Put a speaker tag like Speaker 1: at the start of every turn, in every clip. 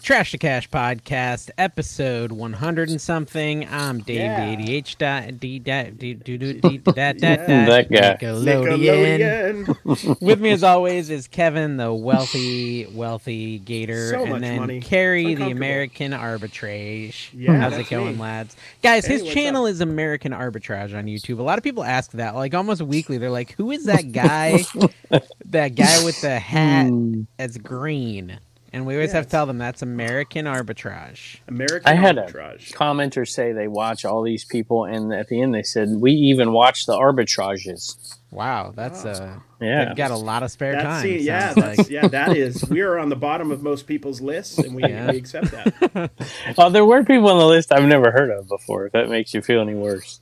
Speaker 1: Trash to Cash podcast, episode 100 and something. I'm Dave
Speaker 2: Yeah.
Speaker 1: the ADH dot D dot D do do D dot dot dot.
Speaker 3: That guy.
Speaker 1: Nickelodeon.
Speaker 2: Nickelodeon.
Speaker 1: With me as always is Kevin, the wealthy, wealthy gator,
Speaker 2: So much
Speaker 1: and then
Speaker 2: money.
Speaker 1: Carrie, the
Speaker 2: Uncomfortable.
Speaker 1: American arbitrage.
Speaker 2: Yeah,
Speaker 1: How's it
Speaker 2: that's
Speaker 1: going,
Speaker 2: me.
Speaker 1: lads? Guys,
Speaker 2: Hey,
Speaker 1: his
Speaker 2: what's
Speaker 1: channel is American Arbitrage on YouTube. A lot of people ask that, like almost weekly. They're like, "Who is that guy? that guy with the hat that's green?" And we always
Speaker 2: Yeah,
Speaker 1: have to
Speaker 2: it's-
Speaker 1: tell them that's American Arbitrage.
Speaker 2: American
Speaker 3: I had a-
Speaker 2: arbitrage.
Speaker 3: Commenters say they watch all these people, and at the end they said we even watch the arbitrages.
Speaker 1: Wow, that's
Speaker 2: Wow.
Speaker 1: uh,
Speaker 3: Yeah,
Speaker 1: they've got a lot of spare
Speaker 2: That's
Speaker 1: time.
Speaker 2: it,
Speaker 1: sounds
Speaker 2: yeah, that's,
Speaker 1: like.
Speaker 2: yeah, that is. We are on the bottom of most people's lists, and we,
Speaker 1: Yeah.
Speaker 2: we accept that.
Speaker 3: oh, there were people on the list I've never heard of before. If that makes you feel any worse,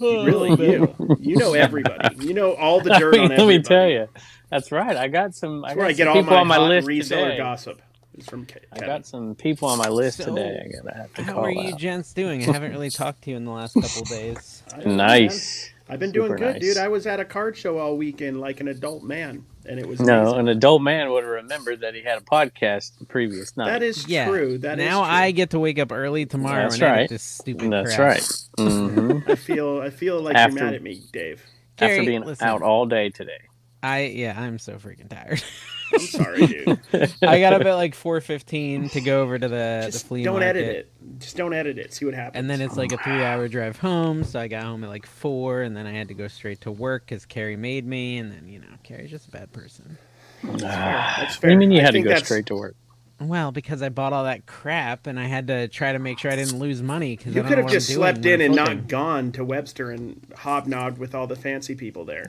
Speaker 2: You really
Speaker 3: Oh,
Speaker 2: do. You know everybody. You know all the dirt on everybody.
Speaker 3: let me tell you, that's right. I got some. I
Speaker 2: That's
Speaker 3: got
Speaker 2: where I
Speaker 3: some
Speaker 2: get all
Speaker 3: people
Speaker 2: my,
Speaker 3: on my
Speaker 2: hot
Speaker 3: list
Speaker 2: reseller
Speaker 3: today.
Speaker 2: gossip. It's from Ke-
Speaker 3: I
Speaker 2: Kevin.
Speaker 3: got some people on my list
Speaker 1: So,
Speaker 3: today. I gotta have to
Speaker 1: How
Speaker 3: call
Speaker 1: are you
Speaker 3: out.
Speaker 1: gents doing? I haven't really talked to you in the last couple days.
Speaker 2: I don't know,
Speaker 3: Nice.
Speaker 2: man. I've been doing
Speaker 3: Super
Speaker 2: good,
Speaker 3: nice.
Speaker 2: dude. I was at a card show all weekend like an adult man, and it was
Speaker 3: No,
Speaker 2: amazing.
Speaker 3: an adult man would have remembered that he had a podcast the previous night.
Speaker 2: That is
Speaker 1: Yeah.
Speaker 2: true. That is
Speaker 1: now
Speaker 2: true.
Speaker 1: I get to wake up early tomorrow
Speaker 3: That's
Speaker 1: and edit
Speaker 3: right.
Speaker 1: this stupid
Speaker 3: That's
Speaker 1: crap.
Speaker 3: right. hmm
Speaker 2: I feel I feel like
Speaker 3: After-
Speaker 2: you're mad at me, Dave.
Speaker 3: After
Speaker 1: Gary,
Speaker 3: being
Speaker 1: listen.
Speaker 3: out all day today.
Speaker 1: I yeah, I'm so freaking tired.
Speaker 2: I'm sorry, dude.
Speaker 1: I got up at like 4:15 to go over to the the
Speaker 2: Just
Speaker 1: flea
Speaker 2: don't
Speaker 1: market,
Speaker 2: edit it. Just don't edit it. See what happens.
Speaker 1: and then it's like a three-hour drive home. So I got home at like four, and then I had to go straight to work because Carrie made me. And then you know, Carrie's just a bad person.
Speaker 2: That's fair. That's
Speaker 3: What do you mean you
Speaker 2: I
Speaker 3: had to
Speaker 2: think
Speaker 3: go
Speaker 2: that's-
Speaker 3: straight to work?
Speaker 1: Well, because I bought all that crap, and I had to try to make sure I didn't lose money. Because
Speaker 2: You could have just slept in and not gone to Webster and hobnobbed with all the fancy people there.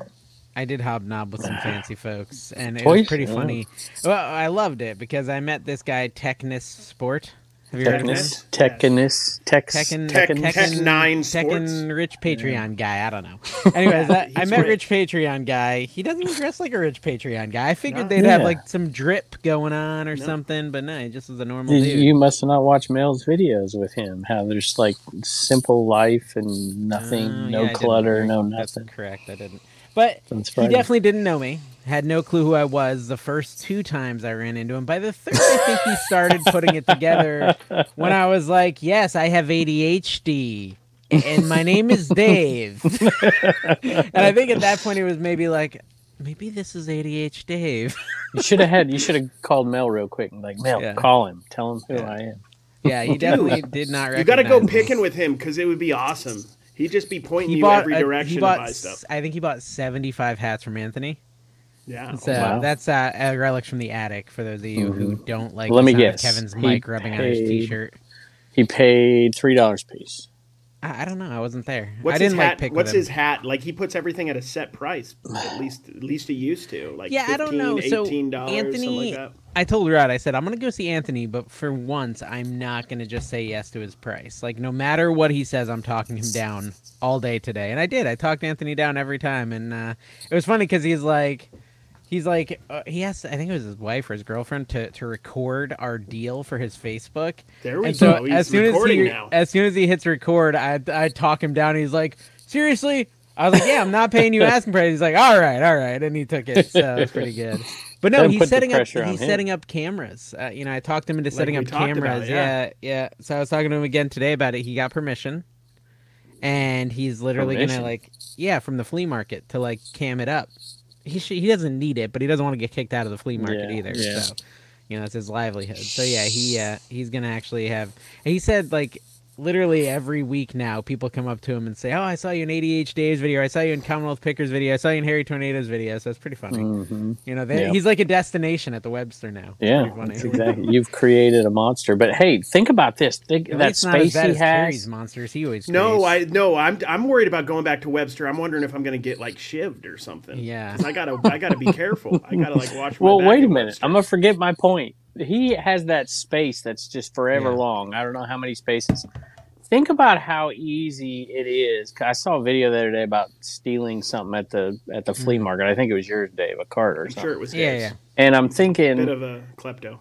Speaker 1: I did hobnob with some fancy folks, and it was
Speaker 3: Toys?
Speaker 1: pretty
Speaker 3: Yeah.
Speaker 1: funny. Well, I loved it because I met this guy Technus Sport. Have you heard of him?
Speaker 2: Technus?
Speaker 3: Technus, Technus, Tex,
Speaker 1: Tekken,
Speaker 2: Tech-
Speaker 1: Tekken,
Speaker 2: Tech Nine Sports?
Speaker 1: Tekken rich Patreon guy. I don't know. Anyways, I, I
Speaker 2: he's
Speaker 1: met rich
Speaker 2: rich.
Speaker 1: Patreon guy. He doesn't dress like a rich Patreon guy. I figured
Speaker 2: No.
Speaker 1: they'd have
Speaker 3: Yeah.
Speaker 1: like some drip going on or
Speaker 2: No.
Speaker 1: something, but no, he just was a normal
Speaker 3: You,
Speaker 1: dude.
Speaker 3: you must not watch Mel's videos with him. How there's like simple life and nothing,
Speaker 1: Oh,
Speaker 3: no
Speaker 1: yeah, I didn't
Speaker 3: clutter,
Speaker 1: hear-
Speaker 3: no
Speaker 1: That's
Speaker 3: nothing.
Speaker 1: correct. I didn't. But
Speaker 3: That's
Speaker 1: he
Speaker 3: right.
Speaker 1: definitely didn't know me. Had no clue who I was the first two times I ran into him. By the third, I think he started putting it together when I was like, "Yes, I have ADHD, and my name is Dave." and I think at that point, he was maybe like, "Maybe this is ADH Dave."
Speaker 3: You should have had. You should have called Mel real quick and like Mel,
Speaker 1: Yeah.
Speaker 3: call him, tell him who
Speaker 1: Yeah.
Speaker 3: I am.
Speaker 1: yeah, he definitely did not.
Speaker 2: You got to go
Speaker 1: recognize me.
Speaker 2: picking with him because it would be awesome. He'd just be pointing
Speaker 1: He
Speaker 2: you
Speaker 1: bought.
Speaker 2: every
Speaker 1: a-
Speaker 2: direction
Speaker 1: he
Speaker 2: to
Speaker 1: bought.
Speaker 2: buy
Speaker 1: s-
Speaker 2: stuff.
Speaker 1: I think he bought seventy-five hats from Anthony.
Speaker 2: Yeah.
Speaker 1: So
Speaker 3: Wow.
Speaker 1: that's uh, a relic from the attic for those of you who don't like
Speaker 3: Let
Speaker 1: the
Speaker 3: me
Speaker 1: sound of
Speaker 3: guess.
Speaker 1: Kevin's
Speaker 3: He
Speaker 1: mic rubbing on his
Speaker 3: paid-
Speaker 1: t-shirt.
Speaker 3: He paid three dollars piece.
Speaker 1: I, I don't know. I wasn't there.
Speaker 2: What's
Speaker 1: I didn't
Speaker 2: his hat?
Speaker 1: like pick
Speaker 2: What's
Speaker 1: with him.
Speaker 2: his hat? Like he puts everything at a set price. At least, at least he used to. Like
Speaker 1: Yeah,
Speaker 2: 15,
Speaker 1: I don't know. So
Speaker 2: $18, something
Speaker 1: Anthony,
Speaker 2: like that.
Speaker 1: I told Rod, I said I'm gonna go see Anthony, but for once, I'm not gonna just say yes to his price. Like no matter what he says, I'm talking him down all day today, and I did. I talked Anthony down every time, and uh, it was funny because he's like. He's like, uh, he asked, I think it was his wife or his girlfriend to, to record our deal for his Facebook.
Speaker 2: There we
Speaker 1: And so
Speaker 2: go. He's
Speaker 1: as soon as
Speaker 2: recording
Speaker 1: he
Speaker 2: now.
Speaker 1: as soon as he hits record, I I talk him down. He's like, seriously? I was like, yeah, I'm not paying you asking price. He's like, all right, all right, and he took it. So it's pretty good. But no,
Speaker 3: Then put
Speaker 1: he's
Speaker 3: the
Speaker 1: setting up.
Speaker 3: pressure on
Speaker 1: He's
Speaker 3: him.
Speaker 1: setting up cameras. Uh, you know, I talked him into setting
Speaker 2: we
Speaker 1: up
Speaker 2: talked about,
Speaker 1: cameras. yeah.
Speaker 2: yeah.
Speaker 1: yeah, So I was talking to him again today about it. He got permission, and he's literally
Speaker 3: Permission?
Speaker 1: gonna like, yeah, from the flea market to like cam it up. He should, he doesn't need it, but he doesn't want to get kicked out of the flea market
Speaker 3: Yeah,
Speaker 1: either.
Speaker 3: yeah.
Speaker 1: So you know it's his livelihood so yeah he uh he's gonna actually have he said like literally every week now people come up to him and say oh i saw you in adh days video i saw you in commonwealth pickers video i saw you in harry tornadoes video so it's pretty funny
Speaker 3: hmm
Speaker 1: you know they,
Speaker 3: Yeah.
Speaker 1: he's like a destination at the webster now It's
Speaker 3: Yeah,
Speaker 1: pretty funny.
Speaker 3: that's exactly. You've created a monster. But hey, think about this. Think
Speaker 1: At
Speaker 3: that
Speaker 1: least not as
Speaker 3: space
Speaker 1: bad
Speaker 3: he
Speaker 1: as Terry's
Speaker 3: has.
Speaker 1: monsters he always
Speaker 2: No,
Speaker 1: creates.
Speaker 2: I no, I'm I'm worried about going back to Webster. I'm wondering if I'm gonna get like shivved or something.
Speaker 1: Yeah.
Speaker 2: 'Cause I gotta I gotta be careful. I gotta like watch. my
Speaker 3: Well,
Speaker 2: back
Speaker 3: wait a
Speaker 2: at
Speaker 3: minute.
Speaker 2: Webster.
Speaker 3: I'm gonna forget my point. He has that space that's just forever
Speaker 1: Yeah.
Speaker 3: long. I don't know how many spaces. Think about how easy it is. 'Cause I saw a video the other day about stealing something at the at the flea market. I think it was yours, Dave, a cart or
Speaker 2: Mm. I'm
Speaker 3: something.
Speaker 2: sure it was.
Speaker 1: yeah
Speaker 2: Dave's.
Speaker 1: yeah
Speaker 3: And I'm
Speaker 2: Bit
Speaker 3: thinking,
Speaker 2: of a klepto.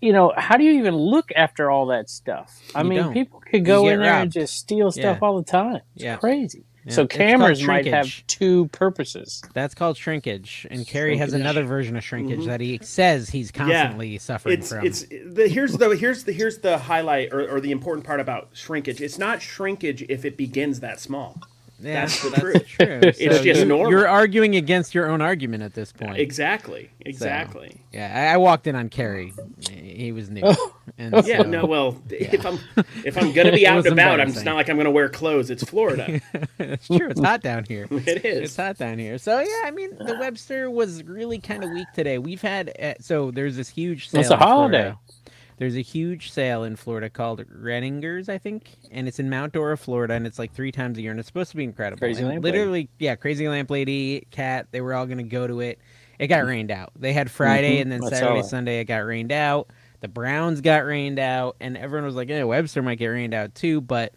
Speaker 3: you know, how do you even look after all that stuff? I
Speaker 1: You
Speaker 3: mean,
Speaker 1: don't.
Speaker 3: people could go
Speaker 1: get
Speaker 3: in there and
Speaker 1: robbed.
Speaker 3: just steal stuff
Speaker 1: Yeah.
Speaker 3: all the time. It's
Speaker 1: Yeah.
Speaker 3: crazy.
Speaker 1: Yeah,
Speaker 3: so
Speaker 1: it's called
Speaker 3: cameras might have
Speaker 1: shrinkage.
Speaker 3: two purposes.
Speaker 1: That's called shrinkage, and Carrie has
Speaker 3: Shrinkage.
Speaker 1: another version of shrinkage
Speaker 2: Mhm.
Speaker 1: that he says he's constantly suffering
Speaker 2: it's
Speaker 1: from.
Speaker 2: it's the here's the here's the here's the highlight or, or the important part about shrinkage. It's not shrinkage if it begins that small.
Speaker 1: yeah,
Speaker 2: that's the truth.
Speaker 1: true.
Speaker 2: It's
Speaker 1: So
Speaker 2: just
Speaker 1: you-
Speaker 2: normal.
Speaker 1: You're arguing against your own argument at this point.
Speaker 2: Exactly. Exactly.
Speaker 1: Yeah, I, I walked in on Carrie. He was new. And so-
Speaker 2: Yeah, no, well, if I'm if I'm gonna be out
Speaker 1: was
Speaker 2: and about, I'm it's
Speaker 1: embarrassing.
Speaker 2: not like I'm gonna wear clothes. It's Florida.
Speaker 1: it's true. It's hot down here.
Speaker 2: It
Speaker 1: It's
Speaker 2: is.
Speaker 1: hot down here. So yeah, I mean, the Webster was really kind of weak today. We've had uh, so there's this huge sale.
Speaker 3: It's a
Speaker 1: in Florida.
Speaker 3: holiday.
Speaker 1: There's a huge sale in Florida called Renninger's, I think, and it's in Mount Dora, Florida, and it's like three times a year, and it's supposed to be incredible.
Speaker 3: Crazy
Speaker 1: And
Speaker 3: Lamp Lady.
Speaker 1: literally, yeah, Crazy Lamp Lady, Cat, they were all going to go to it. It got rained out. They had Friday
Speaker 3: Mhm.
Speaker 1: and then
Speaker 3: Mm-hmm. I saw
Speaker 1: Saturday,
Speaker 3: that.
Speaker 1: Sunday. It got rained out. The Browns got rained out, and everyone was like, "Yeah, Webster might get rained out too," but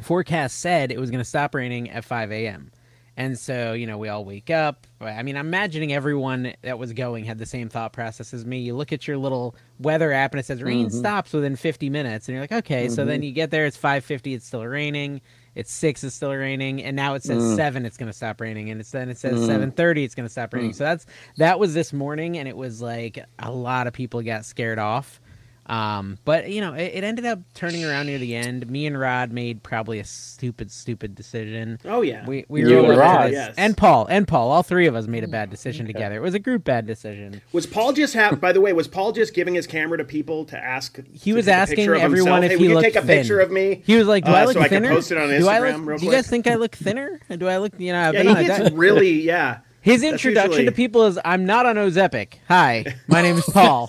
Speaker 1: forecast said it was going to stop raining at 5 a.m. And so, you know, we all wake up. I mean, I'm imagining everyone that was going had the same thought process as me. You look at your little weather app and it says rain
Speaker 3: Mhm.
Speaker 1: stops within 50 minutes. And you're like, okay. So
Speaker 3: Mm-hmm.
Speaker 1: then you get there, it's 5.50, it's still raining. It's 6, it's still raining. And now it says
Speaker 3: Mm.
Speaker 1: 7, it's going to stop raining. And it's then it says
Speaker 3: Mm.
Speaker 1: 7.30, it's going to stop raining.
Speaker 3: Mm.
Speaker 1: So that's that was this morning. And it was like a lot of people got scared off. Um, but you know, it, it ended up turning around near the end. Me and Rod made probably a stupid, stupid decision.
Speaker 2: Oh yeah.
Speaker 1: We we
Speaker 3: You
Speaker 1: were
Speaker 3: and
Speaker 1: looking at
Speaker 3: Rod,
Speaker 1: this-
Speaker 2: yes.
Speaker 1: and Paul and Paul, all three of us made a bad decision together. It was a group bad decision.
Speaker 2: Was Paul just ha- by the way, was Paul just giving his camera to people to ask
Speaker 1: He
Speaker 2: to
Speaker 1: was
Speaker 2: take a
Speaker 1: asking
Speaker 2: picture of
Speaker 1: everyone
Speaker 2: himself?
Speaker 1: if
Speaker 2: hey,
Speaker 1: he
Speaker 2: will you
Speaker 1: looked
Speaker 2: take a
Speaker 1: thin.
Speaker 2: picture of me?
Speaker 1: He was like, "Do
Speaker 2: Uh,
Speaker 1: I look
Speaker 2: so I can
Speaker 1: thinner?
Speaker 2: post it on
Speaker 1: do I look,
Speaker 2: Instagram real
Speaker 1: Do you guys
Speaker 2: quick?"
Speaker 1: think I look thinner? Do I look? You know, I've
Speaker 2: Yeah,
Speaker 1: been
Speaker 2: he
Speaker 1: on a
Speaker 2: gets
Speaker 1: diet."
Speaker 2: really yeah.
Speaker 1: his introduction
Speaker 2: usually-
Speaker 1: to people is, "I'm not on Ozepic. Hi, my name is Paul.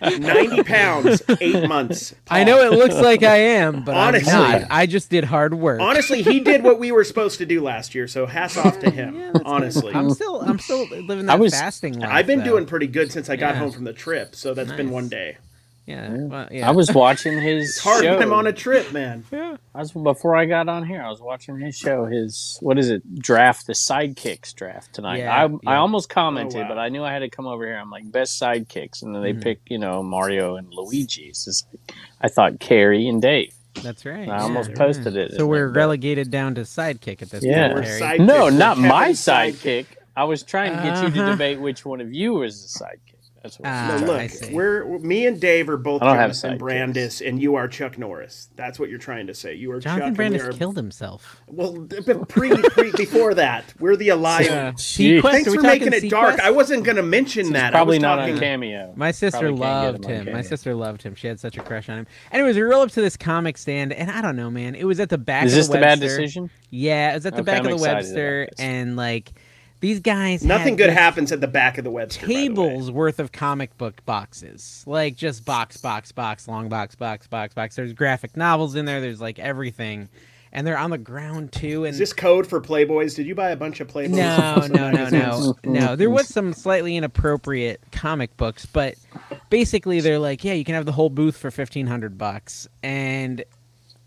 Speaker 2: Ninety pounds, eight months.
Speaker 1: I know it looks like I am, but
Speaker 2: Honestly.
Speaker 1: I'm not. I just did hard work.
Speaker 2: Honestly, he did what we were supposed to do last year, so hats off to him.
Speaker 1: Yeah, that's good.
Speaker 2: honestly.
Speaker 1: I'm still, I'm still living
Speaker 3: I
Speaker 1: that
Speaker 3: was-
Speaker 1: fasting life.
Speaker 2: I've been
Speaker 1: though.
Speaker 2: doing pretty good since I got
Speaker 1: Yeah.
Speaker 2: home from the trip, so that's been
Speaker 1: Nice.
Speaker 2: one day.
Speaker 1: Yeah, well, yeah.
Speaker 3: I was watching his
Speaker 2: It's hard
Speaker 3: show.
Speaker 2: when I'm on a trip, man.
Speaker 1: Yeah.
Speaker 3: I was before I got on here. I was watching his show. His what is it? Draft the sidekicks draft tonight.
Speaker 1: Yeah,
Speaker 3: I I
Speaker 1: yeah.
Speaker 3: almost commented,
Speaker 2: Oh, wow.
Speaker 3: but I knew I had to come over here. I'm like best sidekicks, and then they
Speaker 1: Mhm.
Speaker 3: pick you know Mario and Luigi. It's just like, I thought Carrie and Dave.
Speaker 1: That's right.
Speaker 3: I
Speaker 1: yeah,
Speaker 3: almost
Speaker 1: yeah.
Speaker 3: posted it.
Speaker 1: So we're
Speaker 3: But-
Speaker 1: relegated down to sidekick at this
Speaker 3: Yeah.
Speaker 1: point.
Speaker 2: We're
Speaker 1: Harry.
Speaker 2: side-
Speaker 3: No,
Speaker 2: Sidekick.
Speaker 3: not
Speaker 2: We're
Speaker 3: my
Speaker 2: Kevin's
Speaker 3: sidekick. I was trying to get you to
Speaker 1: Uh-huh.
Speaker 3: debate which one of you was the sidekick. That's what.
Speaker 1: Ah,
Speaker 2: No,
Speaker 3: I was
Speaker 1: I
Speaker 2: look,
Speaker 1: see.
Speaker 2: we're me and Dave are both
Speaker 3: I don't have
Speaker 2: Jonathan
Speaker 3: sidekicks.
Speaker 2: Brandis, and you are Chuck Norris. That's what you're trying to say. You are Chuck
Speaker 1: Jonathan
Speaker 2: and
Speaker 1: Brandis
Speaker 2: we are-
Speaker 1: killed himself.
Speaker 2: Well, but pre, pre before that, we're the alive.
Speaker 3: She-
Speaker 1: Sequest?
Speaker 2: Thanks
Speaker 1: Are we
Speaker 2: for making
Speaker 1: talking
Speaker 2: it dark.
Speaker 1: Sequest?
Speaker 2: I wasn't gonna mention
Speaker 3: It's
Speaker 2: that.
Speaker 3: probably
Speaker 2: I was
Speaker 3: not
Speaker 2: talking,
Speaker 3: on cameo.
Speaker 1: My sister
Speaker 3: Probably can't
Speaker 1: loved
Speaker 3: get him on
Speaker 1: him. My
Speaker 3: camera.
Speaker 1: sister loved him. She had such a crush on him. Anyways, we roll up to this comic stand, and I don't know, man. It was at the back.
Speaker 3: Is
Speaker 1: of
Speaker 3: this
Speaker 1: the
Speaker 3: the bad
Speaker 1: Webster.
Speaker 3: decision?
Speaker 1: Yeah, it was at the
Speaker 3: Okay,
Speaker 1: back
Speaker 3: I'm
Speaker 1: of the
Speaker 3: excited about
Speaker 1: Webster,
Speaker 3: this.
Speaker 1: and like these guys.
Speaker 2: Nothing
Speaker 1: had
Speaker 2: good
Speaker 1: this
Speaker 2: happens at the back of the Webster. by the way.
Speaker 1: Tables worth of comic book boxes, like just box, box, box, long box, box, box, box. There's graphic novels in there. There's like everything, and they're on the ground too. And
Speaker 2: Is this code for Playboys? Did you buy a bunch of Playboys?
Speaker 1: no, no, no, no, no. There was some slightly inappropriate comic books, but basically they're like, yeah, you can have the whole booth for fifteen hundred bucks, and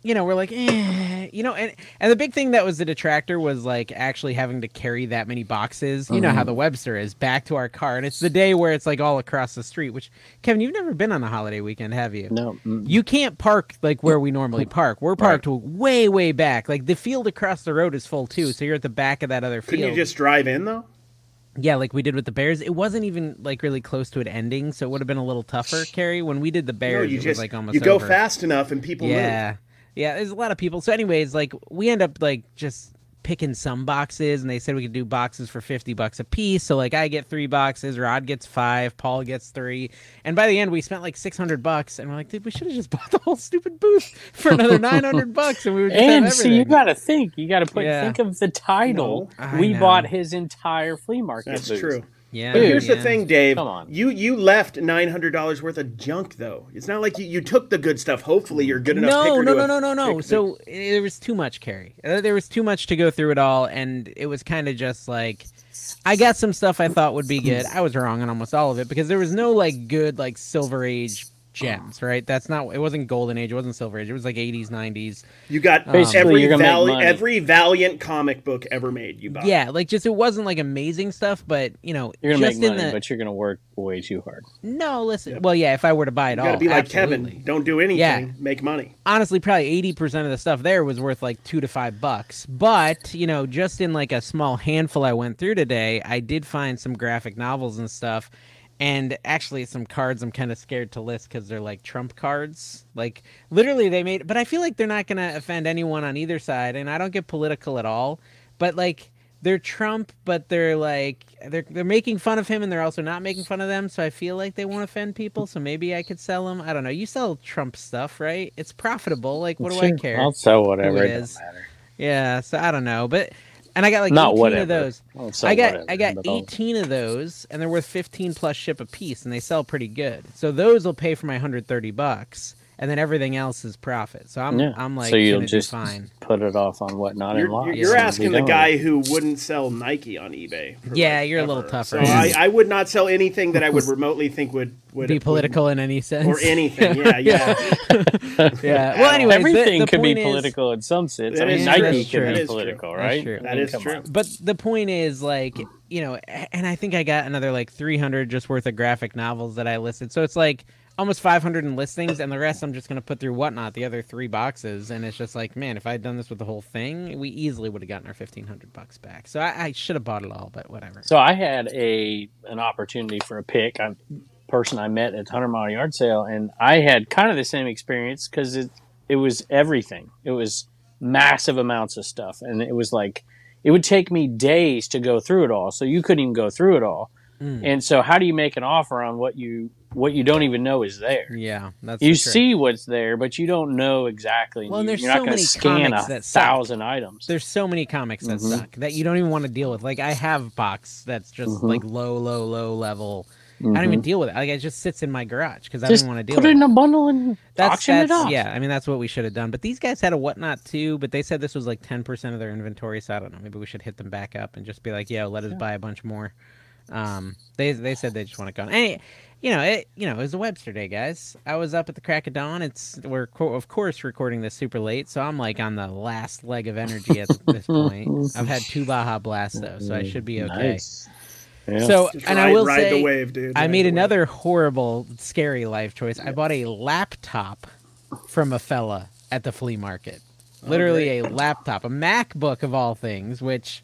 Speaker 1: you know we're like, eh. you know, and and the big thing that was the detractor was like actually having to carry that many boxes. You know how the Webster is back to our car, and it's the day where it's like all across the street. Which Kevin, you've never been on a holiday weekend, have you?
Speaker 3: No. mm.
Speaker 1: you can't park like where we normally park. We're parked way, way back. Like the field across the road is full too, so you're at the back of that other field.
Speaker 2: Couldn't you just drive in though?
Speaker 1: yeah, like we did with the Bears. It wasn't even like really close to an ending, so it would have been a little tougher, Carrie. When we did the
Speaker 2: No,
Speaker 1: Bears,
Speaker 2: you
Speaker 1: it
Speaker 2: just
Speaker 1: was like almost
Speaker 2: you go
Speaker 1: over.
Speaker 2: fast enough and people move.
Speaker 1: Yeah. Yeah, there's a lot of people. So anyways, like we end up like just picking some boxes and they said we could do boxes for 50 bucks a piece. So like I get 3 boxes, Rod gets 5, Paul gets 3. And by the end we spent like 600 bucks and we're like, dude, we should have just bought the whole stupid booth for another 900 bucks and we would just
Speaker 3: And
Speaker 1: have
Speaker 3: see,
Speaker 1: everything.
Speaker 3: you got to think. You got to put
Speaker 1: Yeah.
Speaker 3: think of the title.
Speaker 1: No. I
Speaker 3: we
Speaker 1: know.
Speaker 3: bought his entire flea market.
Speaker 2: That's
Speaker 3: booth.
Speaker 2: true.
Speaker 1: yeah.
Speaker 2: But here's
Speaker 1: yeah.
Speaker 2: the thing, Dave.
Speaker 3: Come on.
Speaker 2: You you left nine hundred dollars worth of junk though. It's not like you, you took the good stuff. Hopefully you're good enough.
Speaker 1: No,
Speaker 2: picker
Speaker 1: no,
Speaker 2: to
Speaker 1: no,
Speaker 2: have
Speaker 1: no, no, no.
Speaker 2: picked
Speaker 1: So eh, there was too much, Carrie. Uh, There was too much to go through it all, and it was kind of just like I got some stuff I thought would be good. I was wrong on almost all of it because there was no like good like Silver Age gems, right? That's not. It wasn't golden age. It wasn't silver age. It was like 80s, 90s.
Speaker 2: You
Speaker 1: Um,
Speaker 2: got
Speaker 3: Basically,
Speaker 2: every
Speaker 3: you're gonna make
Speaker 2: val-
Speaker 3: money.
Speaker 2: every valiant comic book ever made. You bought.
Speaker 1: Yeah, like just it wasn't like amazing stuff, but you know,
Speaker 3: You're gonna
Speaker 1: just
Speaker 3: make
Speaker 1: in
Speaker 3: money,
Speaker 1: the
Speaker 3: but you're gonna work way too hard.
Speaker 1: no. Listen, well, yeah, if I were to buy it
Speaker 2: You
Speaker 1: all,
Speaker 2: got to be like
Speaker 1: absolutely.
Speaker 2: Kevin. Don't do anything.
Speaker 1: Yeah.
Speaker 2: Make money.
Speaker 1: honestly probably 80% of the stuff there was worth like two to five bucks but you know just in like a small handful i went through today i did find some graphic novels and stuff and actually some cards i'm kind of scared to list because they're like trump cards like literally they made but i feel like they're not going to offend anyone on either side and i don't get political at all but like they're trump but they're like they're they're making fun of him and they're also not making fun of them so i feel like they won't offend people so maybe i could sell them i don't know you sell trump stuff right it's profitable like what do i
Speaker 3: Sure,
Speaker 1: care
Speaker 3: I'll sell whatever.
Speaker 1: it
Speaker 3: It
Speaker 1: is.
Speaker 3: doesn't matter.
Speaker 1: yeah so i don't know but and i got like
Speaker 3: Not
Speaker 1: 18
Speaker 3: whatever.
Speaker 1: of those
Speaker 3: I'll sell
Speaker 1: I got
Speaker 3: whatever,
Speaker 1: I got
Speaker 3: but I'll-
Speaker 1: 18 of those and they're worth 15 plus ship a piece and they sell pretty good. So those will pay for my 130 bucks and then everything else is profit. So I'm
Speaker 3: Yeah.
Speaker 1: I'm like
Speaker 3: so you'll
Speaker 1: gonna do
Speaker 3: just
Speaker 1: fine.
Speaker 3: put it off on whatnot
Speaker 2: You're,
Speaker 3: and loss.
Speaker 2: you're-
Speaker 3: and
Speaker 2: you're
Speaker 3: be
Speaker 2: asking the
Speaker 3: done.
Speaker 2: guy who wouldn't sell Nike on eBay. for,
Speaker 1: Yeah,
Speaker 2: like,
Speaker 1: you're a little
Speaker 2: ever.
Speaker 1: tougher.
Speaker 2: So I, I would not sell anything that I would remotely think would would
Speaker 1: Be
Speaker 2: would-
Speaker 1: political in any sense.
Speaker 2: or anything. Yeah, yeah.
Speaker 1: yeah. Well anyway,
Speaker 3: everything could be political in some sense.
Speaker 2: That
Speaker 3: I mean,
Speaker 1: is true.
Speaker 3: Nike
Speaker 1: That's true.
Speaker 3: could
Speaker 1: That
Speaker 3: be
Speaker 2: is
Speaker 3: political,
Speaker 1: true. That's
Speaker 3: right?
Speaker 1: true.
Speaker 3: I
Speaker 2: That
Speaker 3: mean,
Speaker 2: is
Speaker 3: come
Speaker 2: true.
Speaker 3: on.
Speaker 1: but the point is like you know and i think i got another like 300 just worth of graphic novels that i listed so it's like almost 500 in listings and the rest i'm just going to put through whatnot the other three boxes and it's just like man if i had done this with the whole thing we easily would have gotten our 1500 bucks back so i, I should have bought it all but whatever
Speaker 3: So I had a an opportunity for a pick. A person I met at the Hundred Mile Yard Sale, and I had kind of the same experience because it it was everything. It was massive amounts of stuff, and it was like it would take me days to go through it all. So you couldn't even go through it all.
Speaker 1: Mm.
Speaker 3: And so, how do you make an offer on what you what you don't even know is there?
Speaker 1: yeah that's
Speaker 3: you
Speaker 1: the trick.
Speaker 3: see what's there, but you don't know exactly.
Speaker 1: Well, and
Speaker 3: You-
Speaker 1: there's
Speaker 3: You're not
Speaker 1: so
Speaker 3: going
Speaker 1: many
Speaker 3: to scan a
Speaker 1: comics that suck.
Speaker 3: thousand items.
Speaker 1: there's so many comics that
Speaker 3: Mhm.
Speaker 1: suck that you don't even want to deal with. Like I have box that's just
Speaker 3: Mhm.
Speaker 1: like low, low, low level. I don't even deal with it. Like it just sits in my garage because I
Speaker 3: Mm-hmm. Just
Speaker 1: don't want to deal
Speaker 3: put
Speaker 1: with
Speaker 3: it in a bundle and auction it off.
Speaker 1: Yeah, I mean that's what we should have done. But these guys had a whatnot too, but they said this was like ten percent of their inventory, so I don't know. Maybe we should hit them back up and just be like, "Yo, let us buy a bunch more." Um, they they said they just want to go. And you know, it you know, it was a Webster day, guys. I was up at the crack of dawn. It's we're co- of course recording this super late, so I'm like on the last leg of energy at this point. I've had two Baja Blasts though, so I should be okay.
Speaker 3: Nice. Yeah.
Speaker 1: So
Speaker 2: Just
Speaker 1: and
Speaker 2: ride,
Speaker 1: I will
Speaker 2: ride
Speaker 1: say,
Speaker 2: the wave, dude.
Speaker 1: I
Speaker 2: Ride
Speaker 1: made
Speaker 2: the wave.
Speaker 1: another horrible, scary life choice. I bought a laptop from a fella at the flea market.
Speaker 2: Oh,
Speaker 1: Literally a laptop, a MacBook of all things, which,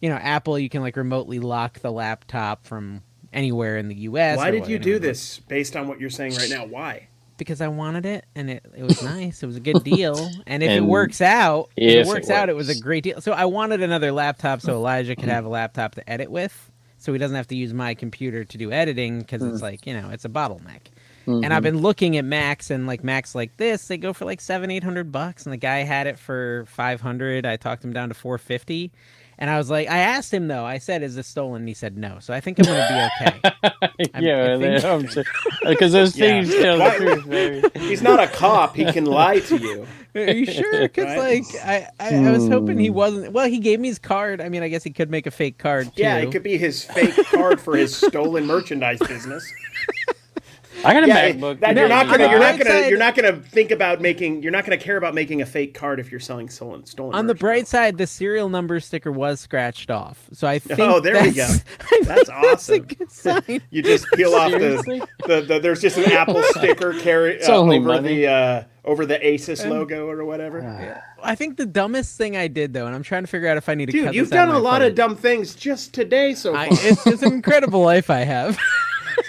Speaker 1: you know, Apple, you can like remotely lock the laptop from anywhere in the US.
Speaker 2: Why
Speaker 1: or
Speaker 2: did
Speaker 1: what-
Speaker 2: you
Speaker 1: anywhere
Speaker 2: do
Speaker 1: in the-
Speaker 2: this based on what you're saying right now? Why?
Speaker 1: Because I wanted it and it, it was nice. It was a good deal. And if it
Speaker 3: And
Speaker 1: works out,
Speaker 3: if
Speaker 1: if
Speaker 3: it
Speaker 1: it works out, it was a
Speaker 3: works.
Speaker 1: great deal. So I wanted another laptop so Elijah could have a laptop to edit with. So he doesn't have to use my computer to do editing because
Speaker 3: Mm.
Speaker 1: it's like, you know, it's a bottleneck and
Speaker 3: Mm-hmm.
Speaker 1: I've been looking at Macs and like Macs like this, they go for like seven, eight hundred bucks, and the guy had it for five hundred. I talked him down to four fifty, and I was like, I asked him though. I said, "Is this stolen?" And he said, "No." So I think I'm gonna be okay. I- I
Speaker 3: yeah,
Speaker 1: think-
Speaker 3: because uh, those
Speaker 2: Yeah.
Speaker 3: things tell the
Speaker 2: Why-
Speaker 3: truth. Very.
Speaker 2: He's not a cop. He can lie to you.
Speaker 1: Are you sure? Because
Speaker 2: Right.
Speaker 1: like I, I, I was hoping he wasn't. Well, he gave me his card. I mean, I guess he could make a fake card too.
Speaker 2: Yeah, it could be his fake card for his stolen merchandise business.
Speaker 3: I got a
Speaker 2: Yeah,
Speaker 3: MacBook.
Speaker 2: that-
Speaker 3: today,
Speaker 2: you're not
Speaker 1: on
Speaker 2: gonna,
Speaker 1: the
Speaker 2: you're not
Speaker 1: bright
Speaker 2: gonna,
Speaker 1: side-
Speaker 2: you're not gonna think about making, you're not gonna care about making a fake card if you're selling stolen, stolen.
Speaker 1: On the
Speaker 2: merchandise.
Speaker 1: bright side, the serial number sticker was scratched off. So I think.
Speaker 2: Oh, there we
Speaker 1: that's-
Speaker 2: That's
Speaker 1: That's a
Speaker 2: awesome.
Speaker 1: good sign.
Speaker 2: You just peel off
Speaker 3: Seriously?
Speaker 2: the, the, the there's just an Apple sticker carry
Speaker 3: It's
Speaker 2: uh,
Speaker 3: only
Speaker 2: over
Speaker 3: money.
Speaker 2: the uh, over the Asus logo or whatever.
Speaker 1: Ah, I think the dumbest thing I did though, and I'm trying to figure out if I need to.
Speaker 2: Dude,
Speaker 1: cut
Speaker 2: you've
Speaker 1: this out
Speaker 2: done
Speaker 1: my
Speaker 2: a lot
Speaker 1: footage.
Speaker 2: of dumb things just today so far.
Speaker 1: I, it's, it's an incredible life I have.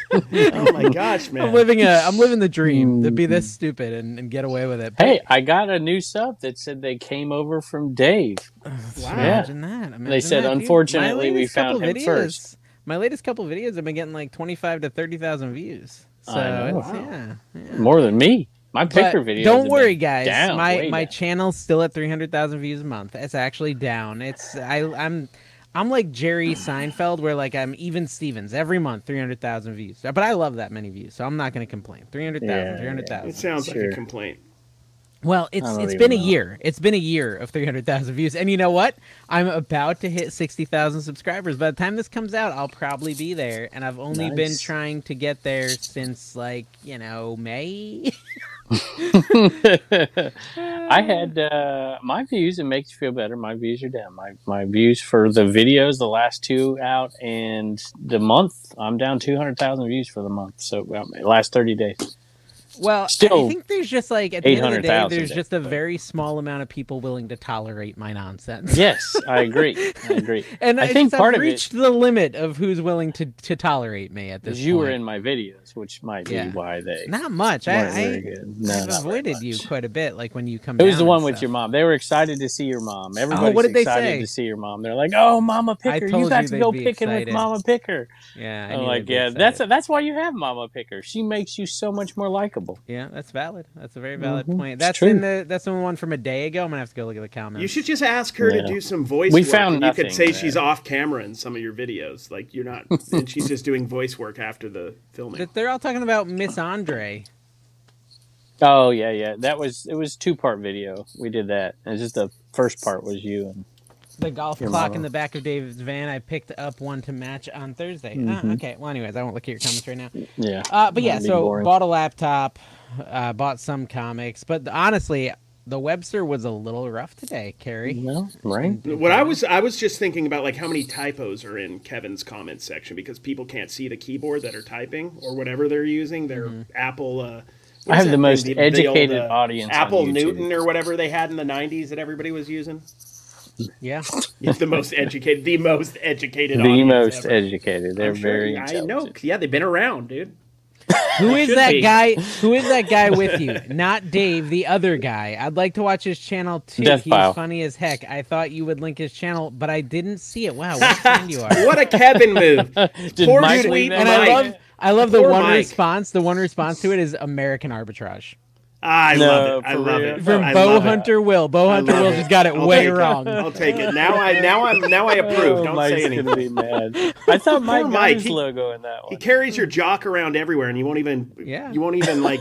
Speaker 2: oh my gosh, man!
Speaker 1: I'm living a I'm living the dream to be this stupid and, and get away with it. But
Speaker 3: Hey, I got a new sub that said they came over from Dave.
Speaker 2: wow.
Speaker 1: imagine that. imagine
Speaker 3: said,
Speaker 1: that, dude. My
Speaker 3: "Unfortunately, we
Speaker 1: latest
Speaker 3: found
Speaker 1: couple
Speaker 3: him
Speaker 1: videos,
Speaker 3: first."
Speaker 1: My latest couple videos have been getting like 25 to 30,000 views. So
Speaker 3: I know.
Speaker 1: it's, yeah, yeah.
Speaker 3: More than me. My
Speaker 1: But
Speaker 3: picture video.
Speaker 1: don't worry, guys.
Speaker 3: down,
Speaker 1: my
Speaker 3: way
Speaker 1: my
Speaker 3: down.
Speaker 1: channel's still at 300,000 views a month. It's actually down. It's I I'm I'm like Jerry Seinfeld, where like I'm even Stevens every month, 300,000 views. But I love that many views, so I'm not going to complain. 300,000,
Speaker 3: Yeah, yeah.
Speaker 1: 300,000.
Speaker 2: It sounds like
Speaker 3: Sure.
Speaker 2: a complaint.
Speaker 1: Well, it's
Speaker 3: don't
Speaker 1: it's
Speaker 3: even
Speaker 1: been a
Speaker 3: know.
Speaker 1: year. It's been a year of 300,000 views. And you know what? I'm about to hit 60,000 subscribers. By the time this comes out, I'll probably be there. And I've only been
Speaker 3: Nice.
Speaker 1: trying to get there since like, you know, May.
Speaker 3: I had uh, my views. It makes you feel better. My views are down. My my views for the videos, the last two out, and the month. I'm down two hundred thousand views for the month. So um, last thirty days.
Speaker 1: Well, I- I
Speaker 3: Still
Speaker 1: think there's just like at the end of the day
Speaker 3: 800,000
Speaker 1: there's just a
Speaker 3: but-
Speaker 1: very small amount of people willing to tolerate my nonsense.
Speaker 3: Yes, I agree. I agree.
Speaker 1: And
Speaker 3: I
Speaker 1: I,
Speaker 3: think
Speaker 1: just- I've
Speaker 3: part of it-
Speaker 1: reached the limit of who's willing to, to tolerate me at this
Speaker 3: Because you were
Speaker 1: point.
Speaker 3: in my videos, which might be
Speaker 1: Yeah.
Speaker 3: why they
Speaker 1: not much. I,
Speaker 3: weren't very
Speaker 1: I
Speaker 3: good. No,
Speaker 1: I've
Speaker 3: not very
Speaker 1: avoided you
Speaker 3: much.
Speaker 1: quite a bit, like when you come.
Speaker 3: It was
Speaker 1: down
Speaker 3: the
Speaker 1: and
Speaker 3: one with
Speaker 1: stuff.
Speaker 3: your mom. They were excited to see your mom. Everybody's
Speaker 1: Oh, what did they
Speaker 3: excited
Speaker 1: say?
Speaker 3: to see your mom. They're like, "Oh, Mama Picker, you
Speaker 1: told
Speaker 3: got
Speaker 1: you
Speaker 3: to
Speaker 1: they'd
Speaker 3: go
Speaker 1: be
Speaker 3: picking
Speaker 1: excited.
Speaker 3: with Mama Picker."
Speaker 1: Yeah, I
Speaker 3: I'm
Speaker 1: knew
Speaker 3: like,
Speaker 1: they'd be
Speaker 3: yeah,
Speaker 1: excited.
Speaker 3: that's that's why you have Mama Picker. She makes you so much more likable.
Speaker 1: yeah, that's valid. That's a very valid
Speaker 3: Mhm.
Speaker 1: point.
Speaker 3: It's
Speaker 1: That's
Speaker 3: true.
Speaker 1: in the that's the one from a day ago. I'm gonna have to go look at the comments.
Speaker 2: You should just ask her
Speaker 3: Yeah.
Speaker 2: to do some voice.
Speaker 3: We
Speaker 2: work,
Speaker 3: found
Speaker 2: and you could
Speaker 3: nothing
Speaker 2: say
Speaker 3: there.
Speaker 2: she's off camera in some of your videos. Like you're not, and she's just doing voice work after the filming.
Speaker 1: But They're all talking about Miss Andre.
Speaker 3: Oh yeah, yeah. That was it was two part video. We did that. And it's just the first part was you and
Speaker 1: The golf
Speaker 3: Your
Speaker 1: clock
Speaker 3: mama.
Speaker 1: in the back of David's van. I picked up one to match on Thursday. Uh,
Speaker 3: Mhm.
Speaker 1: okay. Well, anyways, I won't look at your comments right now.
Speaker 3: yeah.
Speaker 1: Uh, but yeah,
Speaker 3: That'd be
Speaker 1: so
Speaker 3: boring.
Speaker 1: bought a laptop, uh, bought some comics, but honestly, the Webster was a little rough today, Carrie.
Speaker 3: No, right?
Speaker 2: What I was I was just thinking about like how many typos are in Kevin's comment section because people can't see the keyboard that are typing or whatever they're using. Their Apple. Uh, what
Speaker 3: Mm-hmm. I
Speaker 2: is
Speaker 3: have
Speaker 2: that
Speaker 3: the most
Speaker 2: thing?
Speaker 3: educated
Speaker 2: old, uh,
Speaker 3: audience on
Speaker 2: Apple
Speaker 3: YouTube.
Speaker 2: Newton or whatever they had in the '90s that everybody was using.
Speaker 1: Yeah.
Speaker 2: It's the most educated, the most educated,
Speaker 3: The
Speaker 2: audience
Speaker 3: most
Speaker 2: ever.
Speaker 3: educated. They're
Speaker 2: I'm sure-
Speaker 3: very
Speaker 2: I
Speaker 3: intelligent.
Speaker 2: know. Yeah, they've been around, dude.
Speaker 1: Who is
Speaker 2: should
Speaker 1: that
Speaker 2: be.
Speaker 1: guy? Who is that guy with you? Not Dave, the other guy. I'd like to watch his channel too.
Speaker 3: Death
Speaker 1: He's
Speaker 3: Pile.
Speaker 1: funny as heck. I thought you would link his channel, but I didn't see it. Wow, what a friend you are.
Speaker 2: What a Kevin move!
Speaker 3: Did
Speaker 2: Poor
Speaker 3: Mike
Speaker 2: sweet
Speaker 3: leave that
Speaker 1: And I
Speaker 2: Mike.
Speaker 1: love I love the
Speaker 2: Poor
Speaker 1: one
Speaker 2: Mike.
Speaker 1: response. The one response to it is American arbitrage.
Speaker 2: I
Speaker 3: No,
Speaker 2: love it. I
Speaker 3: for
Speaker 2: love
Speaker 3: real.
Speaker 2: it.
Speaker 1: From
Speaker 2: I
Speaker 1: Bo
Speaker 2: love it.
Speaker 1: Hunter Will. Bo
Speaker 2: I
Speaker 1: Hunter
Speaker 2: love
Speaker 1: Will
Speaker 2: it.
Speaker 1: just got it
Speaker 2: I'll
Speaker 1: way
Speaker 2: take it.
Speaker 1: wrong.
Speaker 2: I'll take it. Now I now I'm now I approve.
Speaker 3: Oh,
Speaker 2: Don't
Speaker 3: Mike's
Speaker 2: say
Speaker 3: gonna
Speaker 2: anything.
Speaker 3: be mad. I thought Mike got
Speaker 2: Mike,
Speaker 3: his
Speaker 2: he-
Speaker 3: logo in that
Speaker 2: He
Speaker 3: one.
Speaker 2: carries your jock around everywhere, and you won't even
Speaker 1: Yeah.
Speaker 2: you won't even like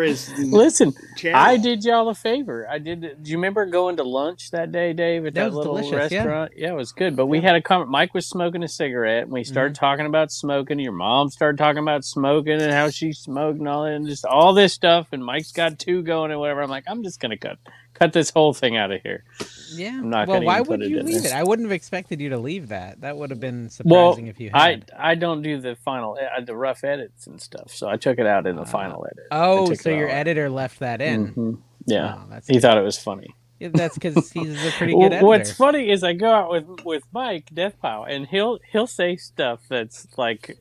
Speaker 2: his.
Speaker 3: Listen,
Speaker 2: Channel.
Speaker 3: I did y'all a favor. I did. Do you remember going to lunch that day, Dave, at
Speaker 1: That
Speaker 3: that,
Speaker 1: was
Speaker 3: little
Speaker 1: delicious, yeah.
Speaker 3: restaurant? Yeah. it was good. But we had a comment. Mike was smoking a cigarette, and we started talking about smoking. Your mom started talking about smoking and how she smoked and all that, and just all this stuff. And Mike's got two going and whatever. I'm like, I'm just gonna cut cut this whole thing out of here.
Speaker 1: Yeah.
Speaker 3: not
Speaker 1: well,
Speaker 3: gonna
Speaker 1: why
Speaker 3: even
Speaker 1: would
Speaker 3: put it
Speaker 1: you
Speaker 3: in
Speaker 1: leave it?
Speaker 3: there.
Speaker 1: I wouldn't have expected you to leave that. That would have been
Speaker 3: Well,
Speaker 1: surprising if you had.
Speaker 3: I I don't do the final uh, the rough edits and stuff, so I took it out in the final edit. I
Speaker 1: oh,
Speaker 3: took
Speaker 1: so
Speaker 3: it
Speaker 1: your
Speaker 3: all out.
Speaker 1: editor left that in.
Speaker 3: Mhm. Yeah,
Speaker 1: Oh, that's
Speaker 3: he thought it was funny.
Speaker 1: Yeah, that's because he's a pretty
Speaker 3: Well,
Speaker 1: good editor.
Speaker 3: What's funny is I go out with with Mike Deathpile, and he'll he'll say stuff that's like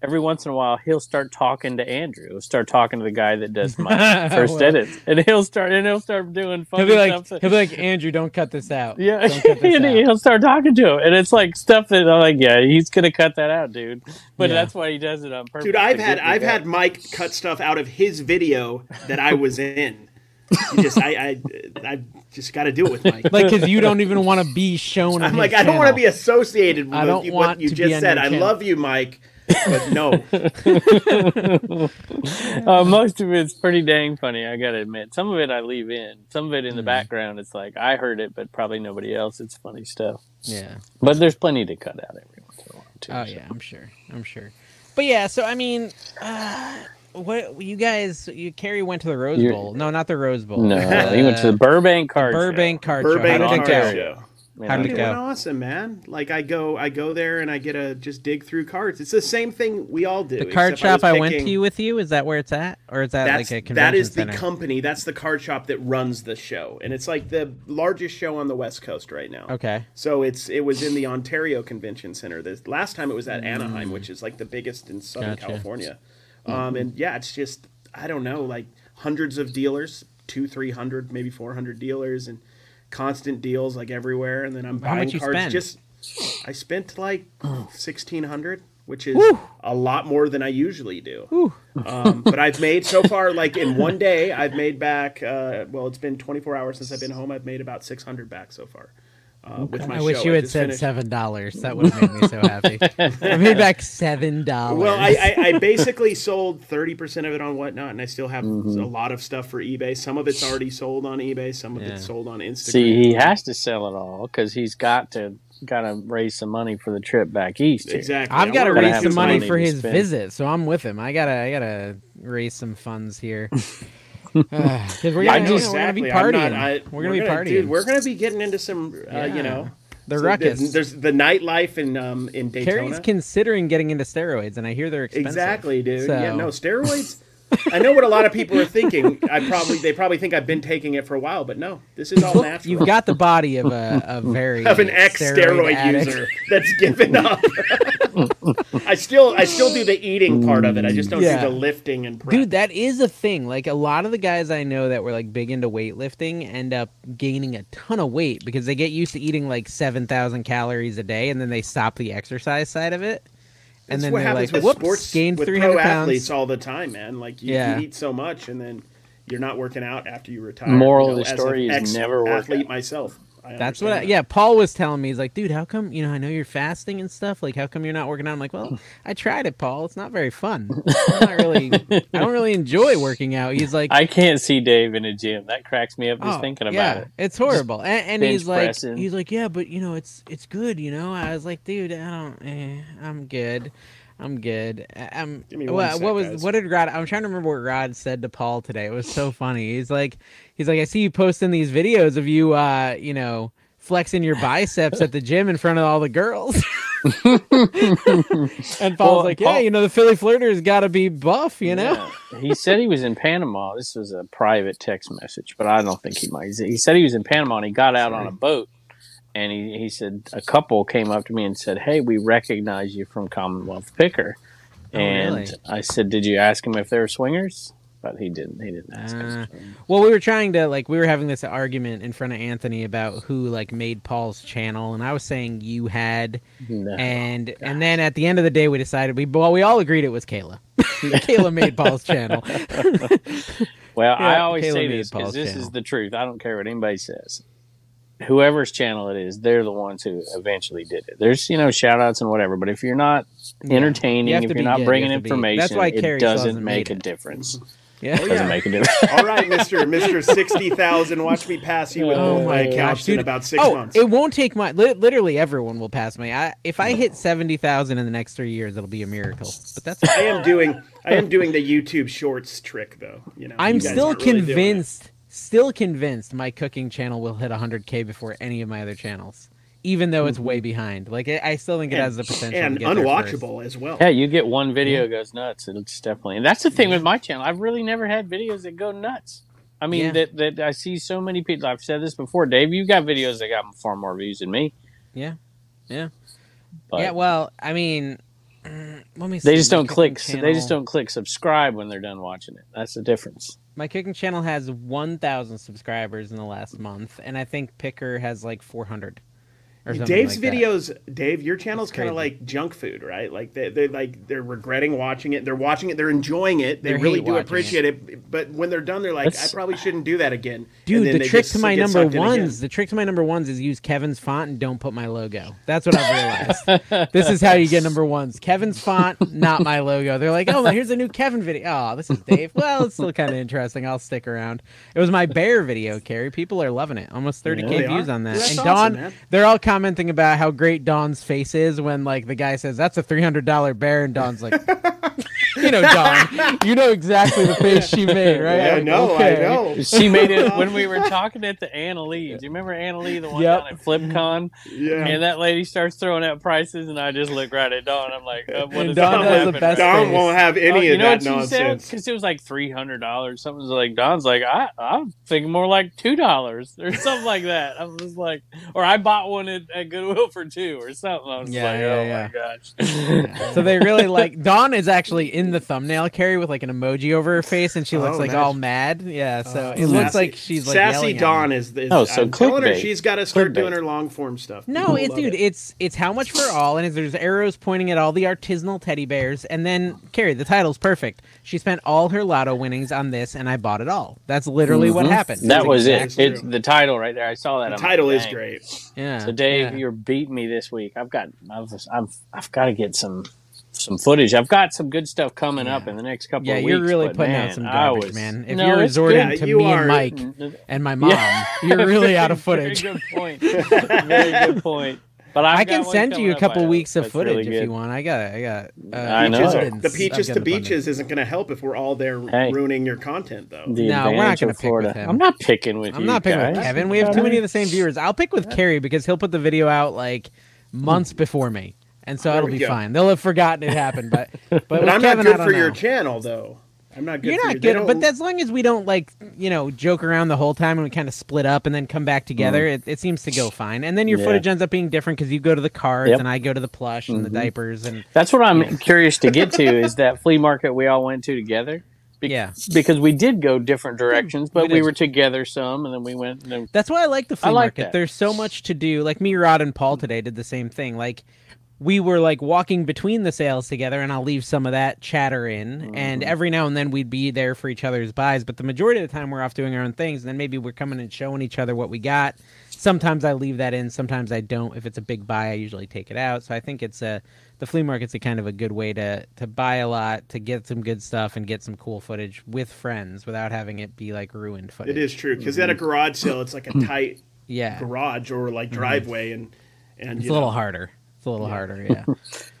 Speaker 3: every once in a while he'll start talking to Andrew, he'll start talking to the guy that does my first
Speaker 1: Well.
Speaker 3: edits, and he'll start and he'll start doing funny
Speaker 1: He'll be like,
Speaker 3: stuff.
Speaker 1: he'll be like, Andrew, don't cut this out.
Speaker 3: yeah,
Speaker 1: Don't cut this
Speaker 3: and
Speaker 1: out."
Speaker 3: he'll start talking to him, and it's like stuff that I'm like, yeah, he's gonna cut that out, dude. But
Speaker 1: Yeah.
Speaker 3: that's why he does it on purpose.
Speaker 2: Dude,
Speaker 3: to
Speaker 2: I've
Speaker 3: get
Speaker 2: had
Speaker 3: me
Speaker 2: I've
Speaker 3: back.
Speaker 2: had Mike cut stuff out of his video that I was in. You just I I, I just got to do it with Mike.
Speaker 1: like, because you don't even want to be shown.
Speaker 2: I'm like I don't want to be associated with
Speaker 1: I don't
Speaker 2: you,
Speaker 1: want
Speaker 2: what you
Speaker 1: to be
Speaker 2: just
Speaker 1: on
Speaker 2: said.
Speaker 1: your
Speaker 2: I
Speaker 1: channel.
Speaker 2: love you, Mike, but no.
Speaker 3: Uh, most of it's pretty dang funny, I gotta admit. Some of it I leave in, some of it
Speaker 1: Hmm.
Speaker 3: in the background. It's like I heard it, but probably nobody else. It's funny stuff.
Speaker 1: Yeah.
Speaker 3: But there's plenty to cut out every once in a while too.
Speaker 1: Oh
Speaker 3: so.
Speaker 1: yeah, I'm sure. I'm sure. But yeah, so I mean, uh, what you guys? You Carrie went to the Rose
Speaker 3: You're-
Speaker 1: Bowl. No, not the Rose Bowl. Uh,
Speaker 3: No, uh, he went to the Burbank card. show.
Speaker 1: Burbank card
Speaker 2: Burbank
Speaker 1: show. How
Speaker 2: Car
Speaker 1: did
Speaker 3: Burbank
Speaker 1: it
Speaker 3: Card
Speaker 1: go?
Speaker 3: Show.
Speaker 2: Show.
Speaker 3: Man,
Speaker 1: How
Speaker 3: I
Speaker 1: did
Speaker 2: It
Speaker 1: it
Speaker 3: can't-
Speaker 2: went
Speaker 1: go?
Speaker 2: awesome, man. Like I go, I go there and I get to just dig through cards. It's the same thing we all do.
Speaker 1: The card
Speaker 2: except
Speaker 1: shop
Speaker 2: was
Speaker 1: I, went
Speaker 2: picking-
Speaker 1: to with you is that where it's at, or is that
Speaker 2: That's
Speaker 1: like a convention
Speaker 2: that is the
Speaker 1: center?
Speaker 2: company. That's the card shop that runs the show, and it's like the largest show on the West Coast right now.
Speaker 1: okay.
Speaker 2: So it's it was in the Ontario Convention Center. This last time it was at Anaheim, which is like the biggest in Southern
Speaker 1: Gotcha.
Speaker 2: California. Um, and yeah, it's just I don't know, like hundreds of dealers, two, three hundred, maybe four hundred dealers, and constant deals like everywhere. And then I'm
Speaker 1: How
Speaker 2: buying
Speaker 1: much you
Speaker 2: cards.
Speaker 1: spend?
Speaker 2: Just I spent like sixteen hundred, which is a lot more than I usually do. Um, but I've made so far, like in one day, I've made back. Uh, well, it's been twenty four hours since I've been home. I've made about six hundred back so far. uh, with my
Speaker 1: I wish
Speaker 2: show.
Speaker 1: you
Speaker 2: I
Speaker 1: had
Speaker 2: just
Speaker 1: said
Speaker 2: finished-
Speaker 1: seven dollars. That would have made me so happy. I made back seven dollars.
Speaker 2: Well, I, I, I basically sold thirty percent of it on whatnot, and I still have
Speaker 3: Mm-hmm.
Speaker 2: a lot of stuff for eBay. Some of it's already sold on eBay. Some of
Speaker 1: Yeah.
Speaker 2: it's sold on Instagram.
Speaker 3: See, he has to sell it all because he's got to got to raise some money for the trip back east. here.
Speaker 2: exactly.
Speaker 1: I've got to
Speaker 3: wanna
Speaker 1: raise
Speaker 3: have
Speaker 1: some
Speaker 3: some
Speaker 1: money
Speaker 3: money
Speaker 1: for
Speaker 3: to
Speaker 1: his
Speaker 3: spend.
Speaker 1: visit, so I'm with him. I gotta, I gotta raise some funds here. Because we're,
Speaker 2: Yeah,
Speaker 1: gonna-
Speaker 2: no,
Speaker 1: you know, we're gonna be
Speaker 2: exactly. I'm
Speaker 1: partying.
Speaker 2: not- I-
Speaker 1: we're gonna be partying.
Speaker 2: Dude, we're gonna be getting into some, uh,
Speaker 1: Yeah.
Speaker 2: you know,
Speaker 1: the
Speaker 2: so
Speaker 1: ruckus.
Speaker 2: There's, there's the nightlife in um in Daytona.
Speaker 1: Carrie's considering getting into steroids, and I hear they're expensive.
Speaker 2: Exactly, dude. Yeah,
Speaker 1: So-
Speaker 2: no steroids. I know what a lot of people are thinking. I probably they probably think I've been taking it for a while, but no, this is all natural.
Speaker 1: You've got the body of a, a very
Speaker 2: of an ex
Speaker 1: steroid
Speaker 2: steroid
Speaker 1: addict.
Speaker 2: user that's given up. I still I still do the eating part of it. I just don't
Speaker 1: Yeah.
Speaker 2: do the lifting and prep.
Speaker 1: Dude, that is a thing. Like a lot of the guys I know that were like big into weightlifting end up gaining a ton of weight because they get used to eating like seven thousand calories a day, and then they stop the exercise side of it, and
Speaker 2: That's
Speaker 1: then
Speaker 2: what
Speaker 1: they're like,
Speaker 2: happens with
Speaker 1: "Whoops,
Speaker 2: sports
Speaker 1: gained
Speaker 2: with
Speaker 1: three hundred
Speaker 2: pro
Speaker 1: pounds."
Speaker 2: athletes all the time, man. Like you,
Speaker 1: Yeah.
Speaker 2: you eat so much and then you're not working out after you retire.
Speaker 3: Moral
Speaker 2: you
Speaker 3: of the
Speaker 2: as an
Speaker 3: story is
Speaker 2: ex-
Speaker 3: never work
Speaker 2: athlete
Speaker 3: out.
Speaker 2: myself. I
Speaker 1: That's
Speaker 2: understand
Speaker 1: what, I,
Speaker 2: that.
Speaker 1: yeah. Paul was telling me, he's like, "Dude, how come you know? I know you're fasting and stuff. Like, how come you're not working out?" I'm like, "Well, I tried it, Paul. It's not very fun. I'm not really, I don't really enjoy working out." He's like,
Speaker 3: I can't see Dave in a gym. That cracks me up just
Speaker 1: Oh,
Speaker 3: thinking
Speaker 1: yeah,
Speaker 3: about it.
Speaker 1: It's horrible. And, and
Speaker 3: bench
Speaker 1: he's like,
Speaker 3: pressing.
Speaker 1: he's like, yeah, but you know, it's it's good. You know, I was like, dude, I don't, eh, I'm good, I'm good. I- I'm.
Speaker 2: Give me
Speaker 1: wha-
Speaker 2: one
Speaker 1: what,
Speaker 2: sec,
Speaker 1: was
Speaker 2: guys.
Speaker 1: what did Rod? I'm trying to remember what Rod said to Paul today. It was so funny. He's like, he's like, I see you posting these videos of you, uh, you know. Flexing your biceps at the gym in front of all the girls, and Paul's
Speaker 3: Well,
Speaker 1: like, "Yeah,
Speaker 3: Paul-
Speaker 1: you know the Philly flirter's got to be buff, you know."
Speaker 3: Yeah. he said he was in Panama. This was a private text message, but I don't think he might. He said he was in Panama and he got out on a boat. And he, he said a couple came up to me and said, "Hey, we recognize you from Commonwealth Picker."
Speaker 1: Oh,
Speaker 3: and
Speaker 1: really?
Speaker 3: I said, "Did you ask him if they were swingers?" But he didn't. He didn't ask.
Speaker 1: Uh,
Speaker 3: us.
Speaker 1: Well, we were trying to like we were having this argument in front of Anthony about who like made Paul's channel, and I was saying you had,
Speaker 3: No.
Speaker 2: Oh,
Speaker 1: and and then at the end of the day we decided we well we all agreed it was Kayla. Kayla made Paul's channel.
Speaker 3: Well,
Speaker 1: Yeah,
Speaker 3: I always
Speaker 1: Caleb
Speaker 3: say
Speaker 1: needed
Speaker 3: this
Speaker 1: Paul's
Speaker 3: because this
Speaker 1: channel.
Speaker 3: is the truth. I don't care what anybody says. Whoever's channel it is, they're the ones who eventually did it. There's, you know, shout outs and whatever, but if you're not entertaining,
Speaker 1: You have
Speaker 3: if
Speaker 1: to
Speaker 3: you're
Speaker 1: be
Speaker 3: not
Speaker 1: good, you
Speaker 3: bringing
Speaker 1: have to be-
Speaker 3: information,
Speaker 1: that's why Carrie
Speaker 3: it
Speaker 1: still
Speaker 3: doesn't
Speaker 1: hasn't
Speaker 3: make
Speaker 1: made
Speaker 3: a
Speaker 1: it.
Speaker 3: difference.
Speaker 1: yeah.
Speaker 2: Oh, yeah.
Speaker 3: Doesn't make a difference.
Speaker 2: All right, Mister Mister sixty thousand. Watch me pass you with
Speaker 1: Oh
Speaker 2: all
Speaker 1: my
Speaker 2: my accounts
Speaker 1: gosh,
Speaker 2: in
Speaker 1: dude.
Speaker 2: about six
Speaker 1: Oh,
Speaker 2: months.
Speaker 1: it won't take my. Li- literally, everyone will pass me. I, if I hit seventy thousand in the next three years, it'll be a miracle. But that's.
Speaker 2: I am doing I am doing the YouTube Shorts trick though. You know,
Speaker 1: I'm
Speaker 2: you guys
Speaker 1: still
Speaker 2: aren't really doing it.
Speaker 1: convinced, still convinced my cooking channel will hit 100k before any of my other channels, even though it's way behind. Like I, I still think it has the potential
Speaker 2: Mm-hmm. and
Speaker 1: to get there first.
Speaker 2: unwatchable as well.
Speaker 3: Yeah, you get one video goes nuts. It'll just definitely. And that's the thing with my channel. I've really never had videos that go nuts. I mean,
Speaker 1: Yeah.
Speaker 3: that, that I see so many people. I've said this before, Dave. You've got videos that got far more views than me.
Speaker 1: Yeah, yeah,
Speaker 3: But
Speaker 1: yeah. Well, I mean, mm, let me. See.
Speaker 3: they just
Speaker 1: my
Speaker 3: don't
Speaker 1: cooking
Speaker 3: click. They just
Speaker 1: channel-
Speaker 3: don't click subscribe when they're done watching it. That's the difference.
Speaker 1: My cooking channel has 1,000 subscribers in the last month, and I think Picker has like 400. Or something
Speaker 2: Dave's
Speaker 1: like that.
Speaker 2: videos, Dave, your channel's
Speaker 1: crazy.
Speaker 2: kind of like junk food, right? Like they, they're like they're regretting watching it. They're watching it. They're enjoying it. They
Speaker 1: They hate
Speaker 2: really do
Speaker 1: watching
Speaker 2: appreciate it. But when they're done, they're like,
Speaker 3: That's-
Speaker 2: I probably shouldn't do that again. And
Speaker 1: Dude,
Speaker 2: then
Speaker 1: the
Speaker 2: they
Speaker 1: trick
Speaker 2: just
Speaker 1: to my
Speaker 2: get
Speaker 1: number
Speaker 2: sucked in again.
Speaker 1: ones, the trick to my number ones is use Kevin's font and don't put my logo. That's what I've realized. this is how you get number ones. Kevin's font, not my logo. They're like, oh, well, here's a new Kevin video. Oh, this is Dave. Well, it's still kind of interesting. I'll stick around. It was my bear video, Carrie. People are loving it. Almost 30K
Speaker 2: they
Speaker 1: views
Speaker 2: are.
Speaker 1: on that.
Speaker 2: That's
Speaker 1: and
Speaker 2: awesome,
Speaker 1: Dawn,
Speaker 2: man.
Speaker 1: they're all commenting about how great Dawn's face is when like the guy says, that's a $300 bear. And Dawn's like, you know, Dawn, you know exactly the face she made, right?
Speaker 2: Yeah, I
Speaker 1: Like,
Speaker 2: know.
Speaker 1: okay.
Speaker 2: I know.
Speaker 3: She made it when we were talking at the Anna Lee. Do you remember Anna Lee, the one
Speaker 1: Yep.
Speaker 3: down at FlipCon?
Speaker 2: Yeah.
Speaker 3: And that lady starts throwing out prices, and I just look right at Dawn. I'm like, uh, what
Speaker 1: And
Speaker 3: is
Speaker 1: Dawn
Speaker 3: gonna
Speaker 1: has the
Speaker 3: happen?
Speaker 1: best
Speaker 3: right?
Speaker 1: face.
Speaker 2: Dom won't have
Speaker 3: Oh,
Speaker 2: any
Speaker 3: you
Speaker 2: of
Speaker 3: know
Speaker 2: that
Speaker 3: what she said?
Speaker 2: nonsense.
Speaker 3: Because it was like three hundred dollars. Something like Don's like I, I'm thinking more like two dollars or something like that. I was like, or I bought one at, at Goodwill for two or something. I was
Speaker 1: Yeah,
Speaker 3: like,
Speaker 1: yeah,
Speaker 3: oh
Speaker 1: yeah.
Speaker 3: my gosh.
Speaker 1: So they really like Dawn is actually in the thumbnail carry with like an emoji over her face, and she looks
Speaker 2: Oh,
Speaker 1: like
Speaker 2: that
Speaker 1: all
Speaker 2: is-
Speaker 1: mad. Yeah, so
Speaker 4: Oh.
Speaker 1: it looks
Speaker 2: Uh, Sassy-
Speaker 1: like she's like
Speaker 2: sassy
Speaker 1: yelling at
Speaker 2: Dawn
Speaker 1: me.
Speaker 2: is. is
Speaker 3: Oh, so
Speaker 2: I'm telling her
Speaker 3: clickbait.
Speaker 2: she's got to start
Speaker 3: Clickbait.
Speaker 2: doing her long form stuff.
Speaker 1: No,
Speaker 2: People
Speaker 1: it's
Speaker 2: love
Speaker 1: dude,
Speaker 2: it.
Speaker 1: it's it's how much for all, and it's, there's arrows pointing at all the artisanal teddy bears, and then Carrie, the title's perfect. She spent all her lotto winnings on this, and I bought it all. That's literally what
Speaker 3: Mhm.
Speaker 1: happened.
Speaker 3: That was
Speaker 2: exact- Mm-hmm.
Speaker 3: it.
Speaker 2: true.
Speaker 3: It's the title right there. I saw that.
Speaker 2: the
Speaker 3: I'm
Speaker 2: title
Speaker 3: like,
Speaker 2: is
Speaker 3: dang.
Speaker 2: great.
Speaker 1: Yeah.
Speaker 3: So Dave,
Speaker 1: yeah.
Speaker 3: you're beating me this week. I've got I've I've, I've got to get some some footage. I've got some good stuff coming up
Speaker 1: Yeah.
Speaker 3: in the next couple
Speaker 1: yeah,
Speaker 3: of weeks.
Speaker 1: you're really
Speaker 3: but,
Speaker 1: putting
Speaker 3: man,
Speaker 1: out some
Speaker 3: I
Speaker 1: garbage,
Speaker 3: was-
Speaker 1: man. If
Speaker 3: No,
Speaker 1: you're
Speaker 3: it's
Speaker 1: resorting
Speaker 2: good.
Speaker 1: to
Speaker 2: You
Speaker 1: me
Speaker 2: are-
Speaker 1: and Mike
Speaker 3: good. Mm-hmm.
Speaker 1: and my mom, you're really out of footage.
Speaker 3: Very good point. Very good point. But I've
Speaker 1: I
Speaker 3: got
Speaker 1: can
Speaker 3: one
Speaker 1: send you
Speaker 3: coming
Speaker 1: a
Speaker 3: up
Speaker 1: couple
Speaker 3: I hope
Speaker 1: weeks of
Speaker 3: that's really
Speaker 1: footage if
Speaker 3: good.
Speaker 1: you want. I got, I got. Uh,
Speaker 3: I know.
Speaker 1: Peaches
Speaker 3: The
Speaker 1: Abundance.
Speaker 2: The peaches
Speaker 1: I've
Speaker 2: to
Speaker 1: got abundance.
Speaker 2: beaches isn't going to help if we're all there
Speaker 3: Hey.
Speaker 2: ruining your content though.
Speaker 1: No, we're
Speaker 3: The
Speaker 1: not
Speaker 3: advantage
Speaker 1: gonna
Speaker 3: of
Speaker 1: pick with
Speaker 3: Florida.
Speaker 1: him.
Speaker 3: I'm not picking with
Speaker 1: I'm
Speaker 3: you.
Speaker 1: not picking
Speaker 3: guys.
Speaker 1: with Kevin. We have too many of the same viewers. I'll pick with Kerry because he'll put the video out like months before me, and so it'll
Speaker 2: Hmm. we
Speaker 1: be
Speaker 2: go.
Speaker 1: fine. They'll have forgotten it happened, but but,
Speaker 2: But
Speaker 1: with
Speaker 2: I'm
Speaker 1: Kevin, I
Speaker 2: not good
Speaker 1: don't
Speaker 2: for your
Speaker 1: know.
Speaker 2: channel though. I'm not good.
Speaker 1: You're
Speaker 2: for
Speaker 1: not
Speaker 2: your, they
Speaker 1: good, but
Speaker 2: don't-
Speaker 1: as long as we don't like you know joke around the whole time and we kind of split up and then come
Speaker 2: Hmm.
Speaker 1: back together, it, it seems to go fine. And then your
Speaker 3: Yeah.
Speaker 1: footage ends up being different because you go to the cards
Speaker 3: Yep.
Speaker 1: and I go to the plush and the
Speaker 2: Mm-hmm.
Speaker 1: diapers and
Speaker 3: That's what I'm curious to get to is that flea market we all went to together. Be-
Speaker 1: Yeah. Hmm.
Speaker 3: Because we did go different directions, but
Speaker 1: We
Speaker 3: we,
Speaker 1: did.
Speaker 3: were together some, and then we went. And then,
Speaker 1: That's why I like the flea
Speaker 3: like
Speaker 1: market.
Speaker 3: that.
Speaker 1: There's so much to do. Like me, Rod, and Paul today did the same thing. Like we were like walking between the sales together, and I'll leave some of that chatter in. And
Speaker 3: Mm-hmm.
Speaker 1: every now and then we'd be there for each other's buys, but the majority of the time we're off doing our own things. And then maybe we're coming and showing each other what we got. Sometimes I leave that in. Sometimes I don't. If it's a big buy, I usually take it out. So I think it's a the flea market's a kind of a good way to to buy a lot, to get some good stuff, and get some cool footage with friends without having it be like ruined footage.
Speaker 2: it is true because at a garage sale it's like
Speaker 3: Mm-hmm.
Speaker 2: a tight
Speaker 1: Yeah.
Speaker 2: garage or like driveway and and
Speaker 1: Mm-hmm. It's
Speaker 2: you
Speaker 1: a little
Speaker 2: know,
Speaker 1: harder. It's a little harder, yeah.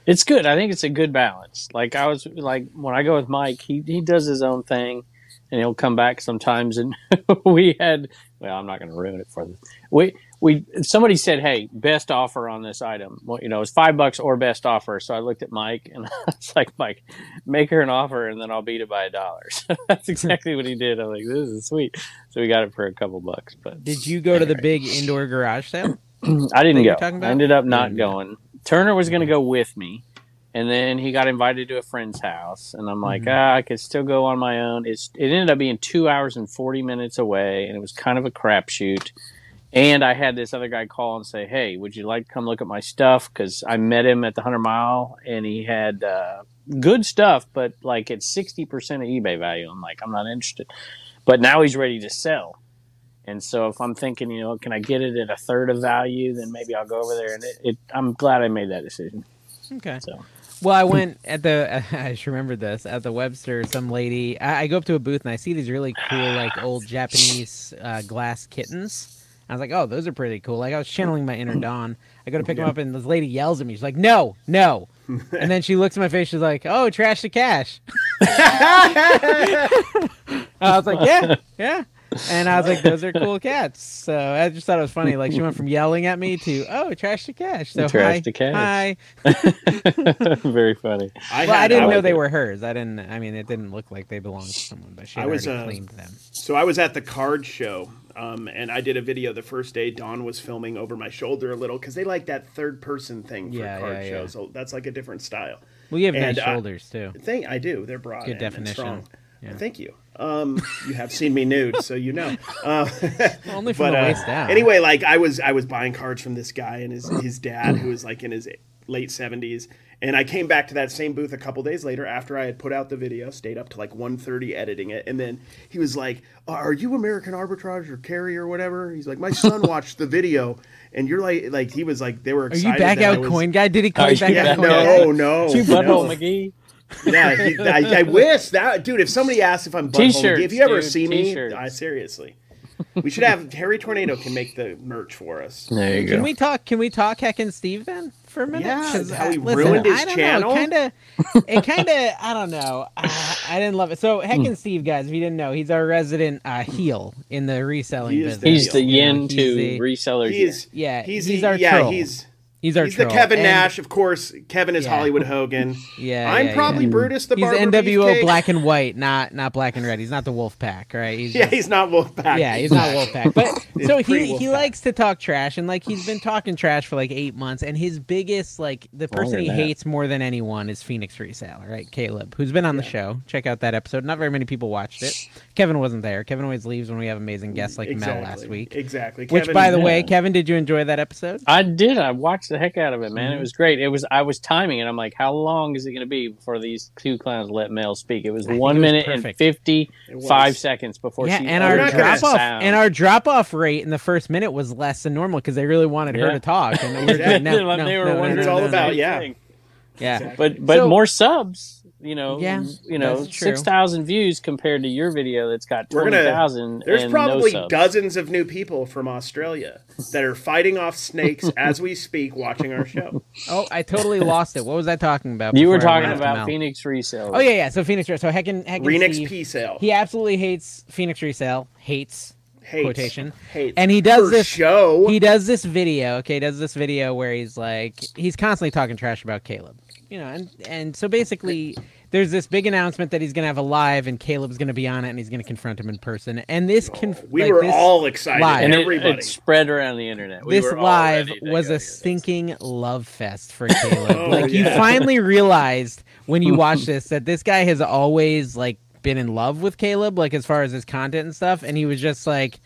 Speaker 3: it's good. I think it's a good balance. Like I was like when I go with Mike, he he does his own thing, and he'll come back sometimes. And we had well, I'm not going to ruin it for them. We we somebody said, hey, best offer on this item. Well, you know, it's five bucks or best offer. So I looked at Mike and I was like, Mike, make her an offer, and then I'll beat it by a dollar. So that's exactly what he did. I'm like, this is sweet. So we got it for a couple bucks, but
Speaker 1: Did you go to the big indoor garage sale?
Speaker 3: I didn't
Speaker 1: you're
Speaker 3: go.
Speaker 1: talking about?
Speaker 3: I ended up not
Speaker 1: didn't go.
Speaker 3: going. Turner was going to go with me, and then he got invited to a friend's house, and I'm like, ah, I could still go on my own. It's it ended up being two hours and forty minutes away, and it was kind of a crapshoot. And I had this other guy call and say, "Hey, would you like to come look at my stuff?" Because I met him at the Hundred Mile, and he had uh, good stuff, but like at sixty percent of eBay value. I'm like, I'm not interested. But now he's ready to sell. And so if I'm thinking, you know, can I get it at a third of value, then maybe I'll go over there. And it, it I'm glad I made that decision.
Speaker 1: Okay.
Speaker 3: So
Speaker 1: Well, I went at the. I just remembered this at the Webster. Some lady. I, I go up to a booth and I see these really cool, like old Japanese uh, glass kittens. I was like, "Oh, those are pretty cool." Like I was channeling my inner Don. I go to pick them up, and this lady yells at me. She's like, "No, no!" And then she looks at my face. She's like, "Oh, trash to cash." I was like, "Yeah, yeah." And I was like, "Those are cool cats." So I just thought it was funny. Like she went from yelling at me to, "Oh, trash to cash." So
Speaker 3: Trash
Speaker 1: hi,
Speaker 3: to cash.
Speaker 1: hi.
Speaker 3: very funny.
Speaker 2: I,
Speaker 1: Well,
Speaker 2: had,
Speaker 1: I didn't
Speaker 2: was-
Speaker 1: know they were hers. I didn't. I mean, it didn't look like they belonged to someone, but she
Speaker 2: I
Speaker 1: had
Speaker 2: was,
Speaker 1: already
Speaker 2: uh,
Speaker 1: claimed them.
Speaker 2: So I was at the card show, um, and I did a video the first day. Dawn was filming over my shoulder a little because they like that third person thing for
Speaker 1: Yeah,
Speaker 2: card
Speaker 1: yeah, yeah.
Speaker 2: shows. So that's like a different style.
Speaker 1: Well, you have
Speaker 2: and uh,
Speaker 1: nice
Speaker 2: I-
Speaker 1: shoulders too.
Speaker 2: Thing I do, they're broad.
Speaker 1: Good
Speaker 2: and they're
Speaker 1: definition.
Speaker 2: strong.
Speaker 1: Yeah.
Speaker 2: Thank you. Um, you have seen me nude, so you know. Uh,
Speaker 1: Only from
Speaker 2: but
Speaker 1: the
Speaker 2: uh,
Speaker 1: waist down.
Speaker 2: anyway, like I was, I was buying cards from this guy and his his dad, who was like in his late seventies. And I came back to that same booth a couple days later after I had put out the video, stayed up to like 1.30 editing it, and then he was like, "Are you American Arbitrage or Carrie or whatever?" He's like, "My son watched the video, and you're like, like he was like, they were
Speaker 1: Are
Speaker 2: excited."
Speaker 1: you back
Speaker 2: that I
Speaker 1: out,
Speaker 2: was-
Speaker 1: coin Oh, guy? Did he call
Speaker 3: Are
Speaker 1: you
Speaker 3: you
Speaker 1: back
Speaker 2: Yeah,
Speaker 1: out,
Speaker 3: back
Speaker 1: coin
Speaker 3: out?
Speaker 1: guy?
Speaker 2: no, Oh, no,
Speaker 3: Two
Speaker 1: Oh
Speaker 3: butthole
Speaker 2: no.
Speaker 3: McGee.
Speaker 2: Yeah, he, I, I wish that dude. If somebody asks if I'm butthole,
Speaker 3: T-shirts,
Speaker 2: if you ever
Speaker 3: dude,
Speaker 2: see
Speaker 3: T-shirts.
Speaker 2: me, I seriously, we should have Harry Tornado can make the merch for us.
Speaker 3: There you
Speaker 1: Can we talk? Can we talk Heck and Steve then for a minute?
Speaker 2: Yeah,
Speaker 1: 'Cause,
Speaker 2: how
Speaker 1: uh,
Speaker 2: he ruined his
Speaker 1: I don't
Speaker 2: channel.
Speaker 1: Know, kind of. It kind of. I don't know. Uh, I didn't love it. So
Speaker 3: Hmm.
Speaker 1: Heck and Steve, guys, if you didn't know, he's our resident uh, heel in the reselling
Speaker 2: He is
Speaker 1: business.
Speaker 2: the
Speaker 3: He's the
Speaker 1: You know,
Speaker 3: yin
Speaker 1: he's
Speaker 3: to
Speaker 1: the-
Speaker 3: resellers.
Speaker 2: He is
Speaker 1: Yeah,
Speaker 2: he's,
Speaker 1: he's
Speaker 2: the,
Speaker 1: our
Speaker 2: yeah
Speaker 1: troll.
Speaker 2: he's
Speaker 1: He's our
Speaker 2: He's
Speaker 1: troll.
Speaker 2: the Kevin
Speaker 1: And-
Speaker 2: Nash, of course. Kevin is
Speaker 1: Yeah.
Speaker 2: Hollywood Hogan.
Speaker 1: Yeah,
Speaker 2: I'm
Speaker 1: yeah,
Speaker 2: probably
Speaker 1: yeah.
Speaker 2: Brutus the
Speaker 1: He's
Speaker 2: Barber.
Speaker 1: NWO
Speaker 2: Beefcake.
Speaker 1: black and white, not not black and red. He's not the wolf pack, right? He's
Speaker 2: Yeah,
Speaker 1: just-
Speaker 2: he's not Wolfpack.
Speaker 1: yeah, he's not Wolfpack. But so
Speaker 2: He's
Speaker 1: he he
Speaker 2: pre-Wolfpack.
Speaker 1: likes to talk trash, and like he's been talking trash for like eight months. And his biggest like the person
Speaker 3: Longer
Speaker 1: he
Speaker 3: than that.
Speaker 1: hates more than anyone is Phoenix Resale, right? Caleb, who's been on the show. Check out that episode. Not very many people watched it. Kevin wasn't there. Kevin always leaves when we have amazing guests like
Speaker 2: exactly.
Speaker 1: Mel last week.
Speaker 2: Exactly.
Speaker 1: Which, by the
Speaker 3: yeah.
Speaker 1: way, Kevin, did you enjoy that episode?
Speaker 3: I did. I watched the heck out of it, man.
Speaker 2: Mm-hmm.
Speaker 3: It was great. It was. I was timing it. I'm like, how long is it going to be before these two clowns let Mel speak? It was
Speaker 1: think
Speaker 3: one
Speaker 1: it was
Speaker 3: minute and
Speaker 1: perfect.
Speaker 3: fifty
Speaker 2: It was.
Speaker 3: five seconds before
Speaker 1: yeah,
Speaker 3: she
Speaker 1: and
Speaker 2: We're
Speaker 1: our
Speaker 2: not gonna
Speaker 1: drop
Speaker 3: uttered a
Speaker 1: off
Speaker 3: sound.
Speaker 1: and our drop off rate in the first minute was less than normal because they really wanted her
Speaker 3: Yeah.
Speaker 1: to talk. And we're like, no, no,
Speaker 3: they were
Speaker 1: no, no,
Speaker 3: wondering
Speaker 1: no,
Speaker 2: it's
Speaker 1: no,
Speaker 2: all
Speaker 1: no.
Speaker 2: about,
Speaker 3: same
Speaker 2: yeah.
Speaker 3: thing.
Speaker 1: yeah.
Speaker 3: But but
Speaker 1: So-
Speaker 3: more subs, you know.
Speaker 1: Yeah,
Speaker 3: you know,
Speaker 1: that's true.
Speaker 3: six thousand views compared to your video that's got
Speaker 2: We're
Speaker 3: twenty
Speaker 2: gonna-
Speaker 3: thousand.
Speaker 2: There's
Speaker 3: and
Speaker 2: probably
Speaker 3: no subs.
Speaker 2: dozens of new people from Australia that are fighting off snakes as we speak, watching our show.
Speaker 1: Oh, I totally lost it. What was I talking about?
Speaker 3: You were
Speaker 1: before I
Speaker 3: talking
Speaker 1: went off the
Speaker 3: about
Speaker 1: mount?
Speaker 3: Phoenix resale.
Speaker 1: Oh yeah, yeah. So Phoenix Resale. So Heckin, Heckin
Speaker 2: Renix
Speaker 1: Steve,
Speaker 2: P sale.
Speaker 1: He absolutely hates Phoenix Resale. Hates.
Speaker 2: Hates.
Speaker 1: quotation.
Speaker 2: Hates.
Speaker 1: And he does
Speaker 2: Her
Speaker 1: this-
Speaker 2: show.
Speaker 1: He does this video. Okay, does this video where he's like he's constantly talking trash about Caleb. You know, and and so basically there's this big announcement that he's gonna have a live and Caleb's gonna be on it and he's gonna confront him in person. And this conf-
Speaker 2: we
Speaker 1: like,
Speaker 2: were
Speaker 1: this,
Speaker 2: all excited.
Speaker 1: live.
Speaker 3: and it,
Speaker 2: everybody.
Speaker 3: it spread around the internet. We
Speaker 1: this
Speaker 3: were all
Speaker 1: live
Speaker 3: ready to
Speaker 1: was a
Speaker 3: go here.
Speaker 1: stinking love fest for Caleb.
Speaker 2: Oh,
Speaker 1: like you
Speaker 2: yeah.
Speaker 1: finally realized when you watch this that this guy has always like been in love with Caleb, like as far as his content and stuff, and he was just like,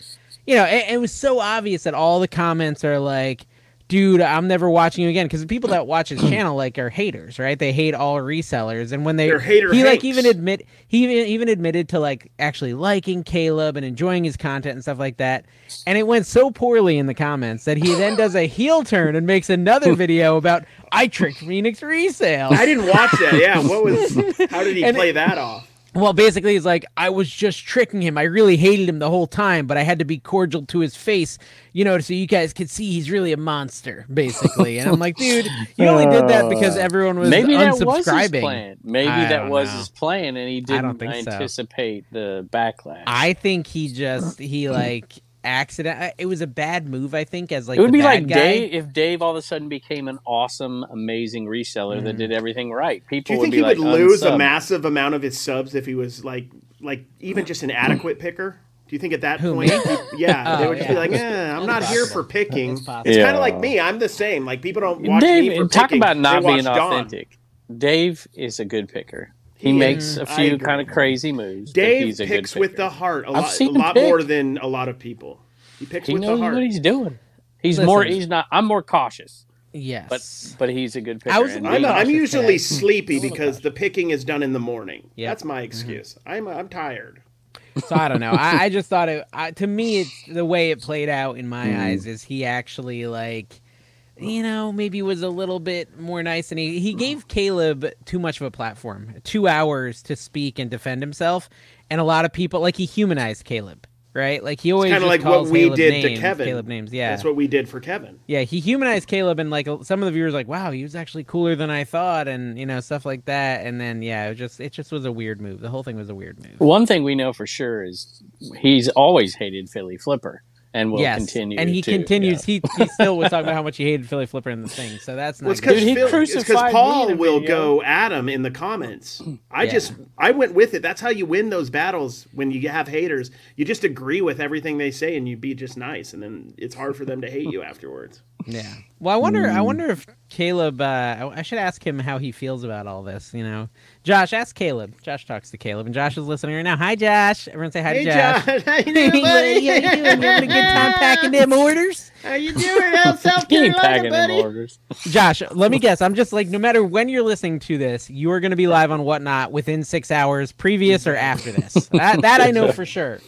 Speaker 1: you know, it, it was so obvious that all the comments are like. Dude, I'm never watching you again because the people that watch his channel like are haters, right? They hate all resellers, and when they
Speaker 2: They're hater
Speaker 1: he like
Speaker 2: hates.
Speaker 1: even admit he even, even admitted to like actually liking Caleb and enjoying his content and stuff like that. And it went so poorly in the comments that he then does a heel turn and makes another video about I tricked Phoenix resale.
Speaker 2: I didn't watch that. Yeah, what was? How did he
Speaker 1: And
Speaker 2: play that off?
Speaker 1: Well, basically, he's like, I was just tricking him. I really hated him the whole time, but I had to be cordial to his face, you know, so you guys could see he's really a monster, basically. And I'm like, dude, you only did that because
Speaker 3: Uh,
Speaker 1: everyone was
Speaker 3: Maybe that was his
Speaker 1: unsubscribing.
Speaker 3: plan. Maybe
Speaker 1: I
Speaker 3: that
Speaker 1: don't
Speaker 3: was
Speaker 1: know.
Speaker 3: his plan, and he
Speaker 1: I
Speaker 3: didn't
Speaker 1: don't think so.
Speaker 3: anticipate the backlash.
Speaker 1: I think he just he like accident. It was a bad move. I think as like
Speaker 3: it would
Speaker 1: the
Speaker 3: be
Speaker 1: bad
Speaker 3: like
Speaker 1: guy.
Speaker 3: Dave if Dave all of a sudden became an awesome, amazing reseller
Speaker 1: Mm.
Speaker 3: that did everything right.
Speaker 2: Do
Speaker 3: People
Speaker 2: you
Speaker 3: would
Speaker 2: think
Speaker 3: be
Speaker 2: he
Speaker 3: like,
Speaker 2: would lose a
Speaker 3: "Unsub."
Speaker 2: massive amount of his subs if he was like, like even just an adequate picker? Do you think at that
Speaker 1: Who,
Speaker 2: point,
Speaker 1: me?
Speaker 2: he- yeah,
Speaker 1: Oh,
Speaker 2: they would just be
Speaker 1: yeah.
Speaker 2: like, eh, I'm not here for picking.
Speaker 1: It's possible.
Speaker 2: It's kind
Speaker 3: Yeah.
Speaker 2: of like me. I'm the same. Like people don't watch me for
Speaker 3: Dave, talk
Speaker 2: picking.
Speaker 3: about not
Speaker 2: They watch
Speaker 3: being
Speaker 2: Don.
Speaker 3: authentic. Dave is a good picker. He,
Speaker 2: He
Speaker 3: makes
Speaker 2: is.
Speaker 3: a
Speaker 2: I
Speaker 3: few
Speaker 2: agree.
Speaker 3: kind of crazy moves. but
Speaker 2: Dave
Speaker 3: he's a
Speaker 2: picks
Speaker 3: good
Speaker 2: with
Speaker 3: picker.
Speaker 2: the heart a
Speaker 3: I've
Speaker 2: lot, a
Speaker 3: seen him
Speaker 2: lot
Speaker 3: pick.
Speaker 2: more than a lot of people. He picks
Speaker 3: He
Speaker 2: with the
Speaker 3: knows
Speaker 2: heart.
Speaker 3: what he's doing. He's
Speaker 1: Listen.
Speaker 3: more. He's not. I'm more cautious, but
Speaker 1: Yes.
Speaker 3: but he's a good picker.
Speaker 1: I was-
Speaker 3: and
Speaker 1: I'm
Speaker 2: I'm,
Speaker 3: we-
Speaker 1: not-
Speaker 2: I'm
Speaker 1: cautious
Speaker 2: usually
Speaker 1: today.
Speaker 2: sleepy because the picking is done in the morning.
Speaker 1: Yep.
Speaker 2: That's my excuse. I'm I'm tired.
Speaker 1: so I don't know. I, I just thought it. I, to me, it's the way it played out in
Speaker 2: Mm-hmm.
Speaker 1: my eyes is he actually like. You know, maybe was a little bit more nice, and he,
Speaker 2: Mm-hmm.
Speaker 1: he gave Caleb too much of a platform, two hours to speak and defend himself, and a lot of people like he humanized Caleb, right? Like he always
Speaker 2: Kind of
Speaker 1: just
Speaker 2: like what
Speaker 1: calls
Speaker 2: we
Speaker 1: Caleb
Speaker 2: did
Speaker 1: names,
Speaker 2: to Kevin.
Speaker 1: Caleb names, yeah.
Speaker 2: That's what we did for Kevin.
Speaker 1: Yeah, he humanized Caleb, and like some of the viewers, were like, wow, he was actually cooler than I thought, and you know stuff like that. And then yeah, it was just it just was a weird move. The whole thing was a weird move.
Speaker 3: One thing we know for sure is he's always hated Philly Flipper and will
Speaker 1: yes,
Speaker 3: continue.
Speaker 1: and he
Speaker 3: to,
Speaker 1: continues. He, he still was talking about how much he hated Philly Flipper and the thing. So that's not
Speaker 2: Well, it's
Speaker 1: good.
Speaker 2: because
Speaker 3: Dude, he crucified me in
Speaker 2: Paul
Speaker 3: a
Speaker 2: will
Speaker 3: video.
Speaker 2: go at him in the comments. I
Speaker 1: Yeah.
Speaker 2: just I went with it. That's how you win those battles when you have haters. You just agree with everything they say and you be just nice, and then it's hard for them to hate you afterwards.
Speaker 1: Yeah. Well, I wonder.
Speaker 3: Hmm.
Speaker 1: I wonder if Caleb. Uh, I- I should ask him how he feels about all this. You know, Josh, ask Caleb. Josh talks to Caleb, and Josh is listening right now. Hi, Josh. Everyone say hi
Speaker 2: Hey
Speaker 1: to Josh.
Speaker 2: Josh, how you
Speaker 1: Hey, buddy,
Speaker 2: doing,
Speaker 1: how you doing? You having a good time packing
Speaker 2: buddy?
Speaker 1: them orders?
Speaker 2: how you doing? How's South
Speaker 3: He ain't
Speaker 2: Carolina,
Speaker 3: packing them
Speaker 2: buddy?
Speaker 3: orders.
Speaker 1: Josh, let me guess. I'm just like, no matter when you're listening to this, you are going to be live on Whatnot within six hours, previous or after this. That, that I know for sure.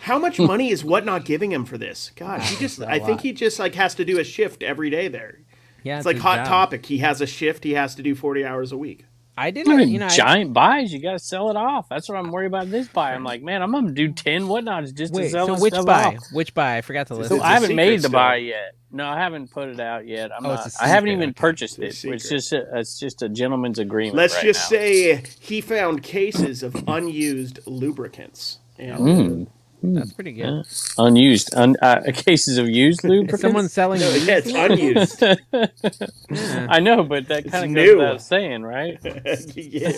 Speaker 2: How
Speaker 1: Hmm.
Speaker 2: much money is Whatnot giving him for this? God, he just I think he just like has to do a shift every day there.
Speaker 1: Yeah,
Speaker 2: It's like
Speaker 1: his
Speaker 2: hot
Speaker 1: job.
Speaker 2: topic. He has a shift he has to do 40 hours a week.
Speaker 1: I
Speaker 3: You're
Speaker 1: didn't,
Speaker 3: doing
Speaker 1: you know, I,
Speaker 3: giant buys. You got to sell it off. That's what I'm worried about this buy. I'm like, man, I'm gonna do ten whatnots just
Speaker 1: wait.
Speaker 3: to sell
Speaker 1: So
Speaker 3: this
Speaker 1: which
Speaker 3: stuff
Speaker 1: buy?
Speaker 3: off.
Speaker 1: Which buy? I forgot to list.
Speaker 2: So
Speaker 1: it.
Speaker 3: I haven't
Speaker 2: secret
Speaker 3: made the
Speaker 2: still.
Speaker 3: buy yet. No, I haven't put it out yet. I'm
Speaker 1: Oh,
Speaker 3: not,
Speaker 1: it's a
Speaker 3: I haven't
Speaker 1: secret.
Speaker 3: even
Speaker 1: Okay.
Speaker 3: purchased
Speaker 2: It's
Speaker 3: it.
Speaker 2: a
Speaker 3: It's
Speaker 2: secret.
Speaker 3: just a, it's just a gentleman's agreement.
Speaker 2: Let's
Speaker 3: right
Speaker 2: just
Speaker 3: now.
Speaker 1: Hmm.
Speaker 2: say he found cases of unused lubricants. And
Speaker 1: That's pretty good.
Speaker 3: Yeah. Hmm. Unused, un, uh, cases of used lubricants.
Speaker 1: Someone's selling
Speaker 2: No,
Speaker 1: you.
Speaker 2: yeah, it's unused.
Speaker 1: Yeah.
Speaker 3: I know, but that kind of goes
Speaker 2: new.
Speaker 3: without saying, right?
Speaker 2: yeah.
Speaker 1: But yeah,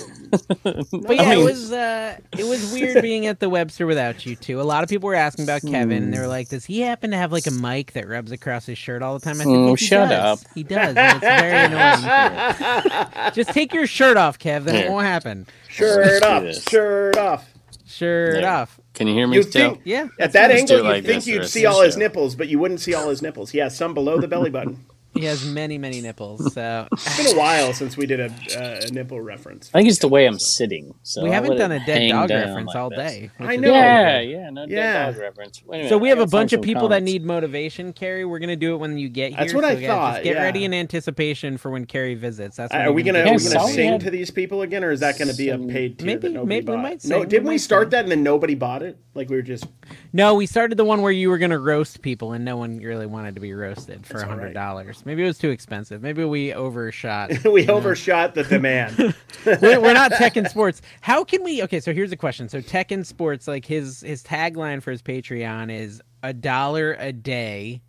Speaker 3: I
Speaker 1: it
Speaker 3: mean-
Speaker 1: was uh, it was weird being at the Webster without you two. A lot of people were asking about Kevin. and They were like, "Does he happen to have like a mic that rubs across his shirt all the time?" I said,
Speaker 3: Oh,
Speaker 1: "Yes, he
Speaker 3: shut
Speaker 1: does. He does. and it's very annoying. Just take your shirt off, Kev. Then it
Speaker 3: There.
Speaker 1: won't happen.
Speaker 2: Shirt
Speaker 3: do
Speaker 2: off,
Speaker 3: this.
Speaker 2: shirt off.
Speaker 1: Shirt
Speaker 3: There.
Speaker 1: off.
Speaker 3: Can you hear me
Speaker 2: You
Speaker 3: still?
Speaker 2: think-
Speaker 1: Yeah.
Speaker 2: At that
Speaker 3: Let's do
Speaker 2: angle,
Speaker 3: it
Speaker 2: you'd
Speaker 3: like
Speaker 2: think
Speaker 3: this the
Speaker 2: you'd
Speaker 3: rest
Speaker 2: see
Speaker 3: of the
Speaker 2: all his
Speaker 3: show.
Speaker 2: nipples, but you wouldn't see all his nipples. Yeah, some below the belly button.
Speaker 1: He has many, many nipples. So
Speaker 2: It's been a while since we did a, uh, a nipple reference.
Speaker 3: I think it's the way I'm sitting. So
Speaker 1: we
Speaker 3: I'll
Speaker 1: haven't
Speaker 3: let
Speaker 1: done
Speaker 3: it
Speaker 1: a dead
Speaker 3: hang
Speaker 1: dog
Speaker 3: down
Speaker 1: reference
Speaker 3: like
Speaker 1: all
Speaker 3: this.
Speaker 1: day.
Speaker 2: I
Speaker 1: which is
Speaker 2: know.
Speaker 1: really
Speaker 3: Yeah,
Speaker 1: good.
Speaker 3: yeah, no dead
Speaker 2: Yeah.
Speaker 3: dog reference. Wait a minute,
Speaker 1: So we
Speaker 3: I
Speaker 1: have a
Speaker 3: gotta find
Speaker 1: bunch of
Speaker 3: some
Speaker 1: people that
Speaker 3: comments.
Speaker 1: need motivation, Carrie. We're gonna do it when you get here.
Speaker 2: That's what I
Speaker 1: so guys, just
Speaker 2: thought,
Speaker 1: get
Speaker 2: yeah.
Speaker 1: ready in anticipation for when Carrie visits. That's
Speaker 2: Uh,
Speaker 1: what
Speaker 2: are
Speaker 1: I'm
Speaker 2: we gonna,
Speaker 1: do.
Speaker 2: are we
Speaker 3: Yeah,
Speaker 2: gonna
Speaker 3: so we
Speaker 2: sing
Speaker 3: had-
Speaker 2: to these people again, or is that gonna be a
Speaker 3: Some-
Speaker 2: paid tier that
Speaker 1: Maybe-
Speaker 2: nobody
Speaker 1: maybe we
Speaker 2: bought?
Speaker 1: might
Speaker 2: no,
Speaker 1: sing,
Speaker 2: did
Speaker 1: we
Speaker 2: we
Speaker 1: might
Speaker 2: start
Speaker 1: sing.
Speaker 2: that and then nobody bought it? Like we were just
Speaker 1: No, we started the one where you were gonna roast people, and no one really wanted to be roasted for
Speaker 2: That's all
Speaker 1: hundred
Speaker 2: right.
Speaker 1: dollars. Maybe it was too expensive. Maybe we overshot.
Speaker 2: we overshot the demand.
Speaker 1: we're, we're not tech and sports. How can we? Okay, so here's a question. So tech and sports, like his his tagline for his Patreon is a dollar a day,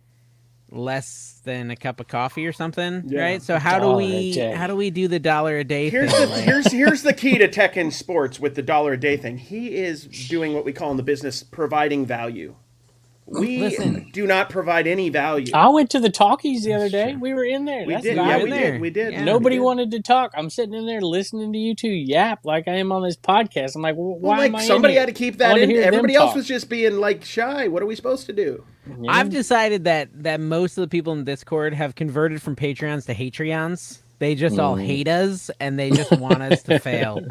Speaker 1: less than a cup of coffee or something,
Speaker 2: Yeah.
Speaker 1: right? So how do
Speaker 3: Dollar a
Speaker 1: we
Speaker 3: day.
Speaker 1: how do we do the dollar a day
Speaker 2: Here's the
Speaker 1: thing? Like,
Speaker 2: here's here's the key to tech and sports with the dollar a day thing. He is doing what we call in the business providing value. We
Speaker 1: Listen. Ah,
Speaker 2: do not provide any value.
Speaker 3: I went to the talkies the other day. We were in there.
Speaker 2: we
Speaker 3: That's
Speaker 2: did,
Speaker 3: what I
Speaker 2: yeah,
Speaker 1: right
Speaker 2: we
Speaker 3: was
Speaker 1: there.
Speaker 2: did, we did.
Speaker 1: Yeah.
Speaker 2: we
Speaker 3: Nobody
Speaker 2: did.
Speaker 3: wanted to talk. I'm sitting in there listening to you two yap like I am on this podcast. I'm like, well,
Speaker 2: Well,
Speaker 3: why am I
Speaker 2: like
Speaker 3: in
Speaker 2: somebody
Speaker 3: here?
Speaker 2: had to keep
Speaker 3: I
Speaker 2: that
Speaker 3: wanna
Speaker 2: in.
Speaker 3: hear them
Speaker 2: Everybody else
Speaker 3: talk.
Speaker 2: was just being like shy. What are we supposed to do?
Speaker 1: I've decided that that most of the people in Discord have converted from Patreons to Hatreons. They just all hate us and they just want us to fail.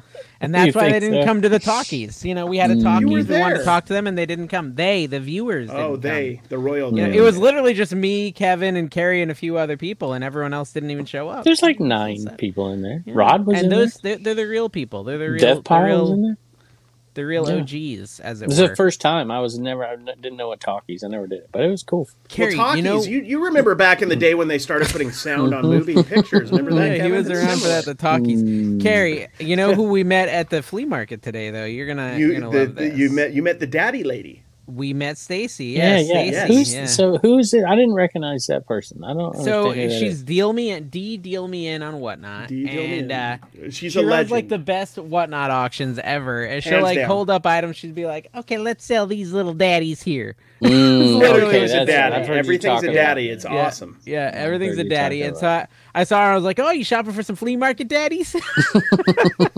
Speaker 1: And that's
Speaker 3: You
Speaker 1: why they
Speaker 3: think
Speaker 1: didn't
Speaker 3: so?
Speaker 1: come to the talkies. You know, we had a talkies, we wanted to
Speaker 2: there.
Speaker 1: talk to them and they didn't come. They, the viewers, didn't
Speaker 2: Oh, they, the royal.
Speaker 1: Come.
Speaker 2: they.
Speaker 1: It was literally just me, Kevin, and Carrie, and a few other people, and everyone else didn't even show up.
Speaker 3: There's like nine people in there. Rod was
Speaker 1: and
Speaker 3: in
Speaker 1: those they're, they're the real people. They're the
Speaker 3: there.
Speaker 1: real,
Speaker 3: Death
Speaker 1: the
Speaker 3: Pile was in
Speaker 1: real,
Speaker 3: there.
Speaker 1: the real
Speaker 3: Yeah.
Speaker 1: OGs, as it
Speaker 3: This is
Speaker 1: were.
Speaker 3: the first time I was never. I didn't know what talkies. I never did it, but it was cool.
Speaker 1: Carrie,
Speaker 2: well, talkies,
Speaker 1: you know,
Speaker 2: you, you remember back in the day when they started putting sound on moving pictures. Remember that?
Speaker 1: yeah, he
Speaker 2: Kevin?
Speaker 1: was
Speaker 2: It's
Speaker 1: around for that.
Speaker 2: similar.
Speaker 1: The talkies.
Speaker 3: Mm.
Speaker 1: Carrie, you know who we met at the flea market today, though. You're gonna, you, are
Speaker 2: You,
Speaker 1: going to
Speaker 2: the,
Speaker 1: love
Speaker 2: the-
Speaker 1: this.
Speaker 2: you met you met the daddy lady.
Speaker 1: We met Stacy.
Speaker 3: Yeah,
Speaker 1: Yeah,
Speaker 3: yeah.
Speaker 1: Stacy.
Speaker 3: Who's,
Speaker 1: yeah.
Speaker 3: So who is it? I didn't recognize that person. I don't.
Speaker 1: So
Speaker 3: understand who that
Speaker 1: she's
Speaker 3: is.
Speaker 1: deal me in, D deal me in on whatnot,
Speaker 2: Do you know
Speaker 1: and
Speaker 2: me?
Speaker 1: uh,
Speaker 2: she's
Speaker 1: she
Speaker 2: a
Speaker 1: runs
Speaker 2: legend.
Speaker 1: like the best whatnot auctions ever. And she'll
Speaker 2: Hands
Speaker 1: like
Speaker 2: down.
Speaker 1: hold up items. She'd be like, "Okay, let's sell these little daddies here."
Speaker 3: Mm,
Speaker 2: Literally,
Speaker 3: okay,
Speaker 2: it's a
Speaker 3: that's-
Speaker 2: daddy.
Speaker 3: I've heard you
Speaker 2: Everything's
Speaker 3: talk
Speaker 2: a
Speaker 3: about
Speaker 2: daddy.
Speaker 3: that.
Speaker 2: It's
Speaker 1: Yeah.
Speaker 2: awesome.
Speaker 1: Yeah,
Speaker 3: I
Speaker 1: everything's
Speaker 3: heard
Speaker 1: a
Speaker 3: you
Speaker 1: daddy.
Speaker 3: talk
Speaker 1: And so I, I saw her. I was like, "Oh, you shopping for some flea market daddies?"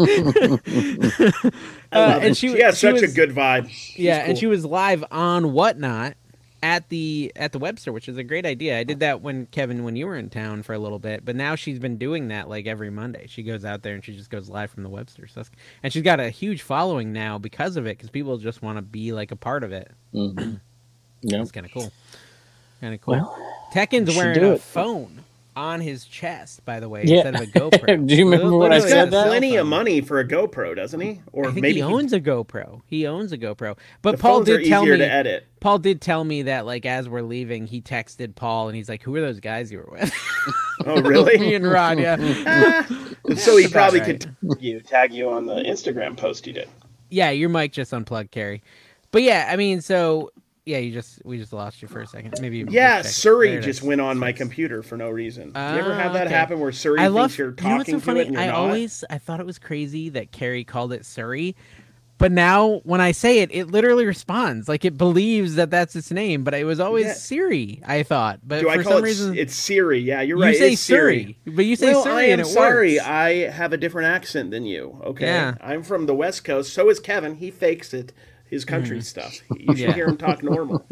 Speaker 2: I
Speaker 1: Uh,
Speaker 2: love
Speaker 1: and
Speaker 2: it.
Speaker 1: she-
Speaker 2: she has
Speaker 1: she
Speaker 2: such
Speaker 1: was-
Speaker 2: a good vibe. She's
Speaker 1: yeah
Speaker 2: cool.
Speaker 1: and she was live on whatnot at the at the webster which is a great idea i did that when kevin when you were in town for a little bit but now she's been doing that like every monday she goes out there and she just goes live from the webster so that's, and she's got a huge following now because of it because people just want to be like a part of it
Speaker 3: Mhm. Yep.
Speaker 1: it's kind of cool kind of cool
Speaker 3: Well,
Speaker 1: tekken's
Speaker 3: should
Speaker 1: wearing
Speaker 3: do
Speaker 1: a
Speaker 3: it.
Speaker 1: phone on his chest by the way
Speaker 3: Yeah.
Speaker 1: instead of a gopro
Speaker 3: Do you remember what
Speaker 1: Literally
Speaker 3: I
Speaker 2: He's
Speaker 1: got
Speaker 3: said
Speaker 2: got
Speaker 1: a
Speaker 3: that?
Speaker 1: cell
Speaker 2: plenty of
Speaker 1: phone.
Speaker 2: money for a GoPro, doesn't he? Or
Speaker 1: I think
Speaker 2: maybe
Speaker 1: he owns a GoPro. He owns a GoPro. But
Speaker 2: the
Speaker 1: Paul
Speaker 2: phones are
Speaker 1: did tell
Speaker 2: easier
Speaker 1: me
Speaker 2: to edit.
Speaker 1: Paul did tell me that, like, as we're leaving, he texted Paul and he's like, Who are those guys you were with?
Speaker 2: Oh,
Speaker 1: me
Speaker 2: really?
Speaker 1: and Rod, yeah.
Speaker 2: Ah, so he
Speaker 1: about
Speaker 2: probably
Speaker 1: right.
Speaker 2: could you tag you on the Instagram post he did.
Speaker 1: Yeah, your mic just unplugged, Carrie. But yeah, I mean, so, yeah, you just, we just lost you for a second. Maybe. you
Speaker 2: Yeah,
Speaker 1: check it. There
Speaker 2: Surrey
Speaker 1: it
Speaker 2: just
Speaker 1: is.
Speaker 2: went on my computer for no reason. you ever
Speaker 1: Ah,
Speaker 2: have that
Speaker 1: okay.
Speaker 2: happen where Surrey
Speaker 1: I love,
Speaker 2: thinks you're
Speaker 1: you know what's
Speaker 2: talking
Speaker 1: so
Speaker 2: to it and
Speaker 1: funny?
Speaker 2: you're
Speaker 1: I
Speaker 2: not?
Speaker 1: always, I thought it was crazy that Carrie called it Surrey. But now when I say it, it literally responds. Like, it believes that that's its name, but it was always
Speaker 2: Yeah.
Speaker 1: Siri, I thought. But
Speaker 2: Do
Speaker 1: for
Speaker 2: I call
Speaker 1: some
Speaker 2: it?
Speaker 1: reason,
Speaker 2: it's Siri. Yeah, you're
Speaker 1: you
Speaker 2: right.
Speaker 1: say
Speaker 2: it's Siri.
Speaker 1: Surrey. But you say
Speaker 2: well,
Speaker 1: Surrey
Speaker 2: I am
Speaker 1: and it
Speaker 2: sorry.
Speaker 1: works.
Speaker 2: I have a different accent than you. Okay,
Speaker 1: Yeah.
Speaker 2: I'm from the West Coast. So is Kevin. He fakes it. His country stuff. You should
Speaker 1: Hmm. Yeah.
Speaker 2: hear him talk normal.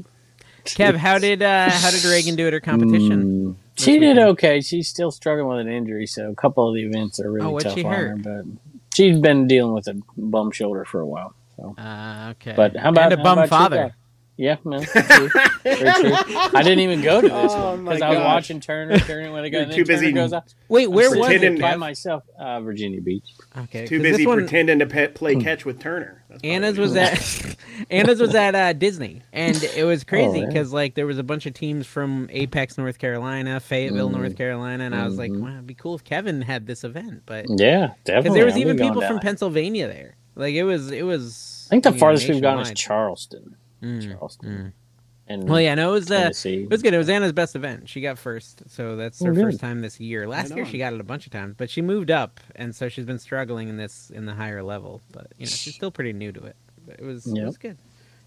Speaker 1: Kev, how did uh, how did Reagan do at her competition?
Speaker 3: Hmm. She did okay. She's still struggling with an injury, so a couple of the events are really
Speaker 1: Oh, what'd
Speaker 3: tough
Speaker 1: she
Speaker 3: on her.
Speaker 1: hurt?
Speaker 3: But she's been dealing with a bum shoulder for a while. So,
Speaker 1: Uh, okay.
Speaker 3: Mm. but how about
Speaker 1: and a
Speaker 3: how
Speaker 1: bum
Speaker 3: about you guys?
Speaker 1: father?
Speaker 3: Yeah, no, very true. Very true. I didn't even go to this
Speaker 2: Oh,
Speaker 3: one
Speaker 2: my
Speaker 3: because I was
Speaker 2: gosh.
Speaker 3: watching Turner. Turner when I go,
Speaker 2: You're
Speaker 3: and then
Speaker 2: too
Speaker 3: Turner
Speaker 2: busy
Speaker 3: goes out.
Speaker 1: Wait, where was it?
Speaker 2: pretending-
Speaker 3: by
Speaker 1: Kev?
Speaker 3: myself? Uh, Virginia Beach.
Speaker 1: Okay,
Speaker 2: Too
Speaker 1: 'cause this
Speaker 2: busy
Speaker 1: one- Hmm.
Speaker 2: pretending to pe- play catch with Turner. That's probably
Speaker 1: Anna's
Speaker 2: what
Speaker 1: was
Speaker 2: it
Speaker 1: at Anna's was at uh, Disney, and it
Speaker 3: Oh,
Speaker 1: was crazy
Speaker 3: yeah.
Speaker 1: because like there was a bunch of teams from Apex, North Carolina, Fayetteville,
Speaker 3: Mm-hmm.
Speaker 1: North Carolina, and I was like, wow, it'd be cool if Kevin had this event, but
Speaker 3: Yeah, definitely.
Speaker 1: because there was
Speaker 3: I'm
Speaker 1: even
Speaker 3: going
Speaker 1: people
Speaker 3: down
Speaker 1: from
Speaker 3: there.
Speaker 1: Pennsylvania there. Like it was, it was.
Speaker 3: I think the
Speaker 1: you know,
Speaker 3: farthest we've gone is
Speaker 1: nationwide.
Speaker 3: Charleston.
Speaker 1: Mm,
Speaker 3: Charleston.
Speaker 1: mm.
Speaker 3: And
Speaker 1: Well, yeah, no, it was uh,
Speaker 3: Tennessee.
Speaker 1: it was good. It was Anna's best event. She got first, so that's
Speaker 3: Oh,
Speaker 1: her
Speaker 3: good.
Speaker 1: first time this year. Last
Speaker 2: Right
Speaker 1: year
Speaker 2: on.
Speaker 1: she got it a bunch of times, but she moved up, and so she's been struggling in this in the higher level. But you know, she's still pretty new to it. But it was it
Speaker 3: Yeah.
Speaker 1: was good.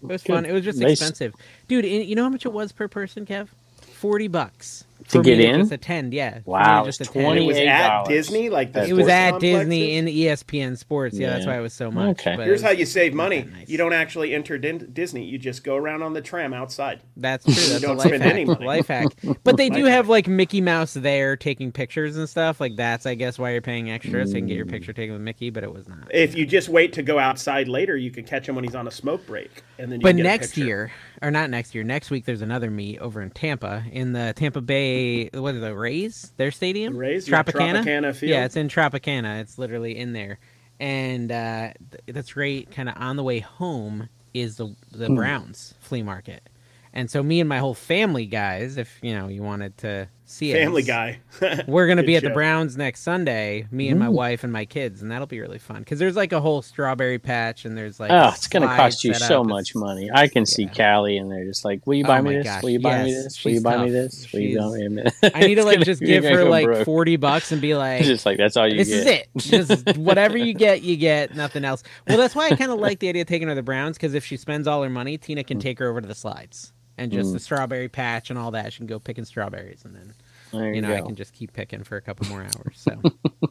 Speaker 1: It was
Speaker 3: Good.
Speaker 1: fun. It was just
Speaker 3: They s-
Speaker 1: expensive, dude. And you know how much it was per person, Kev? Forty bucks
Speaker 3: To get
Speaker 1: me
Speaker 3: in?
Speaker 1: Just attend, yeah. for me to
Speaker 3: Wow, it was
Speaker 1: just attend.
Speaker 2: And it was at
Speaker 3: $28.
Speaker 2: Disney, like the
Speaker 1: It was
Speaker 2: sports
Speaker 1: at
Speaker 2: complexes?
Speaker 1: Disney E in ESPN Sports. Yeah, that's
Speaker 3: Yeah.
Speaker 1: why it was so much.
Speaker 3: Okay.
Speaker 1: But
Speaker 2: Here's
Speaker 1: it
Speaker 2: how
Speaker 1: was-
Speaker 2: you save money:
Speaker 1: not nice.
Speaker 2: you don't actually enter din- Disney; you just go around on the tram outside.
Speaker 1: That's true. That's a
Speaker 2: don't
Speaker 1: life
Speaker 2: spend
Speaker 1: hack.
Speaker 2: any money.
Speaker 1: Life hack. But they do
Speaker 2: Life
Speaker 1: have like Mickey Mouse there taking pictures and stuff. Like that's I guess why you're paying extra so you can get your picture taken with Mickey. But it was not.
Speaker 2: If you just wait to go outside later, you can catch him when he's on a smoke break, and then. You
Speaker 1: But
Speaker 2: get a
Speaker 1: next
Speaker 2: picture.
Speaker 1: year, or not next year, next week there's another meet over in Tampa in the Tampa Bay. What are the Rays? Their stadium?
Speaker 2: The Rays? Yeah,
Speaker 1: Tropicana.
Speaker 2: Tropicana Field.
Speaker 1: Yeah, it's in Tropicana. It's literally in there, and uh, th- that's right. Kind of on the way home is the the
Speaker 3: Hmm.
Speaker 1: Browns flea market, and so me and my whole family, guys, if you know you wanted to see it,
Speaker 2: Family Guy.
Speaker 1: We're gonna be
Speaker 2: Good
Speaker 1: at the
Speaker 2: show.
Speaker 1: Browns next Sunday. Me
Speaker 3: Hmm.
Speaker 1: and my wife and my kids, and that'll be really fun because there's like a whole strawberry patch, and there's like
Speaker 3: Oh, it's going to
Speaker 1: slides
Speaker 3: cost you
Speaker 1: set
Speaker 3: so
Speaker 1: up.
Speaker 3: much
Speaker 1: It's-
Speaker 3: money. I can see
Speaker 1: Yeah.
Speaker 3: Callie, and they're just like, "Will you buy
Speaker 1: Oh
Speaker 3: me
Speaker 1: my
Speaker 3: this?
Speaker 1: gosh,
Speaker 3: Will you buy me
Speaker 1: yes.
Speaker 3: this? Will you
Speaker 1: She's
Speaker 3: buy me
Speaker 1: tough.
Speaker 3: this? Will you buy
Speaker 1: She's-
Speaker 3: me this?"
Speaker 1: I need to like just give her like
Speaker 3: four.
Speaker 1: forty bucks and be like,
Speaker 3: Just like that's all you
Speaker 1: this
Speaker 3: get.
Speaker 1: is it. Just whatever you get, you get nothing else. Well, that's why I kind of like the idea of taking her to the Browns because if she spends all her money, Tina
Speaker 3: Mm.
Speaker 1: can take her over to the slides and just the strawberry patch and all that. She can go picking strawberries and then
Speaker 3: There
Speaker 1: you
Speaker 3: you
Speaker 1: know I
Speaker 3: go.
Speaker 1: can just keep picking for a couple more hours. So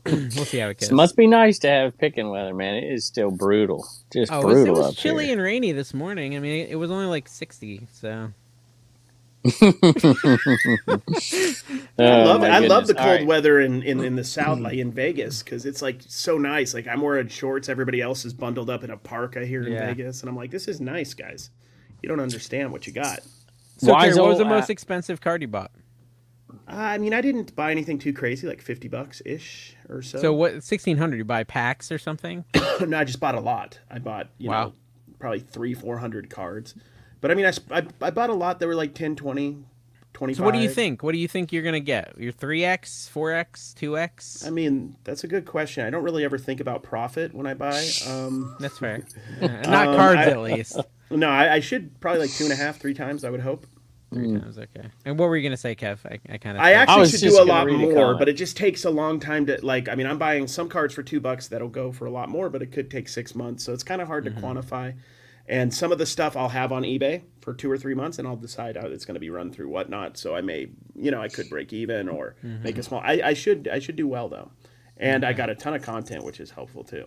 Speaker 1: we'll see how it goes.
Speaker 3: It must be nice to have picking weather, man. It is still brutal, just
Speaker 1: Oh, it was,
Speaker 3: brutal
Speaker 1: it was
Speaker 3: up
Speaker 1: chilly
Speaker 3: here.
Speaker 1: and rainy this morning. I mean, it, it was only like sixty. So
Speaker 2: I
Speaker 3: Oh,
Speaker 2: love
Speaker 3: my
Speaker 2: I love
Speaker 3: goodness.
Speaker 2: the
Speaker 3: All
Speaker 2: cold
Speaker 3: right. Mm.
Speaker 2: weather in, in, in the south, like in Vegas, because it's like so nice. Like I'm wearing shorts, everybody else is bundled up in a parka here in
Speaker 1: Yeah.
Speaker 2: Vegas, and I'm like, this is nice, guys. You don't understand what you got.
Speaker 1: So,
Speaker 3: Why
Speaker 1: Terry,
Speaker 3: is
Speaker 1: what was the
Speaker 3: all-
Speaker 1: most expensive card you bought?
Speaker 2: I mean, I didn't buy anything too crazy, like fifty bucks ish or so.
Speaker 1: So what? Sixteen hundred? You buy packs or something?
Speaker 2: no, I just bought a lot. I bought you
Speaker 1: Wow.
Speaker 2: know probably three four hundred cards, but I mean, I, sp- I I bought a lot. They were like 10, 20, 25.
Speaker 1: So what do you think? What do you think you're gonna get? Your three x, four x, two x?
Speaker 2: I mean, that's a good question. I don't really ever think about profit when I buy. Um,
Speaker 1: That's fair. Uh, not
Speaker 2: Um,
Speaker 1: cards,
Speaker 2: I-
Speaker 1: at least.
Speaker 2: No, I, I should probably like two and a half, three times. I would hope.
Speaker 1: Three times, okay. And what were you gonna say, Kev? I, I kind of.
Speaker 2: I actually
Speaker 3: Mm. was
Speaker 2: should
Speaker 3: just
Speaker 2: do a
Speaker 3: gonna
Speaker 2: lot
Speaker 3: read a
Speaker 2: more,
Speaker 3: comment.
Speaker 2: but it just takes a long time to like. I mean, I'm buying some cards for two bucks that'll go for a lot more, but it could take six months, so it's kind of hard
Speaker 3: Mm-hmm.
Speaker 2: to quantify. And some of the stuff I'll have on eBay for two or three months, and I'll decide how it's going to be run through whatnot. So I may, you know, I could break even or
Speaker 3: Mm-hmm.
Speaker 2: make a small. I, I should I should do well though, and I got a ton of content, which is helpful too.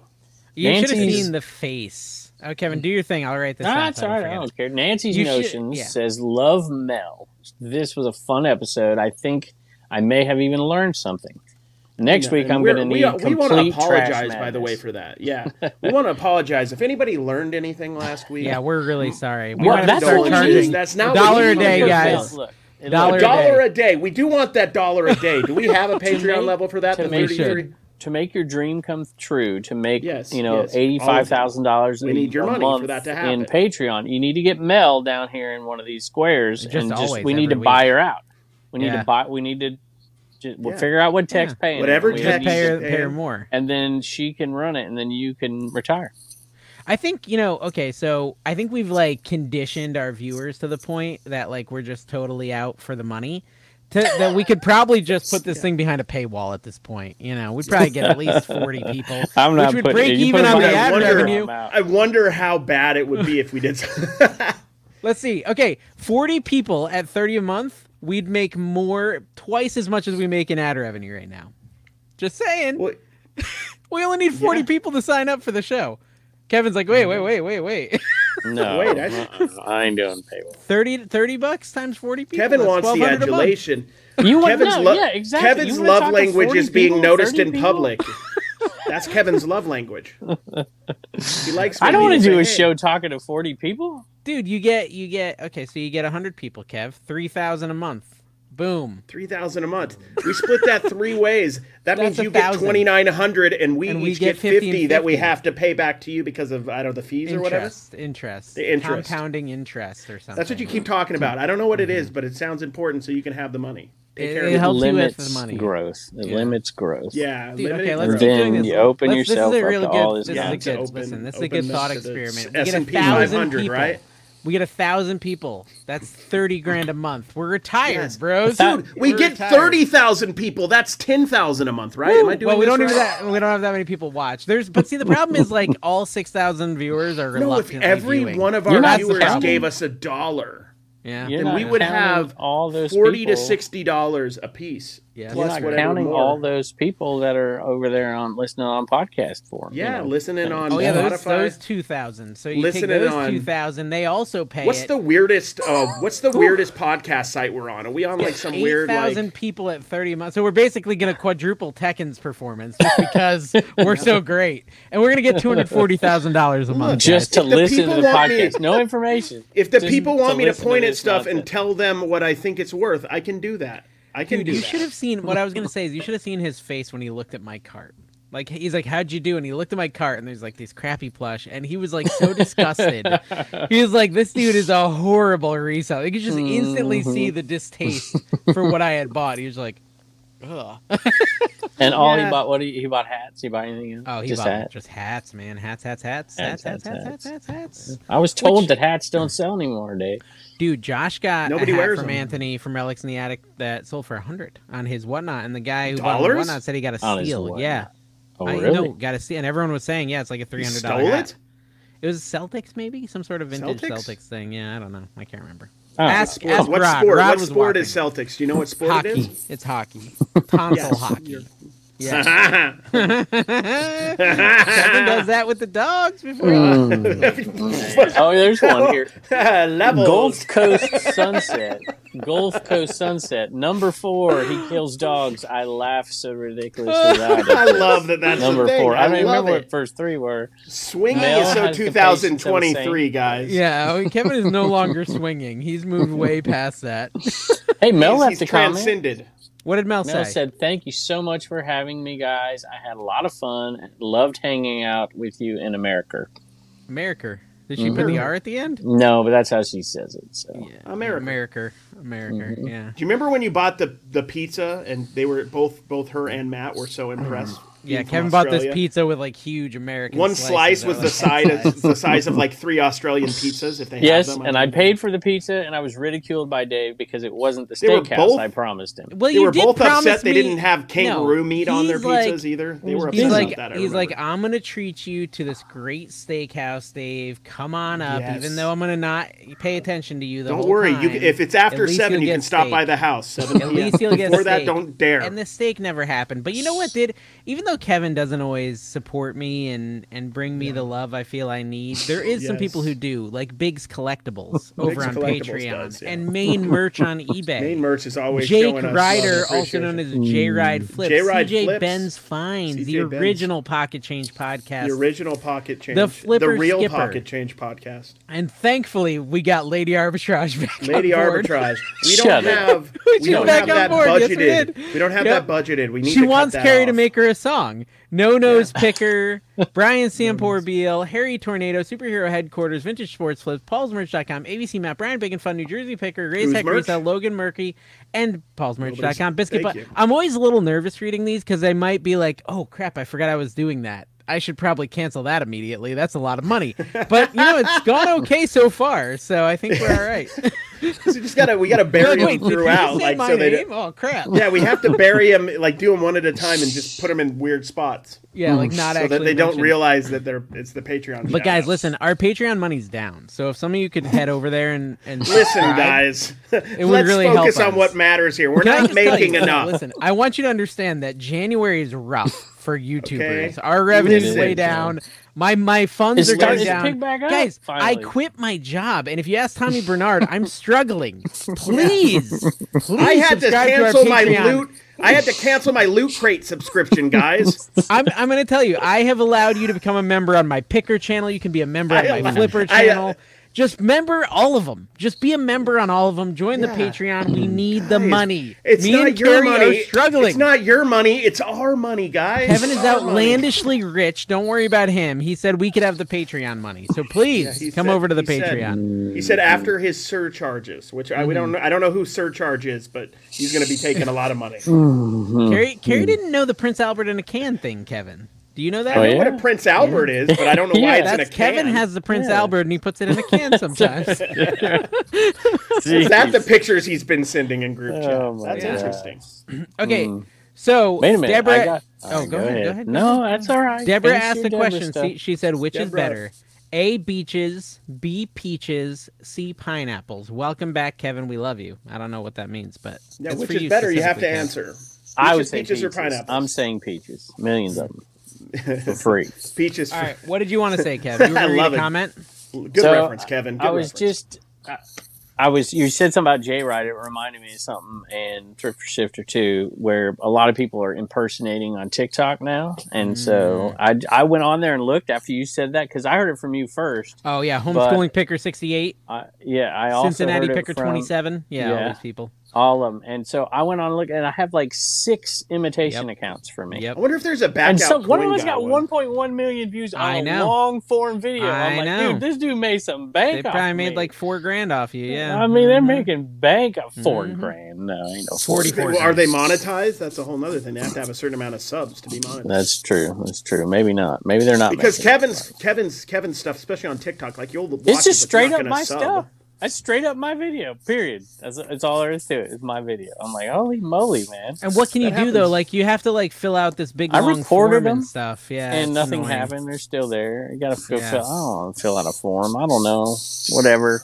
Speaker 1: you should have
Speaker 3: Nancy's-
Speaker 1: seen the face. Oh, Kevin, do your thing. I'll write this.
Speaker 3: Ah,
Speaker 1: down
Speaker 3: That's
Speaker 1: so
Speaker 3: all
Speaker 1: I don't
Speaker 3: right. I
Speaker 1: forget.
Speaker 3: don't care. Nancy's
Speaker 1: You should-
Speaker 3: Notions
Speaker 1: yeah.
Speaker 3: says, Love Mel. This was a fun episode. I think I may have even learned something. Next
Speaker 2: No,
Speaker 3: week,
Speaker 2: and
Speaker 3: I'm
Speaker 2: we're-
Speaker 3: going to
Speaker 2: we-
Speaker 3: need
Speaker 2: We
Speaker 3: complete
Speaker 2: want to apologize,
Speaker 3: trash
Speaker 2: by the way,
Speaker 3: madness.
Speaker 2: for that. Yeah, we want to apologize if anybody learned anything last week.
Speaker 1: Yeah, we're really sorry. We
Speaker 3: Mm. Well,
Speaker 1: might have
Speaker 3: that's
Speaker 1: to start
Speaker 3: what we
Speaker 1: charging.
Speaker 3: use.
Speaker 2: That's not
Speaker 1: dollar a
Speaker 2: what we
Speaker 1: day,
Speaker 2: use.
Speaker 1: guys.
Speaker 3: Look, it
Speaker 1: Dollar
Speaker 2: A
Speaker 3: looks-
Speaker 1: a day.
Speaker 2: dollar a day. We do want that dollar a day. Do we have a Patreon
Speaker 3: make-
Speaker 2: level for that?
Speaker 3: to
Speaker 2: The
Speaker 3: make
Speaker 1: sure.
Speaker 2: 33?
Speaker 3: to make your dream come true, to make
Speaker 2: Yes,
Speaker 3: you
Speaker 2: yes,
Speaker 3: know
Speaker 2: all of
Speaker 3: eighty five thousand dollars
Speaker 2: We need your
Speaker 3: a
Speaker 2: money for
Speaker 3: month
Speaker 2: that to happen.
Speaker 3: in Patreon, you need to get Mel down here in one of these squares,
Speaker 1: Just
Speaker 3: and just
Speaker 1: always,
Speaker 3: we need
Speaker 1: every
Speaker 3: to buy
Speaker 1: week.
Speaker 3: her out. We need
Speaker 1: Yeah.
Speaker 3: to buy. We need to. Just, we'll
Speaker 2: Yeah.
Speaker 3: figure out what tax
Speaker 1: Yeah.
Speaker 3: paying.
Speaker 2: Whatever
Speaker 3: we
Speaker 1: Just
Speaker 2: tax-
Speaker 3: need-
Speaker 1: pay her,
Speaker 2: Yeah.
Speaker 1: pay her more.
Speaker 3: and then she can run it, and then you can retire.
Speaker 1: I think you know. Okay, so I think we've like conditioned our viewers to the point that like we're just totally out for the money. To, that we could probably just put this thing behind a paywall at this point. You know, we'd probably get at least forty people,
Speaker 3: I'm not
Speaker 1: which would
Speaker 3: putting-
Speaker 1: break
Speaker 3: you
Speaker 1: even
Speaker 3: put it
Speaker 1: on the
Speaker 3: behind a
Speaker 1: ad
Speaker 2: wonder-
Speaker 1: revenue.
Speaker 3: I'm out.
Speaker 2: I wonder how bad it would be if we did.
Speaker 1: Let's see. Okay, forty people at thirty a month, we'd make more, twice as much as we make in ad revenue right now. Just saying,
Speaker 2: Well,
Speaker 1: we only need forty
Speaker 2: yeah. Mm-hmm.
Speaker 1: people to sign up for the show. Kevin's like, wait, wait, wait, wait, wait.
Speaker 3: No,
Speaker 2: Wait, I-
Speaker 3: uh-uh, I ain't doing paywall.
Speaker 1: 30, 30 bucks times forty people.
Speaker 2: Kevin
Speaker 1: that's
Speaker 2: wants the
Speaker 1: 1,200 a month.
Speaker 2: adulation.
Speaker 3: You want-
Speaker 2: Kevin's,
Speaker 3: no,
Speaker 2: lo-
Speaker 3: yeah, exactly. You
Speaker 2: Kevin's
Speaker 3: wanna talk
Speaker 2: love
Speaker 3: to
Speaker 2: language
Speaker 3: 40
Speaker 2: is being
Speaker 3: people,
Speaker 2: noticed
Speaker 3: 30
Speaker 2: in
Speaker 3: people?
Speaker 2: public. That's Kevin's love language. He likes.
Speaker 3: I
Speaker 2: when
Speaker 3: don't
Speaker 2: people
Speaker 3: want to do
Speaker 2: say,
Speaker 3: a
Speaker 2: "Hey."
Speaker 3: show talking to forty people.
Speaker 1: dude you get you get okay so you get 100 people kev 3000 a month boom
Speaker 2: Three thousand a month. We split that three ways. That means
Speaker 1: a
Speaker 2: you get
Speaker 1: thousand.
Speaker 2: twenty nine hundred, and we
Speaker 1: And
Speaker 2: each
Speaker 1: we get
Speaker 2: get,
Speaker 1: 50
Speaker 2: 50,
Speaker 1: and
Speaker 2: that we
Speaker 1: 50.
Speaker 2: have to pay back to you because of I don't know the fees or whatever.
Speaker 1: interest interest
Speaker 2: The interest.
Speaker 1: compounding interest or something
Speaker 2: That's what you keep talking about. I don't know what it is, but it sounds important, so you can have the money. Take
Speaker 1: Mm-hmm. It-
Speaker 2: care
Speaker 1: it
Speaker 2: of it.
Speaker 1: helps- you with
Speaker 3: limits
Speaker 1: the money.
Speaker 3: growth. It
Speaker 1: Yeah.
Speaker 3: limits growth.
Speaker 2: Yeah,
Speaker 1: Dude,
Speaker 2: limited
Speaker 1: okay, let's
Speaker 2: growth.
Speaker 1: keep
Speaker 3: Then
Speaker 1: doing this.
Speaker 3: you open
Speaker 1: Let's-
Speaker 3: yourself
Speaker 1: this is
Speaker 3: up
Speaker 1: a really
Speaker 3: to
Speaker 1: good,
Speaker 3: all this
Speaker 1: this is a
Speaker 2: nonsense.
Speaker 1: good
Speaker 2: Open-
Speaker 1: listen. This is a
Speaker 2: open
Speaker 1: good
Speaker 2: up
Speaker 1: thought
Speaker 2: to the
Speaker 1: experiment. We get a
Speaker 2: S&P
Speaker 1: thousand
Speaker 2: 500,
Speaker 1: people.
Speaker 2: right?
Speaker 1: We get a thousand people. That's thirty grand a month. We're retired,
Speaker 2: Yes.
Speaker 1: bros.
Speaker 3: Dude,
Speaker 1: We're
Speaker 2: We get
Speaker 1: retired.
Speaker 2: thirty thousand people. That's ten thousand a month, right? Am I doing?
Speaker 1: well, we
Speaker 2: this
Speaker 1: don't
Speaker 2: right?
Speaker 1: do that. We don't have that many people watch. There's, but see, the problem is like all six thousand viewers are
Speaker 2: No, if
Speaker 1: reluctantly
Speaker 2: every
Speaker 1: viewing.
Speaker 2: one of
Speaker 3: You're
Speaker 2: our
Speaker 3: not
Speaker 2: viewers
Speaker 3: counting.
Speaker 2: gave us a dollar,
Speaker 1: yeah,
Speaker 3: You're
Speaker 2: then
Speaker 3: not
Speaker 2: we would
Speaker 3: counting
Speaker 2: have
Speaker 3: all those
Speaker 2: forty to
Speaker 3: people.
Speaker 2: sixty dollars a piece.
Speaker 1: Yeah.
Speaker 3: You're
Speaker 1: plus
Speaker 3: not
Speaker 2: whatever
Speaker 3: counting
Speaker 2: more.
Speaker 3: all those people that are over there on listening on podcast for. you
Speaker 2: Yeah,
Speaker 3: know.
Speaker 2: listening on
Speaker 1: Oh yeah, those,
Speaker 2: Spotify.
Speaker 1: those two thousand. So you
Speaker 2: Listening
Speaker 1: take those
Speaker 2: on-
Speaker 1: two thousand. They also pay
Speaker 2: what's
Speaker 1: it.
Speaker 2: the weirdest? Uh, what's the weirdest podcast site we're on? Are we on like some
Speaker 1: Eight
Speaker 2: weird
Speaker 1: thousand
Speaker 2: like?
Speaker 1: people at thirty a month. So we're basically going to quadruple Tekken's performance just because we're so great, and we're going to get two hundred forty thousand dollars a month. guys.
Speaker 3: just to
Speaker 2: If the
Speaker 3: listen to
Speaker 2: people
Speaker 3: the
Speaker 2: want me-
Speaker 3: podcast. no information.
Speaker 2: If the
Speaker 3: Just
Speaker 2: people want me to
Speaker 3: listen
Speaker 2: point at
Speaker 3: this
Speaker 2: stuff and
Speaker 3: nonsense.
Speaker 2: tell them what I think it's worth, I can do that. I can
Speaker 1: dude,
Speaker 2: do
Speaker 1: you
Speaker 2: that.
Speaker 1: should have seen what I was going to say. Is you should have seen his face when he looked at my cart. Like he's like, "How'd you do?" And he looked at my cart, and there's like these crappy plush, and he was like so disgusted. he was like, "This dude is a horrible reseller." You could just instantly see the distaste for what I had bought. He was like, "Ugh."
Speaker 3: and all
Speaker 2: Yeah.
Speaker 3: he bought, what he, he bought hats. He bought anything? else?
Speaker 1: Oh, he
Speaker 3: just
Speaker 1: bought
Speaker 3: hats.
Speaker 1: just hats, man. Hats, hats, hats, hats, hats,
Speaker 3: Hats,
Speaker 1: hats,
Speaker 3: hats,
Speaker 1: hats, hats, hats.
Speaker 3: I was told
Speaker 1: Which-
Speaker 3: that hats don't sell anymore, Dave.
Speaker 1: Dude, Josh got
Speaker 2: Nobody
Speaker 1: a hat
Speaker 2: wears
Speaker 1: from
Speaker 2: them.
Speaker 1: Anthony from Relics in the Attic that sold for a hundred on his whatnot, and the guy who bought
Speaker 2: Dollars?
Speaker 1: the whatnot said he got a
Speaker 3: On his
Speaker 1: steal.
Speaker 3: Whatnot.
Speaker 1: Yeah,
Speaker 3: Oh,
Speaker 1: I
Speaker 3: really?
Speaker 1: know, got a steal, and everyone was saying, yeah, it's like a three
Speaker 2: You
Speaker 1: hundred
Speaker 2: stole
Speaker 1: dollar hat.
Speaker 2: it.
Speaker 1: It was Celtics, maybe some sort of vintage
Speaker 2: Celtics?
Speaker 1: Celtics, thing. Yeah, I don't know. I can't remember.
Speaker 3: Oh,
Speaker 1: Ask-
Speaker 2: Sport.
Speaker 1: ask
Speaker 2: What
Speaker 1: Rod.
Speaker 2: sport?
Speaker 1: Rod
Speaker 2: What
Speaker 1: was
Speaker 2: sport
Speaker 1: watching.
Speaker 2: is Celtics? Do you know what sport it
Speaker 1: Hockey.
Speaker 2: is?
Speaker 1: It's hockey. Tonsil
Speaker 2: Yes.
Speaker 1: hockey. Yeah.
Speaker 2: Yeah.
Speaker 1: Kevin does that with the dogs before.
Speaker 3: Mm.
Speaker 2: Mm.
Speaker 3: oh, there's one here.
Speaker 1: Mm.
Speaker 2: Levels.
Speaker 3: Gulf Coast Sunset. Gulf Coast Sunset. Number four. He kills dogs. I laugh so ridiculously
Speaker 2: I
Speaker 3: loud.
Speaker 2: love that. That's
Speaker 3: Number
Speaker 2: the thing.
Speaker 3: four. I don't even
Speaker 2: love
Speaker 3: remember
Speaker 2: it.
Speaker 3: what first three were.
Speaker 2: Swinging
Speaker 3: Mel
Speaker 2: is so
Speaker 3: has the
Speaker 2: 2023,
Speaker 3: patience
Speaker 2: guys.
Speaker 1: Yeah, oh, Kevin is no longer swinging. He's moved way past that.
Speaker 3: Hey, Mel
Speaker 2: He's,
Speaker 3: left
Speaker 2: he's
Speaker 3: a comment.
Speaker 2: transcended.
Speaker 1: What did Mel,
Speaker 3: Mel
Speaker 1: say?
Speaker 3: said, "Thank you so much for having me, guys. I had a lot of fun. Loved hanging out with you in America."
Speaker 1: America. Did she put the
Speaker 2: Mhm.
Speaker 1: R at the end?
Speaker 3: No, but that's how she says it. So
Speaker 2: America. Mm-hmm.
Speaker 1: America. America. Yeah.
Speaker 2: Do you remember when you bought the the pizza and they were both both her and Matt were so impressed?
Speaker 1: Yeah.
Speaker 2: being from
Speaker 1: Kevin bought this
Speaker 2: Australia?
Speaker 1: pizza with like huge American.
Speaker 2: One
Speaker 1: slices.
Speaker 2: slice
Speaker 1: I
Speaker 2: was the size of the size of like three Australian pizzas if they
Speaker 3: yes,
Speaker 2: have them.
Speaker 3: and I
Speaker 2: think.
Speaker 3: paid for the pizza, and I was ridiculed by Dave because it wasn't the
Speaker 2: They were
Speaker 3: steakhouse
Speaker 2: both-
Speaker 3: I promised him.
Speaker 1: Well,
Speaker 2: They
Speaker 1: you
Speaker 2: were
Speaker 1: did
Speaker 2: both
Speaker 1: promise
Speaker 2: upset they
Speaker 1: me-
Speaker 2: didn't have kangaroo
Speaker 1: No,
Speaker 2: meat on their
Speaker 1: he's like-
Speaker 2: pizzas either. They were upset
Speaker 1: He's
Speaker 2: about
Speaker 1: like,
Speaker 2: that. I
Speaker 1: he's like,
Speaker 2: remember.
Speaker 1: I'm gonna treat you to this great steakhouse, Dave. Come on up,
Speaker 2: Yes.
Speaker 1: even though I'm gonna not pay attention to you. The
Speaker 2: don't
Speaker 1: whole
Speaker 2: worry. You,
Speaker 1: time.
Speaker 2: can- if it's after
Speaker 1: at least
Speaker 2: seven,
Speaker 1: you'll
Speaker 2: you
Speaker 1: get
Speaker 2: can stop by
Speaker 1: steak."
Speaker 2: the house. Seven
Speaker 1: At
Speaker 2: p.m.
Speaker 1: least you'll get
Speaker 2: Before that,
Speaker 1: steak.
Speaker 2: don't dare.
Speaker 1: and the steak never happened. But you know what did? Even though Kevin doesn't always support me and and bring me the love I feel I need, there is some people
Speaker 2: Yes.
Speaker 1: who do, like Biggs Collectibles over
Speaker 2: Biggs
Speaker 1: on
Speaker 2: Collectibles
Speaker 1: Patreon
Speaker 2: does, yeah.
Speaker 1: and Main Merch on eBay.
Speaker 2: Main merch is always
Speaker 1: Jake
Speaker 2: showing us love and
Speaker 1: Ryder, also
Speaker 2: appreciation. Mm.
Speaker 1: known as J Ride Flips,
Speaker 2: J-Ride
Speaker 1: CJ
Speaker 2: Flips.
Speaker 1: Ben's Finds, the
Speaker 2: CJ Benz.
Speaker 1: original Pocket Change podcast,
Speaker 2: the original pocket change,
Speaker 1: Flipper
Speaker 2: real
Speaker 1: Skipper.
Speaker 2: pocket change podcast,
Speaker 1: and thankfully we got Lady Arbitrage back. on
Speaker 2: Lady
Speaker 1: board.
Speaker 2: Arbitrage. We
Speaker 3: Shut
Speaker 2: don't
Speaker 3: up.
Speaker 2: have
Speaker 1: We
Speaker 2: we
Speaker 1: should
Speaker 2: don't
Speaker 1: back
Speaker 2: have
Speaker 1: on
Speaker 2: that
Speaker 1: board. Yes, we
Speaker 2: budgeted.
Speaker 1: did.
Speaker 2: we don't have
Speaker 1: Yep.
Speaker 2: that budgeted. We need
Speaker 1: She
Speaker 2: to cut
Speaker 1: wants
Speaker 2: that
Speaker 1: Carrie to
Speaker 2: off.
Speaker 1: make her a song. No Nose Picker, Brian Sampor Beal, Harry Tornado, Superhero Headquarters, Vintage Sports Flips, PaulsMerch.com, ABC Map, Brian Big and Fun, New Jersey Picker, Raise
Speaker 2: Who's
Speaker 1: Heck
Speaker 2: merch?
Speaker 1: Risa, Logan Murphy, and PaulsMerch.com.
Speaker 2: Nobody's-
Speaker 1: Biscuit Butt.
Speaker 2: thank you.
Speaker 1: I'm always a little nervous reading these because I might be like, oh crap, I forgot I was doing that. I should probably cancel that immediately. That's a lot of money. But, you know, it's gone okay so far. So I think we're all right.
Speaker 2: So we just gotta we gotta
Speaker 1: You're like,
Speaker 2: bury them
Speaker 1: Wait, did you
Speaker 2: throughout,
Speaker 1: say
Speaker 2: like
Speaker 1: my
Speaker 2: so they.
Speaker 1: name?
Speaker 2: don't-
Speaker 1: Oh, crap.
Speaker 2: Yeah, we have to bury them, like do them one at a time, and just put them in weird spots
Speaker 1: Yeah, like not
Speaker 2: so
Speaker 1: actually.
Speaker 2: that they don't
Speaker 1: mentioned.
Speaker 2: realize that they're it's the Patreon.
Speaker 1: But guys,
Speaker 2: shout-outs.
Speaker 1: listen, our Patreon money's down. So if some of you could head over there and and
Speaker 2: listen,
Speaker 1: subscribe-
Speaker 2: guys.
Speaker 1: would
Speaker 2: Let's
Speaker 1: really help
Speaker 2: focus
Speaker 1: us.
Speaker 2: on what matters here. We're
Speaker 1: Can I
Speaker 2: not
Speaker 1: just tell
Speaker 2: making
Speaker 1: you,
Speaker 2: enough.
Speaker 1: Listen, I want you to understand that January is rough for YouTubers.
Speaker 2: Okay.
Speaker 1: Our revenue's
Speaker 3: It is,
Speaker 1: way
Speaker 3: yeah.
Speaker 1: down. My my funds
Speaker 3: It's
Speaker 1: are going
Speaker 2: starting to
Speaker 1: down.
Speaker 3: pick back up,
Speaker 1: guys, I
Speaker 3: finally.
Speaker 1: quit my job, and if you ask Tommy Bernard, I'm struggling. Please, please
Speaker 2: I had to
Speaker 1: subscribe our
Speaker 2: cancel my
Speaker 1: Patreon.
Speaker 2: loot. I had to cancel my loot crate subscription, guys.
Speaker 1: I'm, I'm going to tell you, I have allowed you to become a member on my Picker channel. You can be a member on
Speaker 2: I
Speaker 1: my
Speaker 2: allow-
Speaker 1: Flipper
Speaker 2: I, uh,
Speaker 1: channel. Just member all of them. Just be a member on all of them. Join the Patreon. We need the money.
Speaker 2: Mm. It's
Speaker 1: Me
Speaker 2: not
Speaker 1: and
Speaker 2: your
Speaker 1: Carrie
Speaker 2: money.
Speaker 1: are struggling.
Speaker 2: It's not your money. It's our money, guys.
Speaker 1: Kevin is
Speaker 2: Our money.
Speaker 1: outlandishly rich. Don't worry about him. He said we could have the Patreon money. So please
Speaker 2: He
Speaker 1: come
Speaker 2: said-
Speaker 1: over to the
Speaker 2: he said-
Speaker 1: Patreon. Mm-hmm.
Speaker 2: he said after his surcharges, which I we don't know. I don't know who surcharge is, but
Speaker 3: Oh,
Speaker 2: he's going to be taking a lot of money.
Speaker 3: Mm. Mm-hmm.
Speaker 1: Carrie, Carrie didn't know the Prince Albert in a can thing, Kevin. Do you know that?
Speaker 3: Oh,
Speaker 2: I know what
Speaker 3: yeah.
Speaker 2: a Prince Albert is, but I don't know why
Speaker 3: Yeah,
Speaker 2: it's in a
Speaker 1: That's
Speaker 2: can. Mm.
Speaker 1: Kevin has the Prince
Speaker 3: Yeah.
Speaker 1: Albert and he puts it in a can sometimes.
Speaker 2: is that the pictures he's been sending in group chat?
Speaker 3: Oh my
Speaker 2: That's
Speaker 1: God.
Speaker 2: interesting.
Speaker 1: okay,
Speaker 3: Mm.
Speaker 1: so
Speaker 3: Wait a minute.
Speaker 1: Deborah
Speaker 3: I got,
Speaker 1: Oh, go ahead, go ahead.
Speaker 3: No, that's all right.
Speaker 1: Deborah
Speaker 3: Finish
Speaker 1: asked
Speaker 3: your
Speaker 1: the
Speaker 3: Deborah
Speaker 1: question.
Speaker 3: stuff.
Speaker 1: See, she said, which is
Speaker 2: Deborah.
Speaker 1: better? A beaches, B peaches, C pineapples. Welcome back, Kevin. We love you. I don't know what that means, but
Speaker 2: Yeah,
Speaker 1: it's
Speaker 2: which
Speaker 1: for
Speaker 2: is better? You have to
Speaker 1: specifically,
Speaker 2: answer.
Speaker 3: I
Speaker 2: Peaches,
Speaker 3: would say
Speaker 2: peaches or pineapples?
Speaker 3: I'm saying peaches. Millions of them for free.
Speaker 2: Peaches.
Speaker 1: Kevin. All right, what did you want to say, Kevin? You
Speaker 2: I
Speaker 1: want to read
Speaker 2: love
Speaker 1: a
Speaker 2: it.
Speaker 1: comment?
Speaker 2: Good
Speaker 3: So,
Speaker 2: reference, Kevin. Good
Speaker 3: I was
Speaker 2: reference.
Speaker 3: just, I, I was. You said something about Joyride. It reminded me of something in Thrifter Shifter too, where a lot of people are impersonating on TikTok now, and so I,
Speaker 1: Mm.
Speaker 3: I went on there and looked after you said that because I heard it from you first.
Speaker 1: Oh yeah, homeschooling picker sixty eight,
Speaker 3: I, yeah, I also
Speaker 1: Cincinnati
Speaker 3: heard it
Speaker 1: picker
Speaker 3: from
Speaker 1: twenty seven. Yeah, all
Speaker 3: Yeah.
Speaker 1: these people.
Speaker 3: all of them, and so I went on and looked, and I have like six imitation accounts for me.
Speaker 1: Yep.
Speaker 2: I wonder if there's a back
Speaker 3: And
Speaker 2: out.
Speaker 3: so one of
Speaker 2: coin
Speaker 3: them's
Speaker 2: guy
Speaker 3: got 1.1 million views on
Speaker 1: I
Speaker 3: a
Speaker 1: know.
Speaker 3: long form video.
Speaker 1: I
Speaker 3: I'm like,
Speaker 1: know.
Speaker 3: dude, this dude made some bank.
Speaker 1: They
Speaker 3: off
Speaker 1: probably
Speaker 3: of
Speaker 1: made
Speaker 3: me.
Speaker 1: like four grand off you. Yeah.
Speaker 3: I
Speaker 2: Mm-hmm.
Speaker 3: mean, they're
Speaker 1: Mhm.
Speaker 3: making bank of 4
Speaker 1: Mhm.
Speaker 3: grand. No, ain't no
Speaker 1: 40
Speaker 3: forty.
Speaker 1: grand.
Speaker 2: Well, are they monetized? That's a whole nother thing. They have to have a certain amount of subs to be monetized.
Speaker 3: That's true. That's true. Maybe not. Maybe they're not
Speaker 2: because
Speaker 3: making it.
Speaker 2: Kevin's Kevin's Kevin's stuff, especially on TikTok, like you'll watch
Speaker 3: It's
Speaker 2: it, but
Speaker 3: just
Speaker 2: you're
Speaker 3: straight
Speaker 2: not
Speaker 3: up
Speaker 2: gonna
Speaker 3: my
Speaker 2: sub.
Speaker 3: stuff. That's straight up my video. Period. That's it's all there is to it. It's my video. I'm like, holy moly, man!
Speaker 1: And what can you
Speaker 2: That
Speaker 1: do though?
Speaker 2: happens.
Speaker 1: Like you have to like fill out this big
Speaker 3: I
Speaker 1: long
Speaker 3: recorded
Speaker 1: form and
Speaker 3: them,
Speaker 1: stuff. Yeah.
Speaker 3: and
Speaker 1: it's
Speaker 3: nothing
Speaker 1: annoying.
Speaker 3: happened. They're still there. You gotta fill,
Speaker 1: Yeah.
Speaker 3: fill. I don't know, fill out a form. I don't know. Whatever.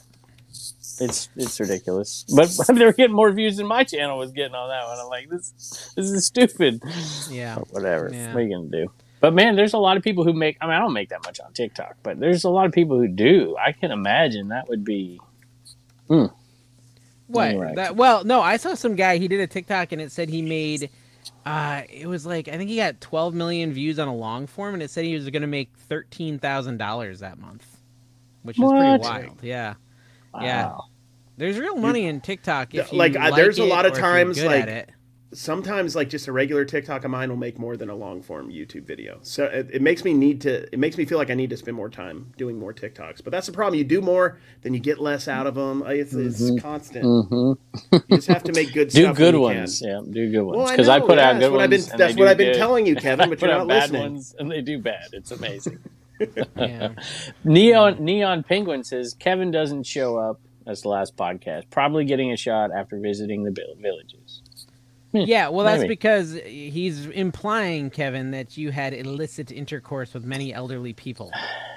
Speaker 3: It's it's ridiculous. But they're getting more views than my channel was getting on that one. I'm like, this this is stupid.
Speaker 1: Yeah.
Speaker 3: But whatever.
Speaker 1: Yeah.
Speaker 3: What are you gonna do? But man, there's a lot of people who make. I mean, I don't make that much on TikTok, but there's a lot of people who do. I can imagine that would be.
Speaker 1: What?
Speaker 3: Anyway.
Speaker 1: That, well, no, I saw some guy. He did a TikTok and it said he made. Uh, it was like I think he got 12 million views on a long form, and it said he was going to make thirteen thousand dollars that month, which is
Speaker 3: What?
Speaker 1: pretty wild. Yeah, Yeah.
Speaker 3: wow.
Speaker 1: there's real money in TikTok. If you
Speaker 2: Like, I- there's a
Speaker 1: it
Speaker 2: lot of
Speaker 1: or if you're
Speaker 2: times,
Speaker 1: good
Speaker 2: like,
Speaker 1: at it.
Speaker 2: Sometimes, like just a regular TikTok of mine will make more than a long form YouTube video. So it, it makes me need to. It makes me feel like I need to spend more time doing more TikToks. But that's the problem. You do more, then you get less out of them. It's, it's constant.
Speaker 3: Mhm.
Speaker 2: You just have to make good
Speaker 3: Mm-hmm. Do
Speaker 2: stuff
Speaker 3: good
Speaker 2: when you
Speaker 3: ones.
Speaker 2: Can.
Speaker 3: Yeah, do good
Speaker 2: Well,
Speaker 3: ones. Because I,
Speaker 2: know,
Speaker 3: put
Speaker 2: yeah,
Speaker 3: out
Speaker 2: that's
Speaker 3: good
Speaker 2: what
Speaker 3: ones.
Speaker 2: I've been,
Speaker 3: and they
Speaker 2: that's what
Speaker 3: do
Speaker 2: I've been
Speaker 3: good.
Speaker 2: telling you, Kevin, but
Speaker 3: put
Speaker 2: you're
Speaker 3: out
Speaker 2: not
Speaker 3: bad
Speaker 2: listening.
Speaker 3: ones and they do bad. It's amazing.
Speaker 1: Yeah.
Speaker 3: Neon Neon Penguin says Kevin doesn't show up. That's the last podcast. Probably getting a shot after visiting the vill- villages.
Speaker 1: yeah, well, that's
Speaker 3: Hmm. Maybe.
Speaker 1: because he's implying, Kevin, that you had illicit intercourse with many elderly people.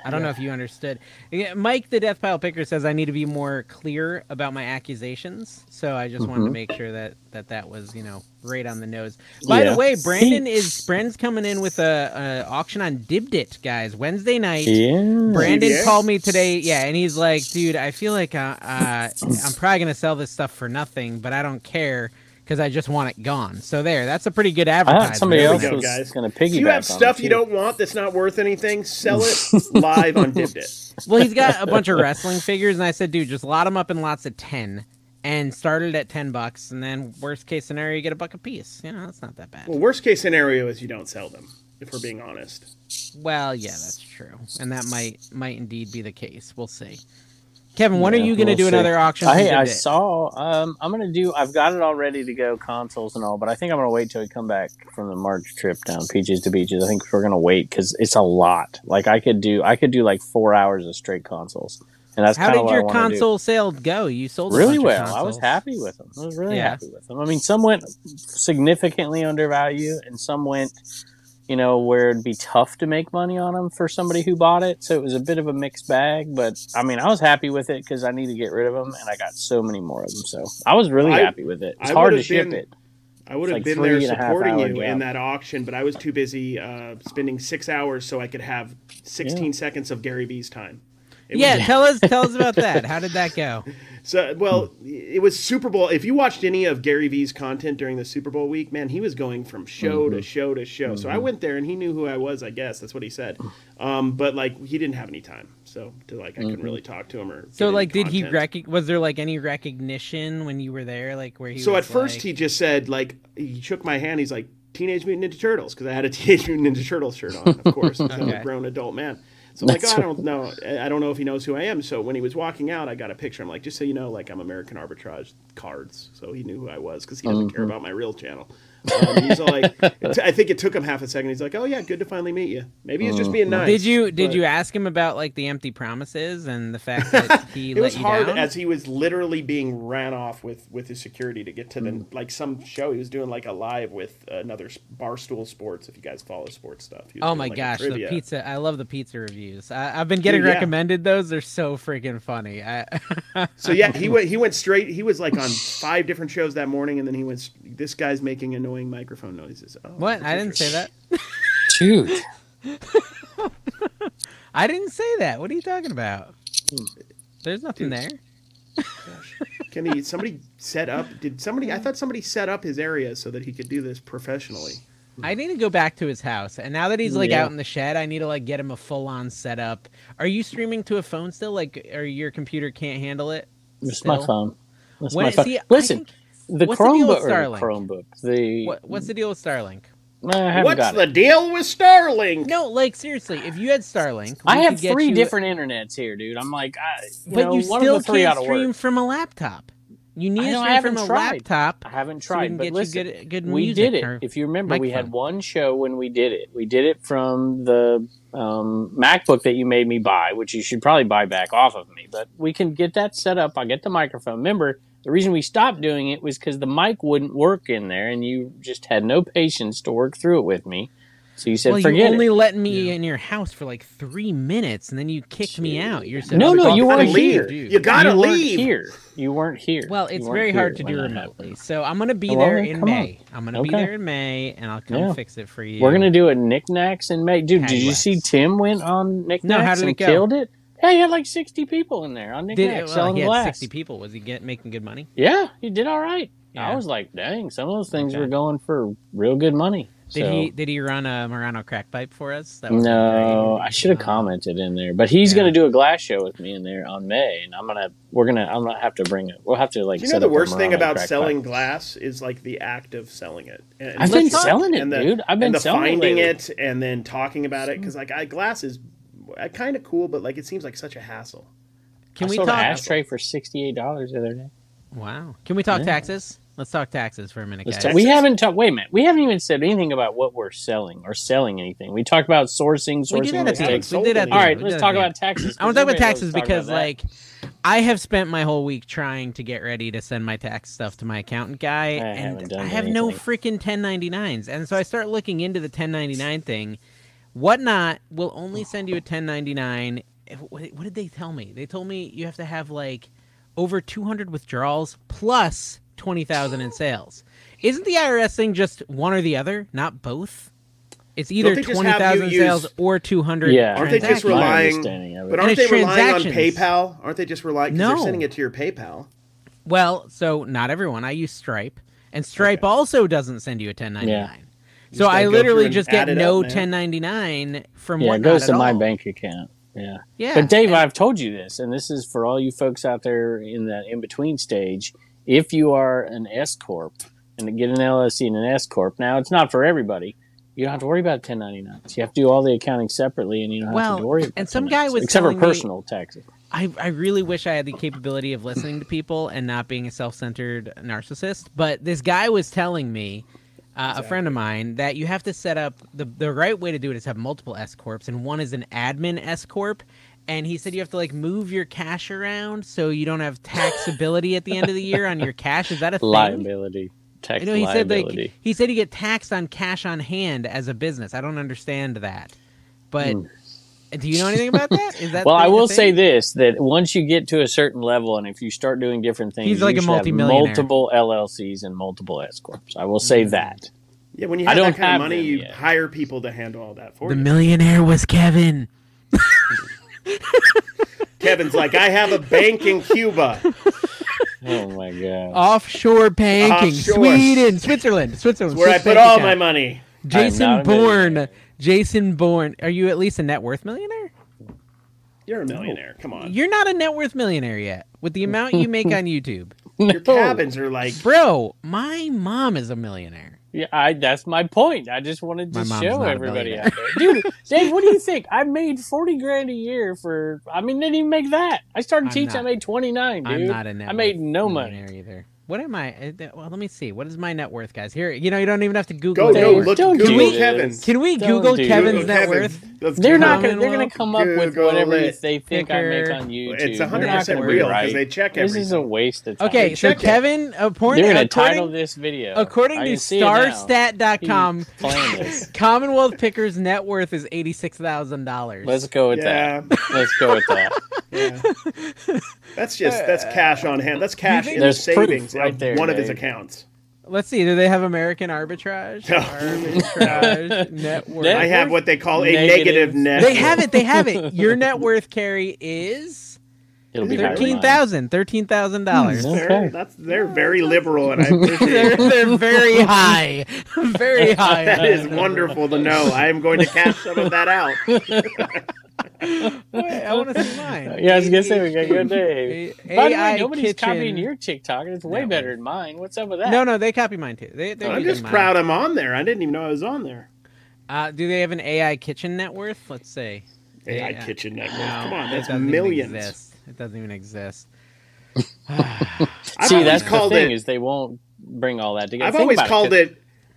Speaker 1: I don't know if you understood. Yeah, Mike, the death pile picker, says I need to be more clear about my accusations. So I just
Speaker 3: Mm-hmm.
Speaker 1: wanted to make sure that that that was, you know, right on the nose. By
Speaker 3: Yeah.
Speaker 1: the way, Brandon is Brandon's coming in with a, a auction on Dibdit, guys, Wednesday night.
Speaker 3: Yeah.
Speaker 1: Brandon
Speaker 2: CBS?
Speaker 1: called me today, yeah, and he's like, "Dude, I feel like uh, uh, I'm probably gonna sell this stuff for nothing, but I don't care because I just want it gone." So there, that's a pretty good
Speaker 3: I
Speaker 1: advertisement.
Speaker 3: thought somebody
Speaker 2: There we
Speaker 3: else
Speaker 2: go,
Speaker 3: was
Speaker 2: guys.
Speaker 3: going to piggyback.
Speaker 2: If you
Speaker 3: on
Speaker 2: have stuff
Speaker 3: it,
Speaker 2: you
Speaker 3: too.
Speaker 2: don't want that's not worth anything, sell it live on Dibdit.
Speaker 1: Well, he's got a bunch of wrestling figures, and I said, "Dude, just lot them up in lots of ten, and started at ten bucks, and then worst case scenario, you get a buck a piece. You know, that's not that bad."
Speaker 2: Well, worst case scenario is you don't sell them. If we're being honest,
Speaker 1: Well, yeah, that's true, and that might might indeed be the case. We'll see. Kevin, when are you gonna
Speaker 3: we'll
Speaker 1: do
Speaker 3: see.
Speaker 1: another auction? on
Speaker 3: Hey, I
Speaker 1: Dibdit?
Speaker 3: saw. Um, I'm gonna do. I've got it all ready to go, consoles and all. But I think I'm gonna wait till we come back from the March trip down Peaches to Beaches. I think we're gonna wait because it's a lot. Like I could do. I could do like four hours of straight consoles, and that's
Speaker 1: How
Speaker 3: kind of
Speaker 1: did
Speaker 3: what I
Speaker 1: your
Speaker 3: want to do.
Speaker 1: console sale go? You sold a
Speaker 3: really
Speaker 1: bunch of
Speaker 3: well. I was
Speaker 1: consoles.
Speaker 3: happy with them. I was really
Speaker 1: Yeah.
Speaker 3: happy with them. I mean, some went significantly undervalued, and some went, you know, where it'd be tough to make money on them for somebody who bought it. So it was a bit of a mixed bag. But I mean, I was happy with it because I need to get rid of them, and I got so many more of them. So I was really
Speaker 2: I-
Speaker 3: happy with it. It's
Speaker 2: I
Speaker 3: hard to
Speaker 2: would've
Speaker 3: ship
Speaker 2: been-
Speaker 3: it.
Speaker 2: I would have
Speaker 3: like
Speaker 2: been
Speaker 3: three
Speaker 2: there
Speaker 3: and a half
Speaker 2: supporting
Speaker 3: hour
Speaker 2: you
Speaker 3: job.
Speaker 2: in that auction, but I was too busy uh, spending six hours so I could have 16 seconds of Gary Vee's time. It
Speaker 1: Yeah,
Speaker 2: Was,
Speaker 1: tell us tell us about that. How did that go?
Speaker 2: so well, it was Super Bowl. If you watched any of Gary Vee's content during the Super Bowl week, man, he was going from show
Speaker 3: Mm-hmm.
Speaker 2: to show to show. So I went there and he knew who I was. I guess that's what he said. Um, but like he didn't have any time, so to like I
Speaker 3: Mm-hmm.
Speaker 2: couldn't really talk to him or. get
Speaker 1: So
Speaker 2: any
Speaker 1: like did he
Speaker 2: content.
Speaker 1: rec- was there like any recognition when you were there like where he
Speaker 2: So
Speaker 1: was
Speaker 2: at first
Speaker 1: like-
Speaker 2: he just said like he shook my hand. He's like Teenage Mutant Ninja Turtles because I had a Teenage Mutant Ninja Turtles shirt on, of course. 'cause I'm
Speaker 1: Okay.
Speaker 2: a grown adult man. So I'm like, oh, I don't know. I I don't know if he knows who I am. So when he was walking out, I got a picture. I'm like, just so you know, like I'm American Arbitrage cards. So he knew who I was because he doesn't care about my real channel. Um, he's all like, I think it took him half a second. He's like, "Oh yeah, good to finally meet you." Maybe he's just being nice.
Speaker 1: Did you did
Speaker 2: but-
Speaker 1: you ask him about like the empty promises and the fact that he
Speaker 2: It
Speaker 1: let
Speaker 2: was
Speaker 1: you
Speaker 2: hard
Speaker 1: down?
Speaker 2: as he was literally being ran off with with his security to get to
Speaker 1: Hmm.
Speaker 2: the like some show he was doing like a live with another s- barstool sports. If you guys follow sports stuff, He was
Speaker 1: Oh
Speaker 2: doing,
Speaker 1: my
Speaker 2: like, a
Speaker 1: gosh, the
Speaker 2: trivia.
Speaker 1: pizza! I love the pizza reviews. I, I've been getting
Speaker 2: Dude, yeah.
Speaker 1: recommended those. They're so freaking funny. I,
Speaker 2: So yeah, he went he went straight. He was like on five different shows that morning, and then he went. s- This guy's making annoying microphone noises. Oh,
Speaker 1: what?
Speaker 2: that's
Speaker 1: I didn't say that.
Speaker 2: interesting.
Speaker 3: Dude,
Speaker 1: I didn't say that. What are you talking about? There's nothing
Speaker 2: Dude.
Speaker 1: there.
Speaker 2: Can he? Somebody set up? Did somebody? I thought somebody set up his area so that he could do this professionally.
Speaker 1: I need to go back to his house. And now that he's like
Speaker 3: Yeah.
Speaker 1: out in the shed, I need to like get him a full on setup. Are you streaming to a phone still? Like, or your computer can't handle it?
Speaker 3: it's
Speaker 1: Still.
Speaker 3: my phone. It's
Speaker 1: When-
Speaker 3: my phone.
Speaker 1: see, I
Speaker 3: Listen,
Speaker 1: think-
Speaker 3: the
Speaker 1: what's the deal with
Speaker 3: Chromebook, or the
Speaker 1: Starlink?
Speaker 3: Chromebook, the
Speaker 1: what, what's the deal with Starlink?
Speaker 3: I haven't
Speaker 2: What's
Speaker 3: got
Speaker 2: the
Speaker 3: it.
Speaker 2: deal with Starlink?
Speaker 1: No, like seriously, if you had Starlink, we
Speaker 3: I have
Speaker 1: could get
Speaker 3: three
Speaker 1: you-
Speaker 3: different internets here, dude. I'm like, I, you
Speaker 1: but
Speaker 3: know,
Speaker 1: you
Speaker 3: one
Speaker 1: still
Speaker 3: of the three
Speaker 1: can't
Speaker 3: ought to
Speaker 1: stream
Speaker 3: work.
Speaker 1: from a laptop. You need
Speaker 3: I know, I
Speaker 1: to stream
Speaker 3: haven't
Speaker 1: from a
Speaker 3: tried.
Speaker 1: laptop.
Speaker 3: I haven't
Speaker 1: so we
Speaker 3: tried,
Speaker 1: can
Speaker 3: but
Speaker 1: get
Speaker 3: listen,
Speaker 1: you good, good
Speaker 3: we
Speaker 1: music
Speaker 3: did it.
Speaker 1: or-
Speaker 3: If you remember, we had
Speaker 1: microphone.
Speaker 3: one show when we did it. We did it from the um, MacBook that you made me buy, which you should probably buy back off of me. But we can get that set up. I'll get the microphone. Remember, the reason we stopped doing it was because the mic wouldn't work in there, and you just had no patience to work through it with me. So you said,
Speaker 1: well, you
Speaker 3: "Forget
Speaker 1: only
Speaker 3: it."
Speaker 1: let me in your house for like three minutes, and then you kicked me out. You're so
Speaker 3: No, no,
Speaker 1: Well,
Speaker 3: you
Speaker 2: gotta
Speaker 3: weren't
Speaker 2: leave.
Speaker 3: here.
Speaker 1: dude.
Speaker 2: You gotta
Speaker 3: You weren't
Speaker 2: leave.
Speaker 3: here. You weren't here.
Speaker 1: Well,
Speaker 3: You
Speaker 1: it's
Speaker 3: weren't
Speaker 1: very hard to
Speaker 3: here
Speaker 1: do
Speaker 3: when that
Speaker 1: remotely.
Speaker 3: happened.
Speaker 1: So I'm gonna be
Speaker 3: Well,
Speaker 1: there
Speaker 3: then,
Speaker 1: in
Speaker 3: come on.
Speaker 1: May. I'm gonna be
Speaker 3: Okay.
Speaker 1: there in May, and I'll come
Speaker 3: Yeah.
Speaker 1: fix it for you.
Speaker 3: We're gonna do a knickknacks and make. Dude, did you
Speaker 1: Paddywhacks.
Speaker 3: see Tim went on knickknacks
Speaker 1: No, how did
Speaker 3: and
Speaker 1: it go?
Speaker 3: killed it? Yeah, he had like sixty people in there on
Speaker 1: Did,
Speaker 3: knickknacks
Speaker 1: well,
Speaker 3: selling
Speaker 1: he had
Speaker 3: glass.
Speaker 1: 60 people. Was he get making good money?
Speaker 3: Yeah, he did all right.
Speaker 1: Yeah.
Speaker 3: I was like, dang, some of those things
Speaker 1: Okay.
Speaker 3: were going for real good money.
Speaker 1: Did
Speaker 3: So-
Speaker 1: he did he run a Murano crack pipe for us? That would've
Speaker 3: No,
Speaker 1: been great.
Speaker 3: I should have
Speaker 1: Uh,
Speaker 3: commented in there, but he's
Speaker 1: yeah.
Speaker 3: gonna do a glass show with me in there on May, and I'm gonna we're gonna I'm gonna have to bring it. We'll have to like.
Speaker 2: Do you
Speaker 3: set
Speaker 2: know the
Speaker 3: up a
Speaker 2: worst thing
Speaker 3: Murano
Speaker 2: about
Speaker 3: crack
Speaker 2: selling
Speaker 3: pipe.
Speaker 2: glass is like the act of selling it. And,
Speaker 3: I've been
Speaker 1: Let's talk-
Speaker 3: selling it,
Speaker 2: and the-
Speaker 3: dude. I've been
Speaker 2: and the
Speaker 3: selling
Speaker 2: finding
Speaker 3: lately.
Speaker 2: it and then talking about it because like I, glass is kind of cool, but like it seems like such a hassle.
Speaker 1: Can
Speaker 3: I
Speaker 1: we
Speaker 3: sold
Speaker 1: talk?
Speaker 3: an ashtray for sixty eight dollars the other day?
Speaker 1: Wow. Can we talk
Speaker 3: Yeah.
Speaker 1: taxes? Let's talk taxes for a minute,
Speaker 3: Let's
Speaker 1: guys.
Speaker 3: talk- we haven't talked. Wait a minute. We haven't even said anything about what we're selling or selling anything. We talked about sourcing,
Speaker 1: We did that at
Speaker 3: sourcing
Speaker 1: the
Speaker 2: haven't
Speaker 1: end.
Speaker 3: mistakes.
Speaker 1: We
Speaker 2: sold
Speaker 1: did at
Speaker 2: anything.
Speaker 1: the
Speaker 3: All
Speaker 1: end.
Speaker 3: right,
Speaker 1: We
Speaker 3: let's
Speaker 1: did
Speaker 3: talk
Speaker 1: at the
Speaker 3: about
Speaker 1: end.
Speaker 3: taxes.
Speaker 1: I want to talk about
Speaker 3: Everybody loves
Speaker 1: taxes
Speaker 3: talking
Speaker 1: because,
Speaker 3: about that.
Speaker 1: like, I have spent my whole week trying to get ready to send my tax stuff to my accountant guy,
Speaker 3: haven't
Speaker 1: and
Speaker 3: done
Speaker 1: I have no
Speaker 3: anything.
Speaker 1: freaking 1099s. And so I start looking into the 1099 thing. Whatnot will only send you a 1099. if- What what did they tell me? They told me you have to have like over 200 withdrawals plus 20,000 in sales. Isn't the IRS thing just one or the other, not both? It's either
Speaker 2: they just have you
Speaker 1: 20,000 sales
Speaker 2: use-
Speaker 1: or 200.
Speaker 3: Yeah. Aren't
Speaker 2: they just
Speaker 1: transactions.
Speaker 3: My
Speaker 2: relying-
Speaker 3: understanding of it.
Speaker 2: But aren't
Speaker 1: it's
Speaker 2: they relying on
Speaker 1: transactions.
Speaker 2: PayPal? Aren't they just relying? Because
Speaker 1: No.
Speaker 2: they're sending it to your PayPal.
Speaker 1: Well, so not everyone. I use Stripe, and Stripe also doesn't send you a 1099. So
Speaker 2: You just gotta
Speaker 1: I
Speaker 2: go through
Speaker 1: literally
Speaker 2: and
Speaker 1: just get
Speaker 2: add it
Speaker 1: no
Speaker 2: up, man.
Speaker 1: 1099 from
Speaker 3: yeah,
Speaker 1: whatnot
Speaker 3: it goes
Speaker 1: at
Speaker 3: to my
Speaker 1: all.
Speaker 3: bank account. Yeah.
Speaker 1: Yeah,
Speaker 3: But Dave,
Speaker 1: and-
Speaker 3: I've told you this, and this is for all you folks out there in the in between stage. If you are an S corp and to get an LLC and an S corp, now it's not for everybody. You don't have to worry about 1099s. You have to do all the accounting separately, and you don't have
Speaker 1: Well,
Speaker 3: to worry. About
Speaker 1: and some guy
Speaker 3: 1099s,
Speaker 1: was
Speaker 3: except for
Speaker 1: telling me-
Speaker 3: personal taxes.
Speaker 1: I, I really wish I had the capability of listening to people and not being a self centered narcissist. But this guy was telling me, uh, a friend of mine, that you have to set up the, the right way to do it is have multiple S Corps, and one is an admin S Corp. And he said you have to like move your cash around so you don't have taxability at the end of the year on your cash. Is that a thing?
Speaker 3: Liability, tax
Speaker 1: I know he said
Speaker 3: liability.
Speaker 1: like he said you get taxed on cash on hand as a business. I don't understand that, but do you know anything about that? Is that
Speaker 3: Hmm. Well, I
Speaker 1: thing a
Speaker 3: will
Speaker 1: thing?
Speaker 3: say this: that once you get to a certain level, and if you start doing different things,
Speaker 1: He's like
Speaker 3: you
Speaker 1: a
Speaker 3: should have
Speaker 1: multimillionaire. Mm.
Speaker 3: multiple LLCs and multiple S corps. I will say that.
Speaker 2: Yeah, when you
Speaker 3: I
Speaker 2: have
Speaker 3: don't
Speaker 2: that kind
Speaker 3: have
Speaker 2: of money,
Speaker 3: them
Speaker 2: you
Speaker 3: yet.
Speaker 2: hire people to handle all that for
Speaker 1: the
Speaker 2: you.
Speaker 1: millionaire was Kevin.
Speaker 2: Kevin's like, I have a bank in Cuba.
Speaker 3: Oh my god!
Speaker 1: offshore banking,
Speaker 2: Offshore.
Speaker 1: Sweden, Switzerland, Switzerland.
Speaker 2: where I
Speaker 1: Swiss
Speaker 2: put
Speaker 1: bank
Speaker 2: all my
Speaker 1: account.
Speaker 2: money.
Speaker 1: Jason
Speaker 3: I'm not a
Speaker 1: Bourne,
Speaker 3: millionaire.
Speaker 1: Jason Bourne. Are you at least a net worth millionaire?
Speaker 2: You're a millionaire. Come on.
Speaker 1: You're not a net worth millionaire yet with the amount you make on YouTube,
Speaker 2: Your cabins are like
Speaker 1: bro. My mom is a millionaire.
Speaker 3: Yeah, I, that's my point. I just wanted
Speaker 1: My
Speaker 3: to
Speaker 1: mom's
Speaker 3: show
Speaker 1: not a
Speaker 3: everybody out there, dude. Dave, what do you think? I made forty grand a year for. I mean, didn't even make that. I started
Speaker 1: I'm
Speaker 3: teaching.
Speaker 1: not-
Speaker 3: I made twenty nine, dude.
Speaker 1: I'm not a net.
Speaker 3: I made
Speaker 1: worth
Speaker 3: no money.
Speaker 1: millionaire either. What am I? uh, th- Well, let me see. What is my net worth, guys? Here, you know, you don't even have to Google.
Speaker 2: Go,
Speaker 1: it.
Speaker 3: They
Speaker 2: go, look,
Speaker 3: don't
Speaker 2: Google
Speaker 3: do this.
Speaker 2: Kevin's.
Speaker 1: Can we
Speaker 3: Don't
Speaker 1: Google
Speaker 3: do it.
Speaker 1: Kevin's
Speaker 2: Google
Speaker 1: net
Speaker 2: Kevin.
Speaker 1: worth?
Speaker 2: Let's
Speaker 3: They're
Speaker 2: do
Speaker 3: not
Speaker 2: it.
Speaker 3: gonna they're gonna come up with
Speaker 2: Google
Speaker 3: whatever
Speaker 2: it.
Speaker 3: they think I make
Speaker 1: Kicker.
Speaker 3: on YouTube.
Speaker 2: It's
Speaker 3: They're not
Speaker 2: 100%
Speaker 3: gonna
Speaker 2: real
Speaker 3: write.
Speaker 2: because they check
Speaker 3: This is a
Speaker 2: everything.
Speaker 3: waste of time.
Speaker 1: Okay, so
Speaker 2: check it.
Speaker 1: Kevin, according,
Speaker 3: they're gonna
Speaker 1: according-
Speaker 3: title this video
Speaker 1: according
Speaker 3: I
Speaker 1: to
Speaker 3: can see it now. He
Speaker 1: starstat.com,
Speaker 3: planned this.
Speaker 1: Commonwealth Picker's net worth is $86,000.
Speaker 3: Let's go with
Speaker 2: Yeah,
Speaker 3: that. Let's go with that.
Speaker 2: yeah. That's just that's cash on hand. That's cash in the
Speaker 3: There's proof
Speaker 2: savings
Speaker 3: right
Speaker 2: of
Speaker 3: there,
Speaker 2: one of his
Speaker 3: Dave.
Speaker 2: accounts.
Speaker 1: Let's see. Do they have American arbitrage?
Speaker 2: No.
Speaker 1: arbitrage net worth.
Speaker 2: I have what they call a
Speaker 3: Negative.
Speaker 2: negative net.
Speaker 1: They have it. They have it. Your net worth carry is
Speaker 3: It'll be higher than
Speaker 1: thirteen
Speaker 3: mine.
Speaker 1: thousand. Thirteen thousand dollars.
Speaker 3: Mhm.
Speaker 2: They're,
Speaker 3: Okay.
Speaker 2: that's, they're very liberal, and I appreciate
Speaker 1: They're
Speaker 2: it.
Speaker 1: they're very high. Very high.
Speaker 2: That is wonderful to know. I am going to cash some of that out.
Speaker 1: Wait, I want to see mine.
Speaker 3: Yeah, I was gonna say we got good day.
Speaker 1: A-
Speaker 3: By the
Speaker 1: AI
Speaker 3: way, nobody's
Speaker 1: kitchen.
Speaker 3: copying your TikTok, and it's way
Speaker 1: Network.
Speaker 3: better than mine. What's up with that?
Speaker 1: No, no, they copy mine too. They, they're
Speaker 2: I'm
Speaker 1: using
Speaker 2: just
Speaker 1: mine.
Speaker 2: proud I'm on there. I didn't even know I was on there.
Speaker 1: Uh, do they have an AI kitchen net worth? Let's say.
Speaker 2: AI
Speaker 1: Yeah.
Speaker 2: kitchen network.
Speaker 1: No,
Speaker 2: Come on,
Speaker 1: it
Speaker 2: that's
Speaker 1: doesn't even
Speaker 2: millions.
Speaker 1: exist. It doesn't even exist.
Speaker 2: I've
Speaker 3: See,
Speaker 2: always
Speaker 3: that's the
Speaker 2: called
Speaker 3: thing
Speaker 2: it.
Speaker 3: is they won't bring all that together.
Speaker 2: I've
Speaker 3: Think
Speaker 2: always
Speaker 3: about
Speaker 2: called
Speaker 3: 'cause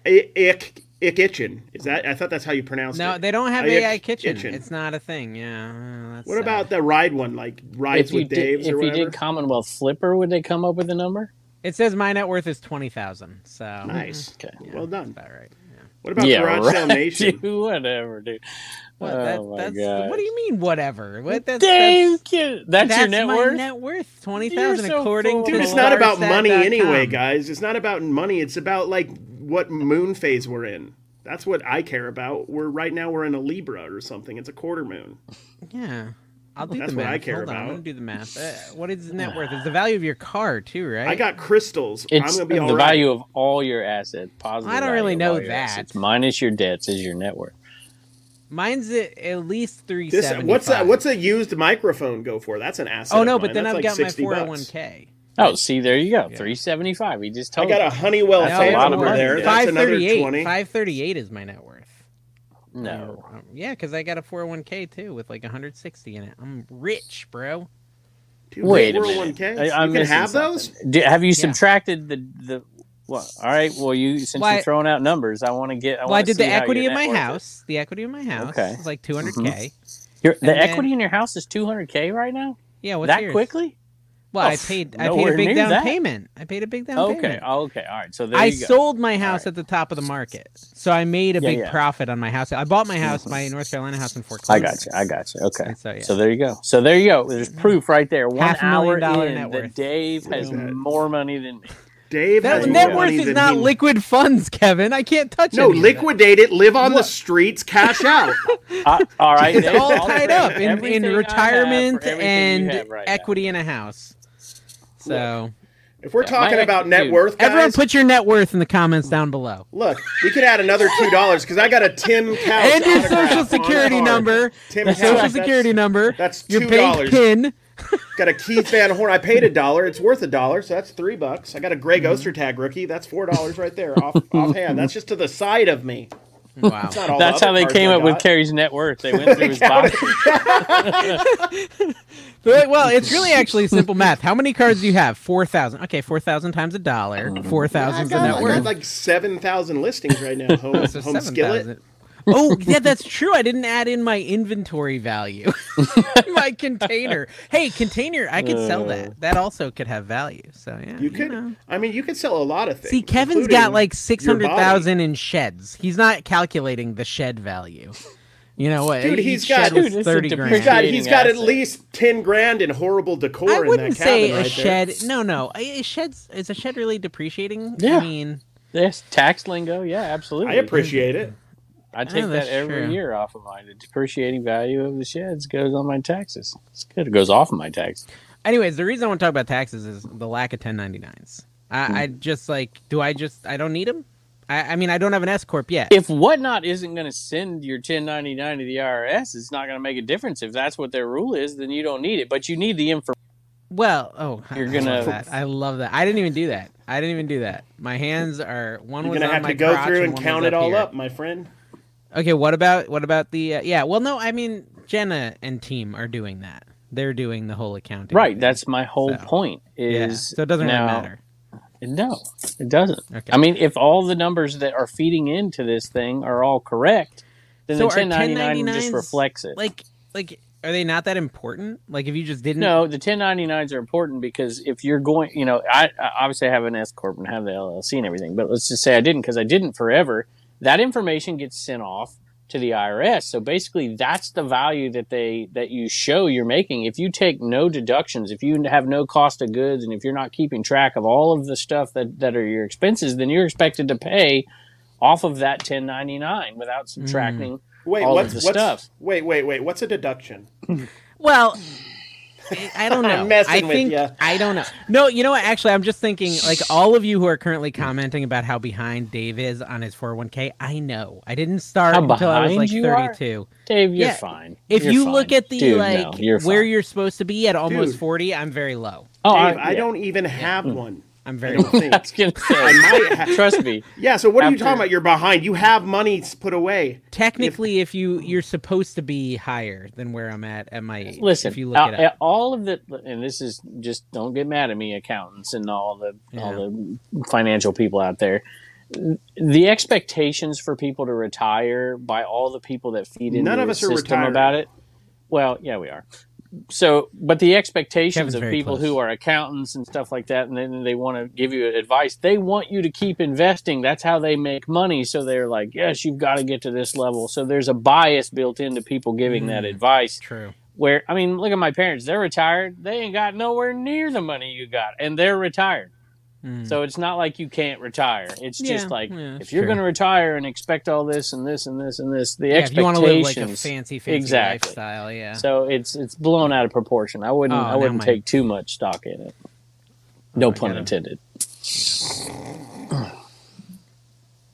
Speaker 2: it i- ick ick kitchen. Is that? I thought that's how you pronounce
Speaker 1: No,
Speaker 2: it.
Speaker 1: they don't have
Speaker 2: I-
Speaker 1: AI kitchen.
Speaker 2: kitchen.
Speaker 1: It's not a thing. Yeah. uh, that's
Speaker 2: What
Speaker 1: sad.
Speaker 2: about the ride one, like rides
Speaker 3: If you
Speaker 2: with
Speaker 3: did,
Speaker 2: Dave's
Speaker 3: if
Speaker 2: or
Speaker 3: you
Speaker 2: whatever?
Speaker 3: did Commonwealth Flipper, would they come up with a number?
Speaker 1: It says my net worth is twenty thousand. So
Speaker 2: nice.
Speaker 3: Okay.
Speaker 2: well
Speaker 1: Is
Speaker 2: done.
Speaker 1: that right?
Speaker 2: What about Garage Sale Nation?
Speaker 3: dude, whatever, dude.
Speaker 1: What,
Speaker 3: oh
Speaker 1: that,
Speaker 3: my
Speaker 1: that's,
Speaker 3: god.
Speaker 1: what do you mean, whatever? What, that's,
Speaker 3: Dave,
Speaker 1: that's,
Speaker 3: kid, that's, your net
Speaker 1: my
Speaker 3: worth.
Speaker 1: net worth twenty thousand,
Speaker 3: You're so
Speaker 1: according
Speaker 3: full
Speaker 1: to
Speaker 3: of
Speaker 2: Dude, it's
Speaker 3: Well,
Speaker 2: not
Speaker 1: Larsat
Speaker 2: about money
Speaker 1: dot com.
Speaker 2: anyway, guys. It's not about money. It's about like what moon phase we're in. That's what I care about. We're right now we're in a Libra or something. It's a quarter moon.
Speaker 1: Yeah, I'll do
Speaker 2: That's
Speaker 1: the
Speaker 2: what
Speaker 1: math.
Speaker 2: I care
Speaker 1: Hold on, I'm
Speaker 2: about.
Speaker 1: gonna do the math. Uh, what is net worth? It's the value of your car too, right?
Speaker 2: I got crystals. I'm
Speaker 3: It's
Speaker 2: gonna be
Speaker 3: the
Speaker 2: all right.
Speaker 3: value of all your assets. Positive.
Speaker 1: I don't
Speaker 3: value
Speaker 1: really
Speaker 3: of
Speaker 1: know
Speaker 3: all your
Speaker 1: that.
Speaker 3: assets, minus your debts is your net worth.
Speaker 1: mine's at, at least three
Speaker 2: This
Speaker 1: seventy.
Speaker 2: what's a, what's a used microphone go for? That's an asset.
Speaker 1: Oh
Speaker 2: of
Speaker 1: no,
Speaker 2: mine.
Speaker 1: but then
Speaker 2: That's
Speaker 1: I've
Speaker 2: like
Speaker 1: got my
Speaker 2: 60
Speaker 1: four
Speaker 2: bucks.
Speaker 1: hundred one k.
Speaker 3: Oh, see, there you go. Three seventy five. We just
Speaker 2: I
Speaker 3: told
Speaker 2: got a
Speaker 3: you.
Speaker 2: Honeywell
Speaker 3: That's a
Speaker 2: fan
Speaker 3: lot of
Speaker 2: over
Speaker 3: money.
Speaker 2: there. That's
Speaker 1: Five
Speaker 2: another
Speaker 1: thirty-eight.
Speaker 2: twenty.
Speaker 1: Five thirty-eight is my net worth.
Speaker 3: no.
Speaker 1: Um, Yeah, because I got a 401k too with like 160 in it. I'm rich, bro.
Speaker 2: Dude,
Speaker 3: Wait a
Speaker 2: 401ks.
Speaker 3: minute.
Speaker 2: You
Speaker 3: I, I'm
Speaker 2: can
Speaker 3: missing
Speaker 2: have
Speaker 3: something.
Speaker 2: those.
Speaker 3: Do, have you subtracted the the? Well, all right. Well, you since
Speaker 1: Why-
Speaker 3: you're throwing out numbers, I want to get. I
Speaker 1: well, I
Speaker 3: wanna
Speaker 1: did the
Speaker 3: see how
Speaker 1: equity
Speaker 3: your
Speaker 1: of my
Speaker 3: net worth is.
Speaker 1: house. The equity of my house
Speaker 3: Okay. Mm-hmm.
Speaker 1: is like 200k.
Speaker 3: Your,
Speaker 1: And
Speaker 3: the
Speaker 1: then-
Speaker 3: equity in your house is 200k right now.
Speaker 1: Yeah, what's
Speaker 3: that
Speaker 1: yours?
Speaker 3: quickly?
Speaker 1: Well,
Speaker 3: Oh,
Speaker 1: I
Speaker 3: pff,
Speaker 1: paid. I paid a
Speaker 3: nowhere
Speaker 1: big
Speaker 3: near
Speaker 1: down
Speaker 3: that.
Speaker 1: payment. I paid a big down
Speaker 3: Okay.
Speaker 1: payment.
Speaker 3: Oh, okay. All right. So there
Speaker 1: I
Speaker 3: you go.
Speaker 1: sold my house
Speaker 3: right.
Speaker 1: at the top of the market, so I made a
Speaker 3: Yeah,
Speaker 1: big
Speaker 3: yeah. Mm-hmm.
Speaker 1: profit on my house. I bought my house, my North Carolina house, in foreclosure.
Speaker 3: I got you. I got you. Okay.
Speaker 1: And so, yeah.
Speaker 3: So there you go. So there you go. There's proof right there. One
Speaker 1: Half a million
Speaker 3: hour
Speaker 1: dollar
Speaker 3: in
Speaker 1: net worth.
Speaker 3: that Dave has
Speaker 2: Look at that.
Speaker 3: more money than me.
Speaker 2: Dave
Speaker 1: That
Speaker 2: has
Speaker 1: net
Speaker 2: more
Speaker 1: worth
Speaker 2: money
Speaker 1: is
Speaker 2: than
Speaker 1: not
Speaker 2: he-
Speaker 1: liquid funds, Kevin. I can't touch
Speaker 2: No,
Speaker 1: any of that.
Speaker 2: liquidate it. Live on the streets. Cash out.
Speaker 3: I, Uh, all right.
Speaker 1: It's
Speaker 3: Dave,
Speaker 1: all
Speaker 3: I'll
Speaker 1: tied
Speaker 3: trade
Speaker 1: up in,
Speaker 3: everything
Speaker 1: in
Speaker 3: I have for
Speaker 1: retirement
Speaker 3: everything you
Speaker 1: and
Speaker 3: have right now.
Speaker 1: equity in a house. So
Speaker 2: If we're
Speaker 3: Yeah,
Speaker 2: talking
Speaker 3: my-
Speaker 2: about net
Speaker 3: dude,
Speaker 2: worth, guys,
Speaker 1: everyone, put your net worth in the comments down below
Speaker 2: look, we could add another two dollars because I got a Tim Couch
Speaker 3: Oh,
Speaker 1: and your
Speaker 2: autograph
Speaker 1: social
Speaker 2: on
Speaker 1: security
Speaker 2: card.
Speaker 1: number,
Speaker 2: Tim
Speaker 1: your
Speaker 2: Couch,
Speaker 1: social
Speaker 2: that's-
Speaker 1: security number,
Speaker 2: that's
Speaker 1: your
Speaker 2: two
Speaker 1: bank
Speaker 2: dollars.
Speaker 1: pin.
Speaker 2: Got a Keith Van Horn. I paid a dollar. It's worth a dollar, so that's three bucks. I got a Greg Ostertag rookie. That's four dollars right there off offhand. That's just to the side of me.
Speaker 1: Wow.
Speaker 2: Not all the
Speaker 3: That's
Speaker 2: other
Speaker 3: how they
Speaker 2: cards
Speaker 3: came
Speaker 2: I
Speaker 3: up with
Speaker 2: got.
Speaker 3: Carrie's net worth. They went through his box.
Speaker 1: But, well, it's really actually simple math. How many cards do you have? Four thousand. Okay, four thousand times a dollar. Four
Speaker 2: Um, I
Speaker 1: thousand
Speaker 2: got,
Speaker 1: net
Speaker 2: I got
Speaker 1: worth.
Speaker 2: like seven thousand listings right now. Home,
Speaker 1: So
Speaker 2: home
Speaker 1: 7,000.
Speaker 2: skillet.
Speaker 1: Oh, yeah, that's true. I didn't add in my inventory value. my container. Hey, container, I could sell that. That also could have value. So yeah.
Speaker 2: Uh. You could.
Speaker 1: know.
Speaker 2: I mean, you could sell a lot of things.
Speaker 1: See, Kevin's
Speaker 2: including
Speaker 1: got like
Speaker 2: your
Speaker 1: six hundred thousand
Speaker 2: body.
Speaker 1: in sheds. He's not calculating the shed value. You know what?
Speaker 2: Dude,
Speaker 1: Each
Speaker 2: he's
Speaker 1: shed
Speaker 2: got-
Speaker 1: was
Speaker 3: Dude, it's a
Speaker 1: thirty
Speaker 3: depreciating-
Speaker 2: He's
Speaker 1: grand.
Speaker 2: got. He's got at
Speaker 3: Creating
Speaker 2: least ten grand in horrible decor.
Speaker 1: I
Speaker 2: in
Speaker 1: wouldn't
Speaker 2: that cabin
Speaker 1: say
Speaker 2: right
Speaker 1: a
Speaker 2: there.
Speaker 1: shed. No, no, a, a shed's is a shed really depreciating.
Speaker 3: Yeah.
Speaker 1: I mean,
Speaker 3: Yes, tax lingo. Yeah, absolutely.
Speaker 2: I appreciate it.
Speaker 3: I take
Speaker 1: Oh,
Speaker 3: that
Speaker 1: that's
Speaker 3: every
Speaker 1: true.
Speaker 3: year off of mine. The depreciating value of the sheds goes on my taxes. It's good. It goes off of my taxes.
Speaker 1: Anyways, the reason I want to talk about taxes is the lack of 1099s.
Speaker 2: Hmm.
Speaker 1: I, I just like, do I just, I don't need them? I, I mean, I don't have an S Corp yet.
Speaker 3: If Whatnot isn't going to send your 1099 to the IRS, it's not going to make a difference. If that's what their rule is, then you don't need it. But you need the information.
Speaker 1: Well, oh, I-
Speaker 3: You're
Speaker 1: I
Speaker 3: gonna-
Speaker 1: love that. I love that. I didn't even do that. I didn't even do that. My hands are, one
Speaker 2: You're
Speaker 1: was
Speaker 2: gonna
Speaker 1: on
Speaker 2: have
Speaker 1: my
Speaker 2: to go
Speaker 1: crotch
Speaker 2: through and
Speaker 1: one was
Speaker 2: count it all
Speaker 1: here.
Speaker 2: up, my friend.
Speaker 1: Okay, what about, what about the, uh, yeah, well, no, I mean, Jenna and team are doing that. They're doing the whole accounting.
Speaker 3: Right.
Speaker 1: thing.
Speaker 3: That's my whole
Speaker 1: So,
Speaker 3: point.
Speaker 1: yeah.
Speaker 3: Is
Speaker 1: So it doesn't
Speaker 3: now-
Speaker 1: really matter.
Speaker 3: No, it doesn't.
Speaker 1: Okay.
Speaker 3: I mean, if all the numbers that are feeding into this thing are all correct, then
Speaker 1: So
Speaker 3: the
Speaker 1: are
Speaker 3: 1099 just
Speaker 1: 1099s
Speaker 3: reflects it.
Speaker 1: Like, like, are they not that important? Like, if you just didn't,
Speaker 3: no, the 1099s are important because if you're going, you know, I, I obviously have an S corp and have the LLC and everything, but let's just say I didn't because I didn't forever. That information gets sent off to the IRS. So basically, that's the value that they that you show you're making. If you take no deductions, if you have no cost of goods, and if you're not keeping track of all of the stuff that that are your expenses, then you're expected to pay off of that 1099
Speaker 2: Mm.
Speaker 3: without subtracting.
Speaker 2: Wait,
Speaker 3: All of
Speaker 2: what's
Speaker 3: the
Speaker 2: what's
Speaker 3: stuff.
Speaker 2: wait, wait, wait, what's a deduction?
Speaker 1: Well, I- I don't know.
Speaker 2: I'm messing
Speaker 1: I
Speaker 2: with
Speaker 1: think
Speaker 2: ya.
Speaker 1: I don't know. No, you know what? Actually, I'm just thinking like all of you who are currently commenting about how behind Dave is on his 401k. I know. I didn't start
Speaker 3: How
Speaker 1: until I was
Speaker 3: behind
Speaker 1: like
Speaker 3: you are?
Speaker 1: 32.
Speaker 3: Dave, you're
Speaker 1: Yeah.
Speaker 3: fine.
Speaker 1: If
Speaker 3: You're
Speaker 1: you
Speaker 3: fine.
Speaker 1: look at the
Speaker 3: Dude,
Speaker 1: like
Speaker 3: no, you're
Speaker 1: where
Speaker 3: fine.
Speaker 1: you're supposed to be at almost
Speaker 2: Dude.
Speaker 1: 40, I'm very low.
Speaker 3: oh,
Speaker 2: Dave, I
Speaker 3: yeah.
Speaker 2: don't even have one.
Speaker 1: I'm
Speaker 2: I
Speaker 1: very
Speaker 2: don't
Speaker 1: low.
Speaker 2: think.
Speaker 3: I was gonna say,
Speaker 2: might have-
Speaker 3: trust me.
Speaker 2: Yeah, so what are you
Speaker 3: After-
Speaker 2: talking about? You're behind. You have money s- put away.
Speaker 1: Technically, if, you you're supposed to be higher than where I'm at at my age.
Speaker 3: Listen,
Speaker 1: if you look
Speaker 3: uh,
Speaker 1: it up.
Speaker 3: all of the, and this is just don't get mad at me, accountants and all the all the financial people out there. The expectations for people to retire by all the people that feed into
Speaker 2: None of
Speaker 3: the
Speaker 2: us are
Speaker 3: system
Speaker 2: retiring.
Speaker 3: about it. Well, yeah, we are. So, but the expectations
Speaker 1: Kevin's
Speaker 3: of
Speaker 1: very
Speaker 3: people
Speaker 1: close.
Speaker 3: who are accountants and stuff like that, and then they want to give you advice. They want you to keep investing. That's how they make money. So they're like, yes, you've got to get to this level. So there's a bias built into people giving that
Speaker 1: Mm.
Speaker 3: advice
Speaker 1: True.
Speaker 3: where I mean, look at my parents. They're retired. They ain't got nowhere near the money you got, and they're retired.
Speaker 1: Mm.
Speaker 3: So it's not like you can't retire. It's
Speaker 1: Yeah,
Speaker 3: just like
Speaker 1: yeah, that's
Speaker 3: if you're
Speaker 1: true.
Speaker 3: going to retire and expect all this and this and this and this, the
Speaker 1: yeah, if you want to live
Speaker 3: expectations.
Speaker 1: like a fancy, fancy
Speaker 3: Exactly.
Speaker 1: lifestyle, yeah.
Speaker 3: So it's it's blown out of proportion. I wouldn't
Speaker 1: Oh,
Speaker 3: I
Speaker 1: now
Speaker 3: wouldn't
Speaker 1: my-
Speaker 3: take too much stock in it. No
Speaker 1: I
Speaker 3: pun
Speaker 1: gotta-
Speaker 3: intended.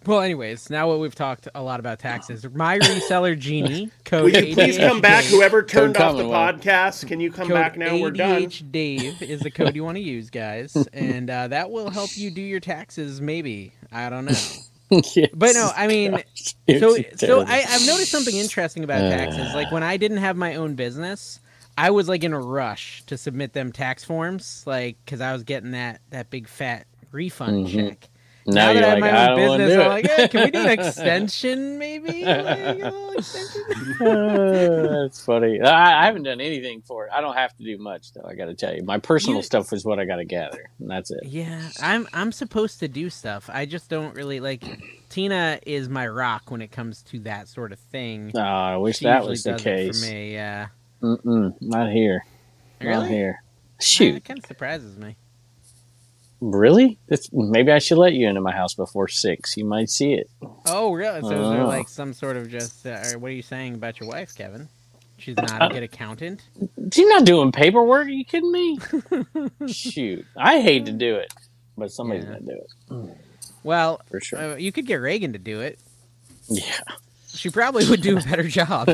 Speaker 1: Well, anyways, now what we've talked a lot about taxes. My reseller genie code.
Speaker 2: Will you please
Speaker 1: ADHD
Speaker 2: come back? Whoever turned off the
Speaker 3: Commonwealth.
Speaker 2: podcast, can you come
Speaker 1: code
Speaker 2: back now? We're done.
Speaker 1: ADH Dave is the code you want to use, guys, and uh, that will help you do your taxes. Maybe I don't know,
Speaker 3: Yes.
Speaker 1: but no, I mean,
Speaker 3: It's
Speaker 1: so so
Speaker 3: terrible.
Speaker 1: I, I've noticed something interesting about taxes. Like when I didn't have my own business, I was like in a rush to submit them tax forms, like because I was getting that that big fat refund
Speaker 2: Mm-hmm.
Speaker 1: check.
Speaker 3: now,
Speaker 1: that
Speaker 3: you're
Speaker 1: I
Speaker 3: like
Speaker 1: have
Speaker 3: I don't
Speaker 1: my own
Speaker 3: want to
Speaker 1: business,
Speaker 3: do
Speaker 1: I'm
Speaker 3: it.
Speaker 1: like, "Eh, can we do an extension, maybe? Like, a little extension?
Speaker 3: Uh, that's funny. I, I haven't done anything for it. I don't have to do much though. I got to tell you, my personal
Speaker 1: You-
Speaker 3: stuff was what I got to gather, and that's it.
Speaker 1: Yeah, I'm I'm supposed to do stuff. I just don't really like. Tina is my rock when it comes to that sort of thing.
Speaker 3: Oh, I wish
Speaker 1: She
Speaker 3: that
Speaker 1: usually
Speaker 3: was the
Speaker 1: does it for
Speaker 3: case.
Speaker 1: me. Yeah,
Speaker 3: Mm-mm, not here. Not
Speaker 1: Really?
Speaker 3: here. Shoot,
Speaker 1: it kind of surprises me.
Speaker 3: really? That's, maybe I should let you into my house before six. You might see it.
Speaker 1: Oh, really? So is there
Speaker 3: Oh.
Speaker 1: like some sort of just? Uh, or what are you saying about your wife, Kevin? She's not a good accountant.
Speaker 3: You're not doing paperwork? Are you kidding me? Shoot, I hate to do it, but somebody's
Speaker 1: Yeah.
Speaker 3: gonna do it
Speaker 1: Well,
Speaker 3: for sure.
Speaker 1: uh, you could get Reagan to do it.
Speaker 3: yeah,
Speaker 1: She probably would do a better job.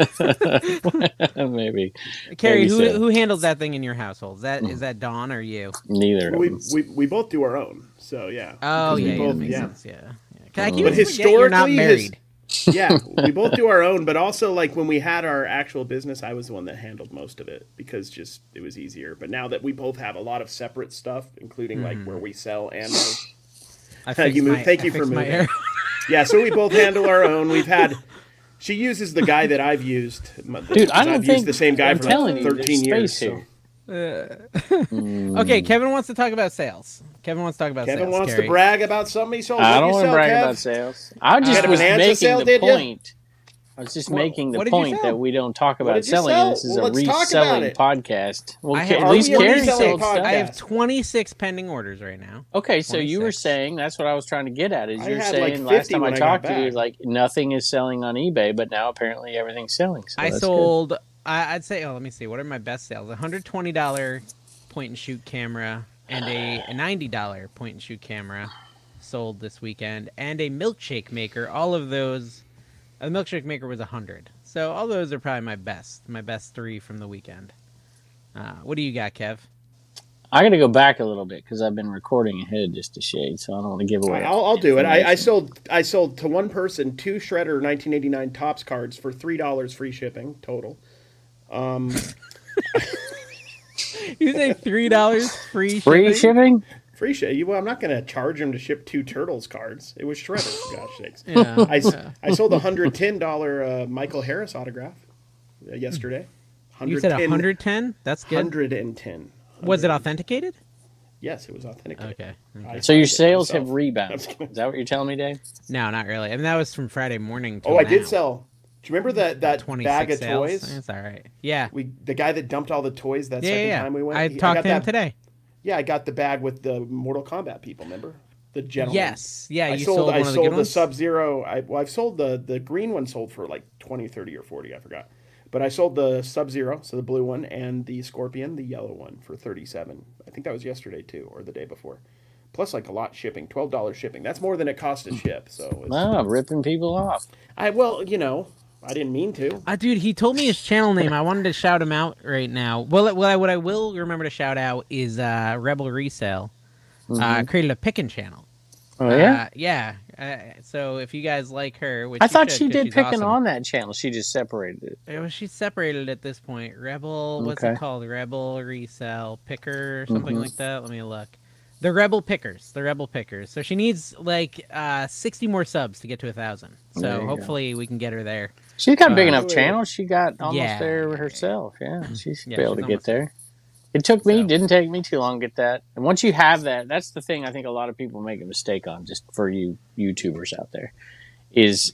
Speaker 3: maybe
Speaker 1: Carrie,
Speaker 3: Maybe
Speaker 1: who
Speaker 3: so.
Speaker 1: who handles that thing in your household? Is
Speaker 2: Mm-hmm.
Speaker 1: that is that Dawn or you?
Speaker 3: neither. of
Speaker 2: We,
Speaker 3: them.
Speaker 2: we, we both do our own. So, yeah.
Speaker 1: Oh
Speaker 2: Because
Speaker 1: yeah,
Speaker 2: we
Speaker 1: yeah, that
Speaker 2: both-
Speaker 1: makes
Speaker 2: yeah.
Speaker 1: sense. Yeah. yeah. 'Cause I keep
Speaker 2: But
Speaker 1: forgetting you're not
Speaker 2: historically, his-
Speaker 1: married.
Speaker 2: yeah, we both do our own, but also like when we had our actual business, I was the one that handled most of it because just it was easier. But now that we both have a lot of separate stuff, including like
Speaker 3: Mm-hmm.
Speaker 2: where we sell and
Speaker 1: I
Speaker 2: Thank
Speaker 1: fixed
Speaker 2: you, Moo.
Speaker 1: my-
Speaker 2: Thank
Speaker 1: I
Speaker 2: you for
Speaker 1: fixed my
Speaker 2: moving.
Speaker 1: error.
Speaker 2: yeah, so we both handle our own. We've had she uses the guy that I've used,
Speaker 3: Dude, I don't
Speaker 2: have
Speaker 3: think
Speaker 2: used the same guy
Speaker 3: I'm
Speaker 2: for
Speaker 3: telling
Speaker 2: like
Speaker 3: you, there's
Speaker 2: 13 years.
Speaker 3: space
Speaker 2: so.
Speaker 3: here. Mm.
Speaker 1: Okay, Kevin wants to talk about sales. Kevin wants to talk about
Speaker 2: Kevin
Speaker 1: sales.
Speaker 2: wants
Speaker 1: Carrie.
Speaker 2: to brag about something he sold.
Speaker 3: I don't
Speaker 2: want to
Speaker 3: brag about sales. I just
Speaker 1: had a
Speaker 3: was
Speaker 2: bonanza
Speaker 3: making
Speaker 2: sale,
Speaker 3: the
Speaker 2: did ya?
Speaker 3: point. I was just
Speaker 1: What-
Speaker 3: making
Speaker 1: what
Speaker 3: the
Speaker 1: did you
Speaker 3: point
Speaker 1: sell?
Speaker 3: that we don't talk
Speaker 2: What
Speaker 3: about
Speaker 2: did you
Speaker 3: selling.
Speaker 2: sell?
Speaker 3: This is
Speaker 2: Well,
Speaker 3: a
Speaker 2: let's talk about
Speaker 3: reselling
Speaker 2: it.
Speaker 3: podcast. Well,
Speaker 1: I
Speaker 3: Ca-
Speaker 1: have-
Speaker 3: at least
Speaker 2: Are we a
Speaker 3: Carrie
Speaker 2: reselling
Speaker 3: sold
Speaker 2: podcast?
Speaker 3: stuff.
Speaker 1: I have 26 pending orders right now.
Speaker 3: Okay, so you were
Speaker 1: 26.
Speaker 3: saying that's what I was trying to get at. Is
Speaker 2: I
Speaker 3: you're
Speaker 2: had, like,
Speaker 3: saying last
Speaker 2: 50
Speaker 3: time I
Speaker 2: when I got
Speaker 3: talked to you,
Speaker 2: back.
Speaker 3: like nothing is selling on eBay, but now apparently everything's selling. So
Speaker 1: I
Speaker 3: that's
Speaker 1: sold. I, I'd say. Oh, let me see. What are my best sales? A hundred twenty dollar point and shoot camera and a a ninety dollar point and shoot camera sold this weekend, and a milkshake maker. All of those. uh, The milkshake maker was a hundred. So all those are probably my best. My best three from the weekend. Uh, what do you got, Kev?
Speaker 3: good. I got to go back a little bit because I've been recording ahead just a shade, so I don't want to give away.
Speaker 2: I'll, I'll do it. I, I sold I sold to one person two Shredder 1989 tops cards for three dollars free shipping total.
Speaker 1: You say three dollars free.
Speaker 3: Free
Speaker 1: shipping?
Speaker 3: shipping?
Speaker 2: Free shit. You- Well, I'm not going to charge him to ship two turtles cards. It was Shredder. Gosh sakes.
Speaker 1: Yeah.
Speaker 2: I, s- I sold a hundred ten dollar uh, Michael Harris autograph uh, yesterday.
Speaker 1: you said
Speaker 2: 110
Speaker 1: 110? That's good.
Speaker 2: 110.
Speaker 1: Was it authenticated?
Speaker 2: Yes, it was authentic.
Speaker 1: Okay.
Speaker 2: I
Speaker 3: So
Speaker 2: signed
Speaker 3: your
Speaker 2: it
Speaker 3: sales
Speaker 2: myself.
Speaker 3: have rebounded. Is that what you're telling me, Dave?
Speaker 1: No, not really. I mean, that was from Friday morning. Till
Speaker 2: Oh, I did
Speaker 1: now.
Speaker 2: sell. Do you remember that that
Speaker 1: 26
Speaker 2: bag of
Speaker 1: sales.
Speaker 2: toys?
Speaker 1: That's all right. Yeah.
Speaker 2: We the guy that dumped all the toys that
Speaker 1: Yeah, yeah,
Speaker 2: second
Speaker 1: yeah.
Speaker 2: time we went.
Speaker 1: I
Speaker 2: he-
Speaker 1: talked
Speaker 2: got
Speaker 1: to him
Speaker 2: that-
Speaker 1: today.
Speaker 2: Yeah, I got the bag with the Mortal Kombat people. Remember the gentleman?
Speaker 1: Yes. Yeah,
Speaker 2: I
Speaker 1: you
Speaker 2: sold,
Speaker 1: sold, one
Speaker 2: I
Speaker 1: of the
Speaker 2: sold
Speaker 1: good
Speaker 2: the,
Speaker 1: ones.
Speaker 2: Sub Zero. I, well, I've sold the the green one sold for like 20, 30, or forty. I forgot, but I sold the Sub Zero, so the blue one, and the Scorpion, the yellow one, for thirty seven. I think that was yesterday too, or the day before. Plus, like a lot shipping, twelve dollars shipping. That's more than it cost
Speaker 1: Hmm.
Speaker 2: to ship. So, it's,
Speaker 3: Ah, ripping people off.
Speaker 2: I well, you know, I didn't mean to.
Speaker 1: Uh, dude, he told me his channel name. I wanted to shout him out right now. Well, it- what I, what I will remember to shout out is uh, Rebel Resale
Speaker 2: Mm-hmm.
Speaker 1: uh, created a pickin' channel.
Speaker 3: Oh yeah.
Speaker 1: Uh, yeah. Uh, so if you guys like her, which
Speaker 3: I
Speaker 1: you
Speaker 3: thought
Speaker 1: should,
Speaker 3: she
Speaker 1: 'cause
Speaker 3: did
Speaker 1: she's
Speaker 3: picking
Speaker 1: awesome.
Speaker 3: on that channel. She just separated it.
Speaker 1: Uh, well, She's separated at this point. Rebel, what's
Speaker 3: Okay. Mm-hmm.
Speaker 1: it called? Rebel resell picker, or something like that. Let me look. The Rebel Pickers. The Rebel Pickers. So she needs like uh, 60 more subs to get to a thousand.
Speaker 3: There
Speaker 1: So
Speaker 3: you go.
Speaker 1: hopefully we can get her there.
Speaker 3: She's got a big
Speaker 1: Uh,
Speaker 3: enough
Speaker 2: Wait.
Speaker 3: channel. She got almost
Speaker 1: Yeah. Mm-hmm.
Speaker 3: there herself. Yeah, she's
Speaker 1: Yeah,
Speaker 3: be able
Speaker 1: she's
Speaker 3: to
Speaker 1: almost
Speaker 3: get there. It took me,
Speaker 1: So-
Speaker 3: didn't take me too long to get that. And once you have that, that's the thing I think a lot of people make a mistake on, just for you YouTubers out there, is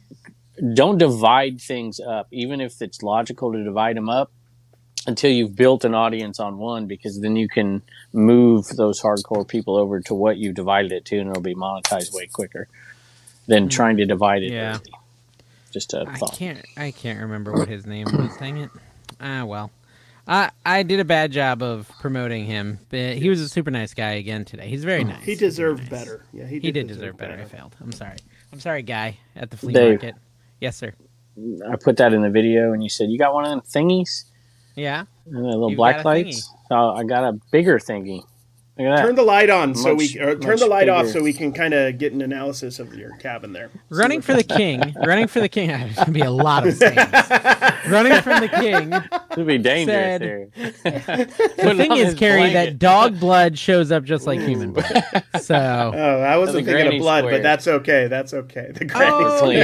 Speaker 3: don't divide things up, even if it's logical to divide them up until you've built an audience on one, because then you can move those hardcore people over to what you divided it to and it'll be monetized way quicker than trying to divide
Speaker 1: Mm.
Speaker 3: it.
Speaker 1: Yeah.
Speaker 3: early. Just a
Speaker 1: I
Speaker 3: thought.
Speaker 1: can't. I can't remember what his name was. Dang it. Ah well. I I did a bad job of promoting him. But he was a super nice guy again today. He's
Speaker 3: Oh,
Speaker 1: very nice.
Speaker 2: He
Speaker 1: He's
Speaker 2: deserved
Speaker 1: nice.
Speaker 2: better. Yeah, he did,
Speaker 1: He did deserve better. I failed. I'm sorry. I'm sorry, guy at the flea
Speaker 3: Dave.
Speaker 1: market. Yes, sir.
Speaker 3: I put that in the video, and you said you got one of them thingies,
Speaker 1: Yeah.
Speaker 3: and the little
Speaker 1: You
Speaker 3: black
Speaker 1: got a
Speaker 3: lights. So I got a bigger thingy. Look at that.
Speaker 2: Turn the light on so
Speaker 3: Much-
Speaker 2: we or turn
Speaker 3: much
Speaker 2: the light off
Speaker 3: bigger.
Speaker 2: so we can kind of get an analysis of your cabin there.
Speaker 1: Running for the king. Running for the king. There's gonna be a lot of things. Running from the king.
Speaker 3: It'd be
Speaker 1: Said-
Speaker 3: dangerous here.
Speaker 1: The thing is, Carrie, that dog blood shows up just like human blood. So.
Speaker 2: Oh, I wasn't thinking
Speaker 3: the
Speaker 2: of
Speaker 3: granny
Speaker 2: blood,
Speaker 3: square.
Speaker 2: but that's okay. That's okay. The granny
Speaker 1: Oh,
Speaker 2: square.
Speaker 3: Clean.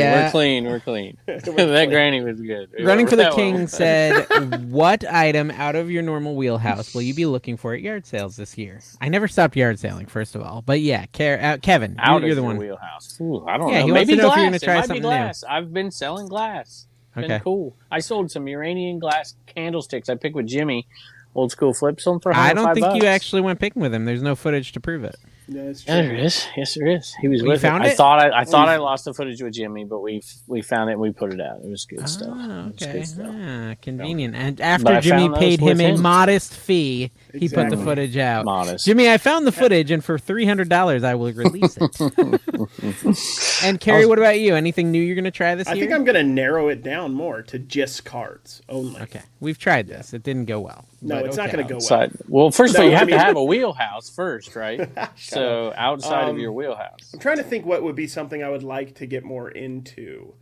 Speaker 1: yeah.
Speaker 3: We're clean. We're
Speaker 2: clean.
Speaker 3: clean. that granny was good.
Speaker 1: Running for the
Speaker 3: That one
Speaker 1: King
Speaker 3: was-
Speaker 1: said, "What item out of your normal wheelhouse will you be looking for at yard sales this year?" I never stopped yard sailing, first of all, but yeah, Car- uh, Kevin, you're,
Speaker 3: Out of
Speaker 1: you're the
Speaker 3: your
Speaker 1: one.
Speaker 3: wheelhouse. Ooh, I don't
Speaker 1: Yeah,
Speaker 3: know.
Speaker 1: he wants
Speaker 3: Maybe
Speaker 1: to know if
Speaker 3: glass.
Speaker 1: you're gonna
Speaker 3: It
Speaker 1: try
Speaker 3: might be
Speaker 1: something new.
Speaker 3: glass. I've been selling glass. It's been
Speaker 1: Okay.
Speaker 3: cool. I sold some Iranian glass candlesticks. I picked with Jimmy, old school flip sold for.
Speaker 1: I don't
Speaker 3: 105
Speaker 1: think you
Speaker 3: bucks.
Speaker 1: actually went picking with him. There's no footage to prove it.
Speaker 2: Yeah, that's
Speaker 3: Yeah, there
Speaker 2: true.
Speaker 3: is. Yes, there is. He was
Speaker 1: Well, you
Speaker 3: with
Speaker 1: found
Speaker 3: it. I
Speaker 1: it?
Speaker 3: thought I, I thought
Speaker 2: you-
Speaker 3: I lost the footage with Jimmy, but we we found it and we put it out. It was good stuff.
Speaker 1: Ah,
Speaker 3: It was
Speaker 1: okay,
Speaker 3: good stuff.
Speaker 1: Ah, convenient. And
Speaker 3: But
Speaker 1: after
Speaker 3: I
Speaker 1: Jimmy
Speaker 3: found those
Speaker 1: paid him
Speaker 3: with
Speaker 1: a
Speaker 3: him.
Speaker 1: modest fee, he put
Speaker 2: Exactly.
Speaker 1: the footage out.
Speaker 3: Modest.
Speaker 1: Jimmy, I found the footage, and for three hundred dollars, I will release it. and Carrie, what about you? Anything new you're gonna try this
Speaker 2: I
Speaker 1: year?
Speaker 2: think I'm gonna narrow it down more to just cards only.
Speaker 1: Okay, we've tried this. It didn't go well.
Speaker 2: No,
Speaker 1: but
Speaker 2: it's
Speaker 1: okay.
Speaker 2: not gonna go well.
Speaker 3: So, well, first of
Speaker 2: No,
Speaker 3: all, you
Speaker 2: I
Speaker 3: have
Speaker 2: mean-
Speaker 3: to have a wheelhouse first, right?
Speaker 2: Shut up.
Speaker 3: so outside
Speaker 2: Um,
Speaker 3: of your wheelhouse.
Speaker 2: I'm trying to think what would be something I would like to get more into.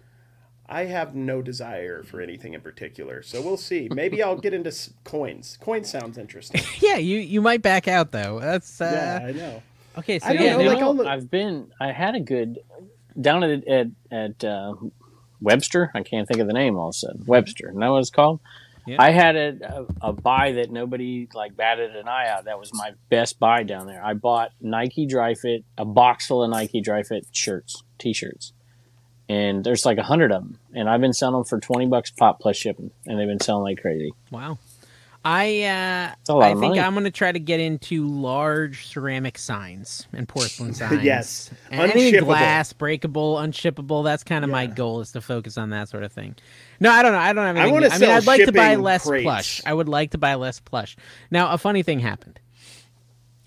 Speaker 2: I have no desire for anything in particular, so we'll see. Maybe I'll get into s- coins. Coins sounds interesting.
Speaker 1: Yeah, you you might back out though. That's
Speaker 2: yeah,
Speaker 1: uh,
Speaker 2: I know.
Speaker 1: okay. So
Speaker 2: I don't
Speaker 1: yeah,
Speaker 2: know,
Speaker 1: now-
Speaker 2: like, I'll look-
Speaker 3: I've been. I had a good down at at at uh, Webster. I can't think of the name all of a sudden. Webster. Is that what it's called?
Speaker 1: Yeah.
Speaker 3: I had a, a a buy that nobody like batted an eye out. That was my best buy down there. I bought Nike Dry Fit, a box full of Nike Dry Fit shirts, t-shirts, and there's like a hundred of them. And I've been selling them for twenty bucks pop plus shipping, and they've been selling like crazy.
Speaker 1: wow. I uh,
Speaker 3: a lot
Speaker 1: I
Speaker 3: of
Speaker 1: think
Speaker 3: money.
Speaker 1: I'm gonna try to get into large ceramic signs and porcelain signs.
Speaker 2: Yes.
Speaker 1: and anything
Speaker 2: Unshippable.
Speaker 1: glass, breakable, unshippable. That's kind of my
Speaker 2: Yeah.
Speaker 1: goal is to focus on that sort of thing. No, I don't know. I don't have.
Speaker 2: I
Speaker 1: Anything new.
Speaker 2: wanna
Speaker 1: I mean,
Speaker 2: sell
Speaker 1: I'd like to buy
Speaker 2: shipping
Speaker 1: less
Speaker 2: crates.
Speaker 1: plush. I would like to buy less plush. Now, a funny thing happened.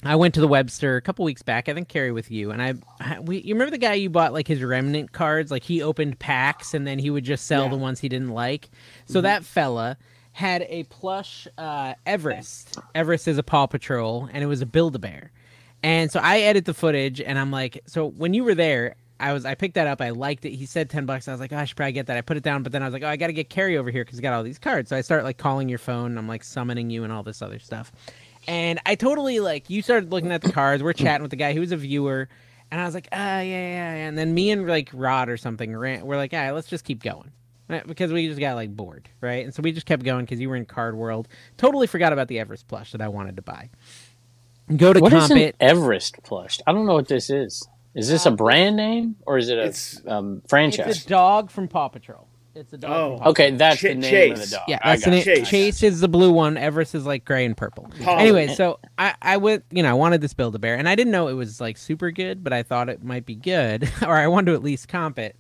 Speaker 1: I went to the Webster a couple weeks back. I think Carrie with you and I. I- We you remember the guy you bought like his remnant cards? Like he opened packs and then he would just sell the ones he didn't like. So
Speaker 2: Mm-hmm.
Speaker 1: that fella had a plush uh, Everest. Everest is a Paw Patrol, and it was a Build a Bear. And so I edit the footage, and I'm like, so when you were there, I was I picked that up. I liked it. He said ten bucks. I was like, oh, I should probably get that. I put it down, but then I was like, oh, I got to get Carrie over here because he got all these cards. So I start like calling your phone. And I'm like summoning you and all this other stuff. And I totally like you started looking at the cards. We're chatting with the guy who was a viewer, and I was like, ah, yeah, yeah. yeah. And then me and like Rod or something ran. We're like, all right, let's just keep going. Right, Because we just got like bored, right? And so we just kept going because you were in Card World. Totally forgot about the Everest plush that I wanted to buy. Go to
Speaker 3: What is
Speaker 1: comp
Speaker 3: an
Speaker 1: it.
Speaker 3: Everest plush? I don't know what this is. Is this a brand name or is it
Speaker 2: Uh, It's-
Speaker 3: a um,
Speaker 1: It's
Speaker 3: franchise?
Speaker 1: a dog from Paw Patrol. It's a dog.
Speaker 2: Oh.
Speaker 1: from Paw
Speaker 3: okay, that's
Speaker 2: Ch-
Speaker 3: the name of
Speaker 2: Chase.
Speaker 3: the dog.
Speaker 1: Yeah,
Speaker 3: I
Speaker 1: that's the
Speaker 3: got
Speaker 1: name.
Speaker 3: it.
Speaker 1: Chase.
Speaker 2: Chase.
Speaker 1: is the blue one. Everest is like gray and purple.
Speaker 2: Paul.
Speaker 1: Anyway, so I, I went, you know, I wanted this Build a Bear, and I didn't know it was like super good, but I thought it might be good, or I wanted to at least comp it.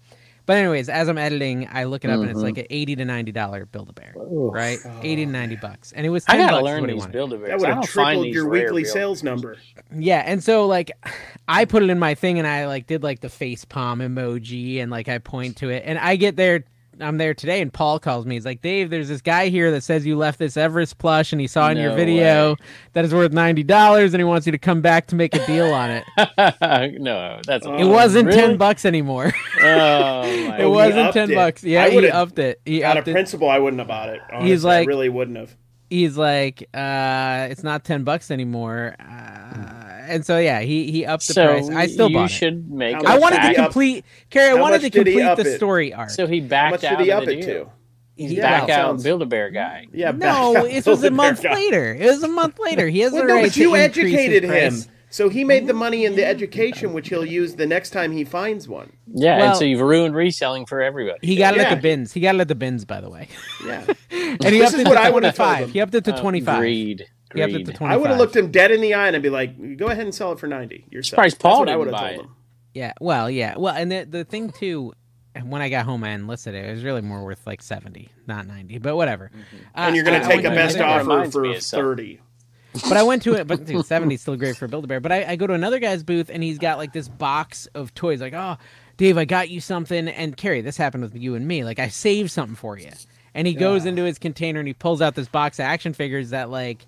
Speaker 1: But anyways, as I'm editing, I look it up, and
Speaker 3: Mm-hmm.
Speaker 1: it's like an eighty to ninety dollar Build a Bear, right? Eighty to ninety bucks, and it was. 10
Speaker 3: I gotta
Speaker 1: bucks is
Speaker 3: learn
Speaker 1: what he
Speaker 3: these
Speaker 1: wanted.
Speaker 3: build a
Speaker 2: That would have tripled your weekly
Speaker 3: sales.
Speaker 2: sales number.
Speaker 1: Yeah, and so like I put it in my thing and I like did like the face palm emoji and like I point to it and I get there I'm there today and Paul calls me. He's like, Dave, there's this guy here that says you left this Everest plush and he saw in your
Speaker 3: No
Speaker 1: video that is worth ninety dollars and he wants you to come back to make a deal on it.
Speaker 3: no, that's
Speaker 1: It
Speaker 2: Oh,
Speaker 1: wasn't ten
Speaker 3: really?
Speaker 1: bucks anymore.
Speaker 3: Oh my
Speaker 1: it
Speaker 2: he
Speaker 3: God.
Speaker 1: wasn't
Speaker 2: upped
Speaker 1: ten
Speaker 2: it.
Speaker 1: bucks. Yeah,
Speaker 2: I
Speaker 1: he
Speaker 2: would've
Speaker 1: upped it. He
Speaker 2: Out of
Speaker 1: upped it.
Speaker 2: principle, I wouldn't have bought it. Honestly.
Speaker 1: He's
Speaker 2: I
Speaker 1: like-
Speaker 2: really wouldn't have.
Speaker 1: he's like, uh, it's not ten bucks anymore. Uh, and so yeah, he he upped the
Speaker 3: so
Speaker 1: price. I still
Speaker 3: you
Speaker 1: bought it.
Speaker 3: should make.
Speaker 2: How
Speaker 3: a
Speaker 2: much
Speaker 1: I wanted
Speaker 2: did
Speaker 1: to
Speaker 2: he up-
Speaker 1: complete, Carrie. I
Speaker 2: How
Speaker 1: wanted
Speaker 2: much
Speaker 1: to
Speaker 2: did he
Speaker 1: complete
Speaker 2: up
Speaker 1: the
Speaker 2: it?
Speaker 1: story arc.
Speaker 3: So he
Speaker 2: How
Speaker 3: backed
Speaker 2: much
Speaker 3: out
Speaker 2: did he
Speaker 3: of
Speaker 2: up
Speaker 3: the
Speaker 2: it
Speaker 3: deal.
Speaker 2: to?
Speaker 3: He's
Speaker 1: Yeah.
Speaker 3: back
Speaker 2: That
Speaker 3: out
Speaker 2: sounds-
Speaker 3: Build a Bear guy.
Speaker 2: Yeah,
Speaker 1: no,
Speaker 2: back-
Speaker 1: it was a month
Speaker 2: Well,
Speaker 1: later. It was a month later. He has the
Speaker 2: no,
Speaker 1: right
Speaker 2: but
Speaker 1: to
Speaker 2: you
Speaker 1: increase his
Speaker 2: educated him,
Speaker 1: price.
Speaker 2: so he made the money in the education, which he'll use the next time he finds one.
Speaker 3: Yeah,
Speaker 1: Well-
Speaker 3: and so you've ruined reselling for everybody.
Speaker 1: He got it at
Speaker 2: Yeah.
Speaker 1: the bins. He got it at the bins, by the way.
Speaker 2: Yeah,
Speaker 1: And he
Speaker 2: This
Speaker 1: upped
Speaker 2: is
Speaker 1: it
Speaker 2: what
Speaker 1: to
Speaker 2: I would've told
Speaker 1: twenty-five.
Speaker 2: him.
Speaker 1: He upped it to
Speaker 3: Uh,
Speaker 1: twenty-five.
Speaker 3: Greed.
Speaker 1: He upped it to
Speaker 3: Greed.
Speaker 1: twenty-five.
Speaker 2: I would have looked him dead in the eye and I'd be like, "Go ahead and sell it for ninety yourself."
Speaker 3: Surprised
Speaker 2: That's
Speaker 3: Paul
Speaker 2: what I
Speaker 3: didn't
Speaker 2: would've
Speaker 3: buy
Speaker 2: told
Speaker 3: it.
Speaker 2: him.
Speaker 1: Yeah. Well, yeah. Well, and the the thing too, and when I got home I enlisted it, it was really more worth like seventy, not ninety, but whatever. Uh,
Speaker 2: Mm-hmm. And you're going
Speaker 1: I- I
Speaker 2: to take
Speaker 1: went
Speaker 2: a
Speaker 1: to
Speaker 2: best
Speaker 1: another-
Speaker 3: It
Speaker 2: offer
Speaker 3: reminds me
Speaker 2: for
Speaker 3: of something.
Speaker 2: thirty.
Speaker 1: but I went to it. But dude, seventy is still great for Build a Bear. But I, I go to another guy's booth and he's got like this box of toys. Like, oh, Dave, I got you something. And Carrie, this happened with you and me. Like, I saved something for you. And he goes into his container and he pulls out this box of action figures that like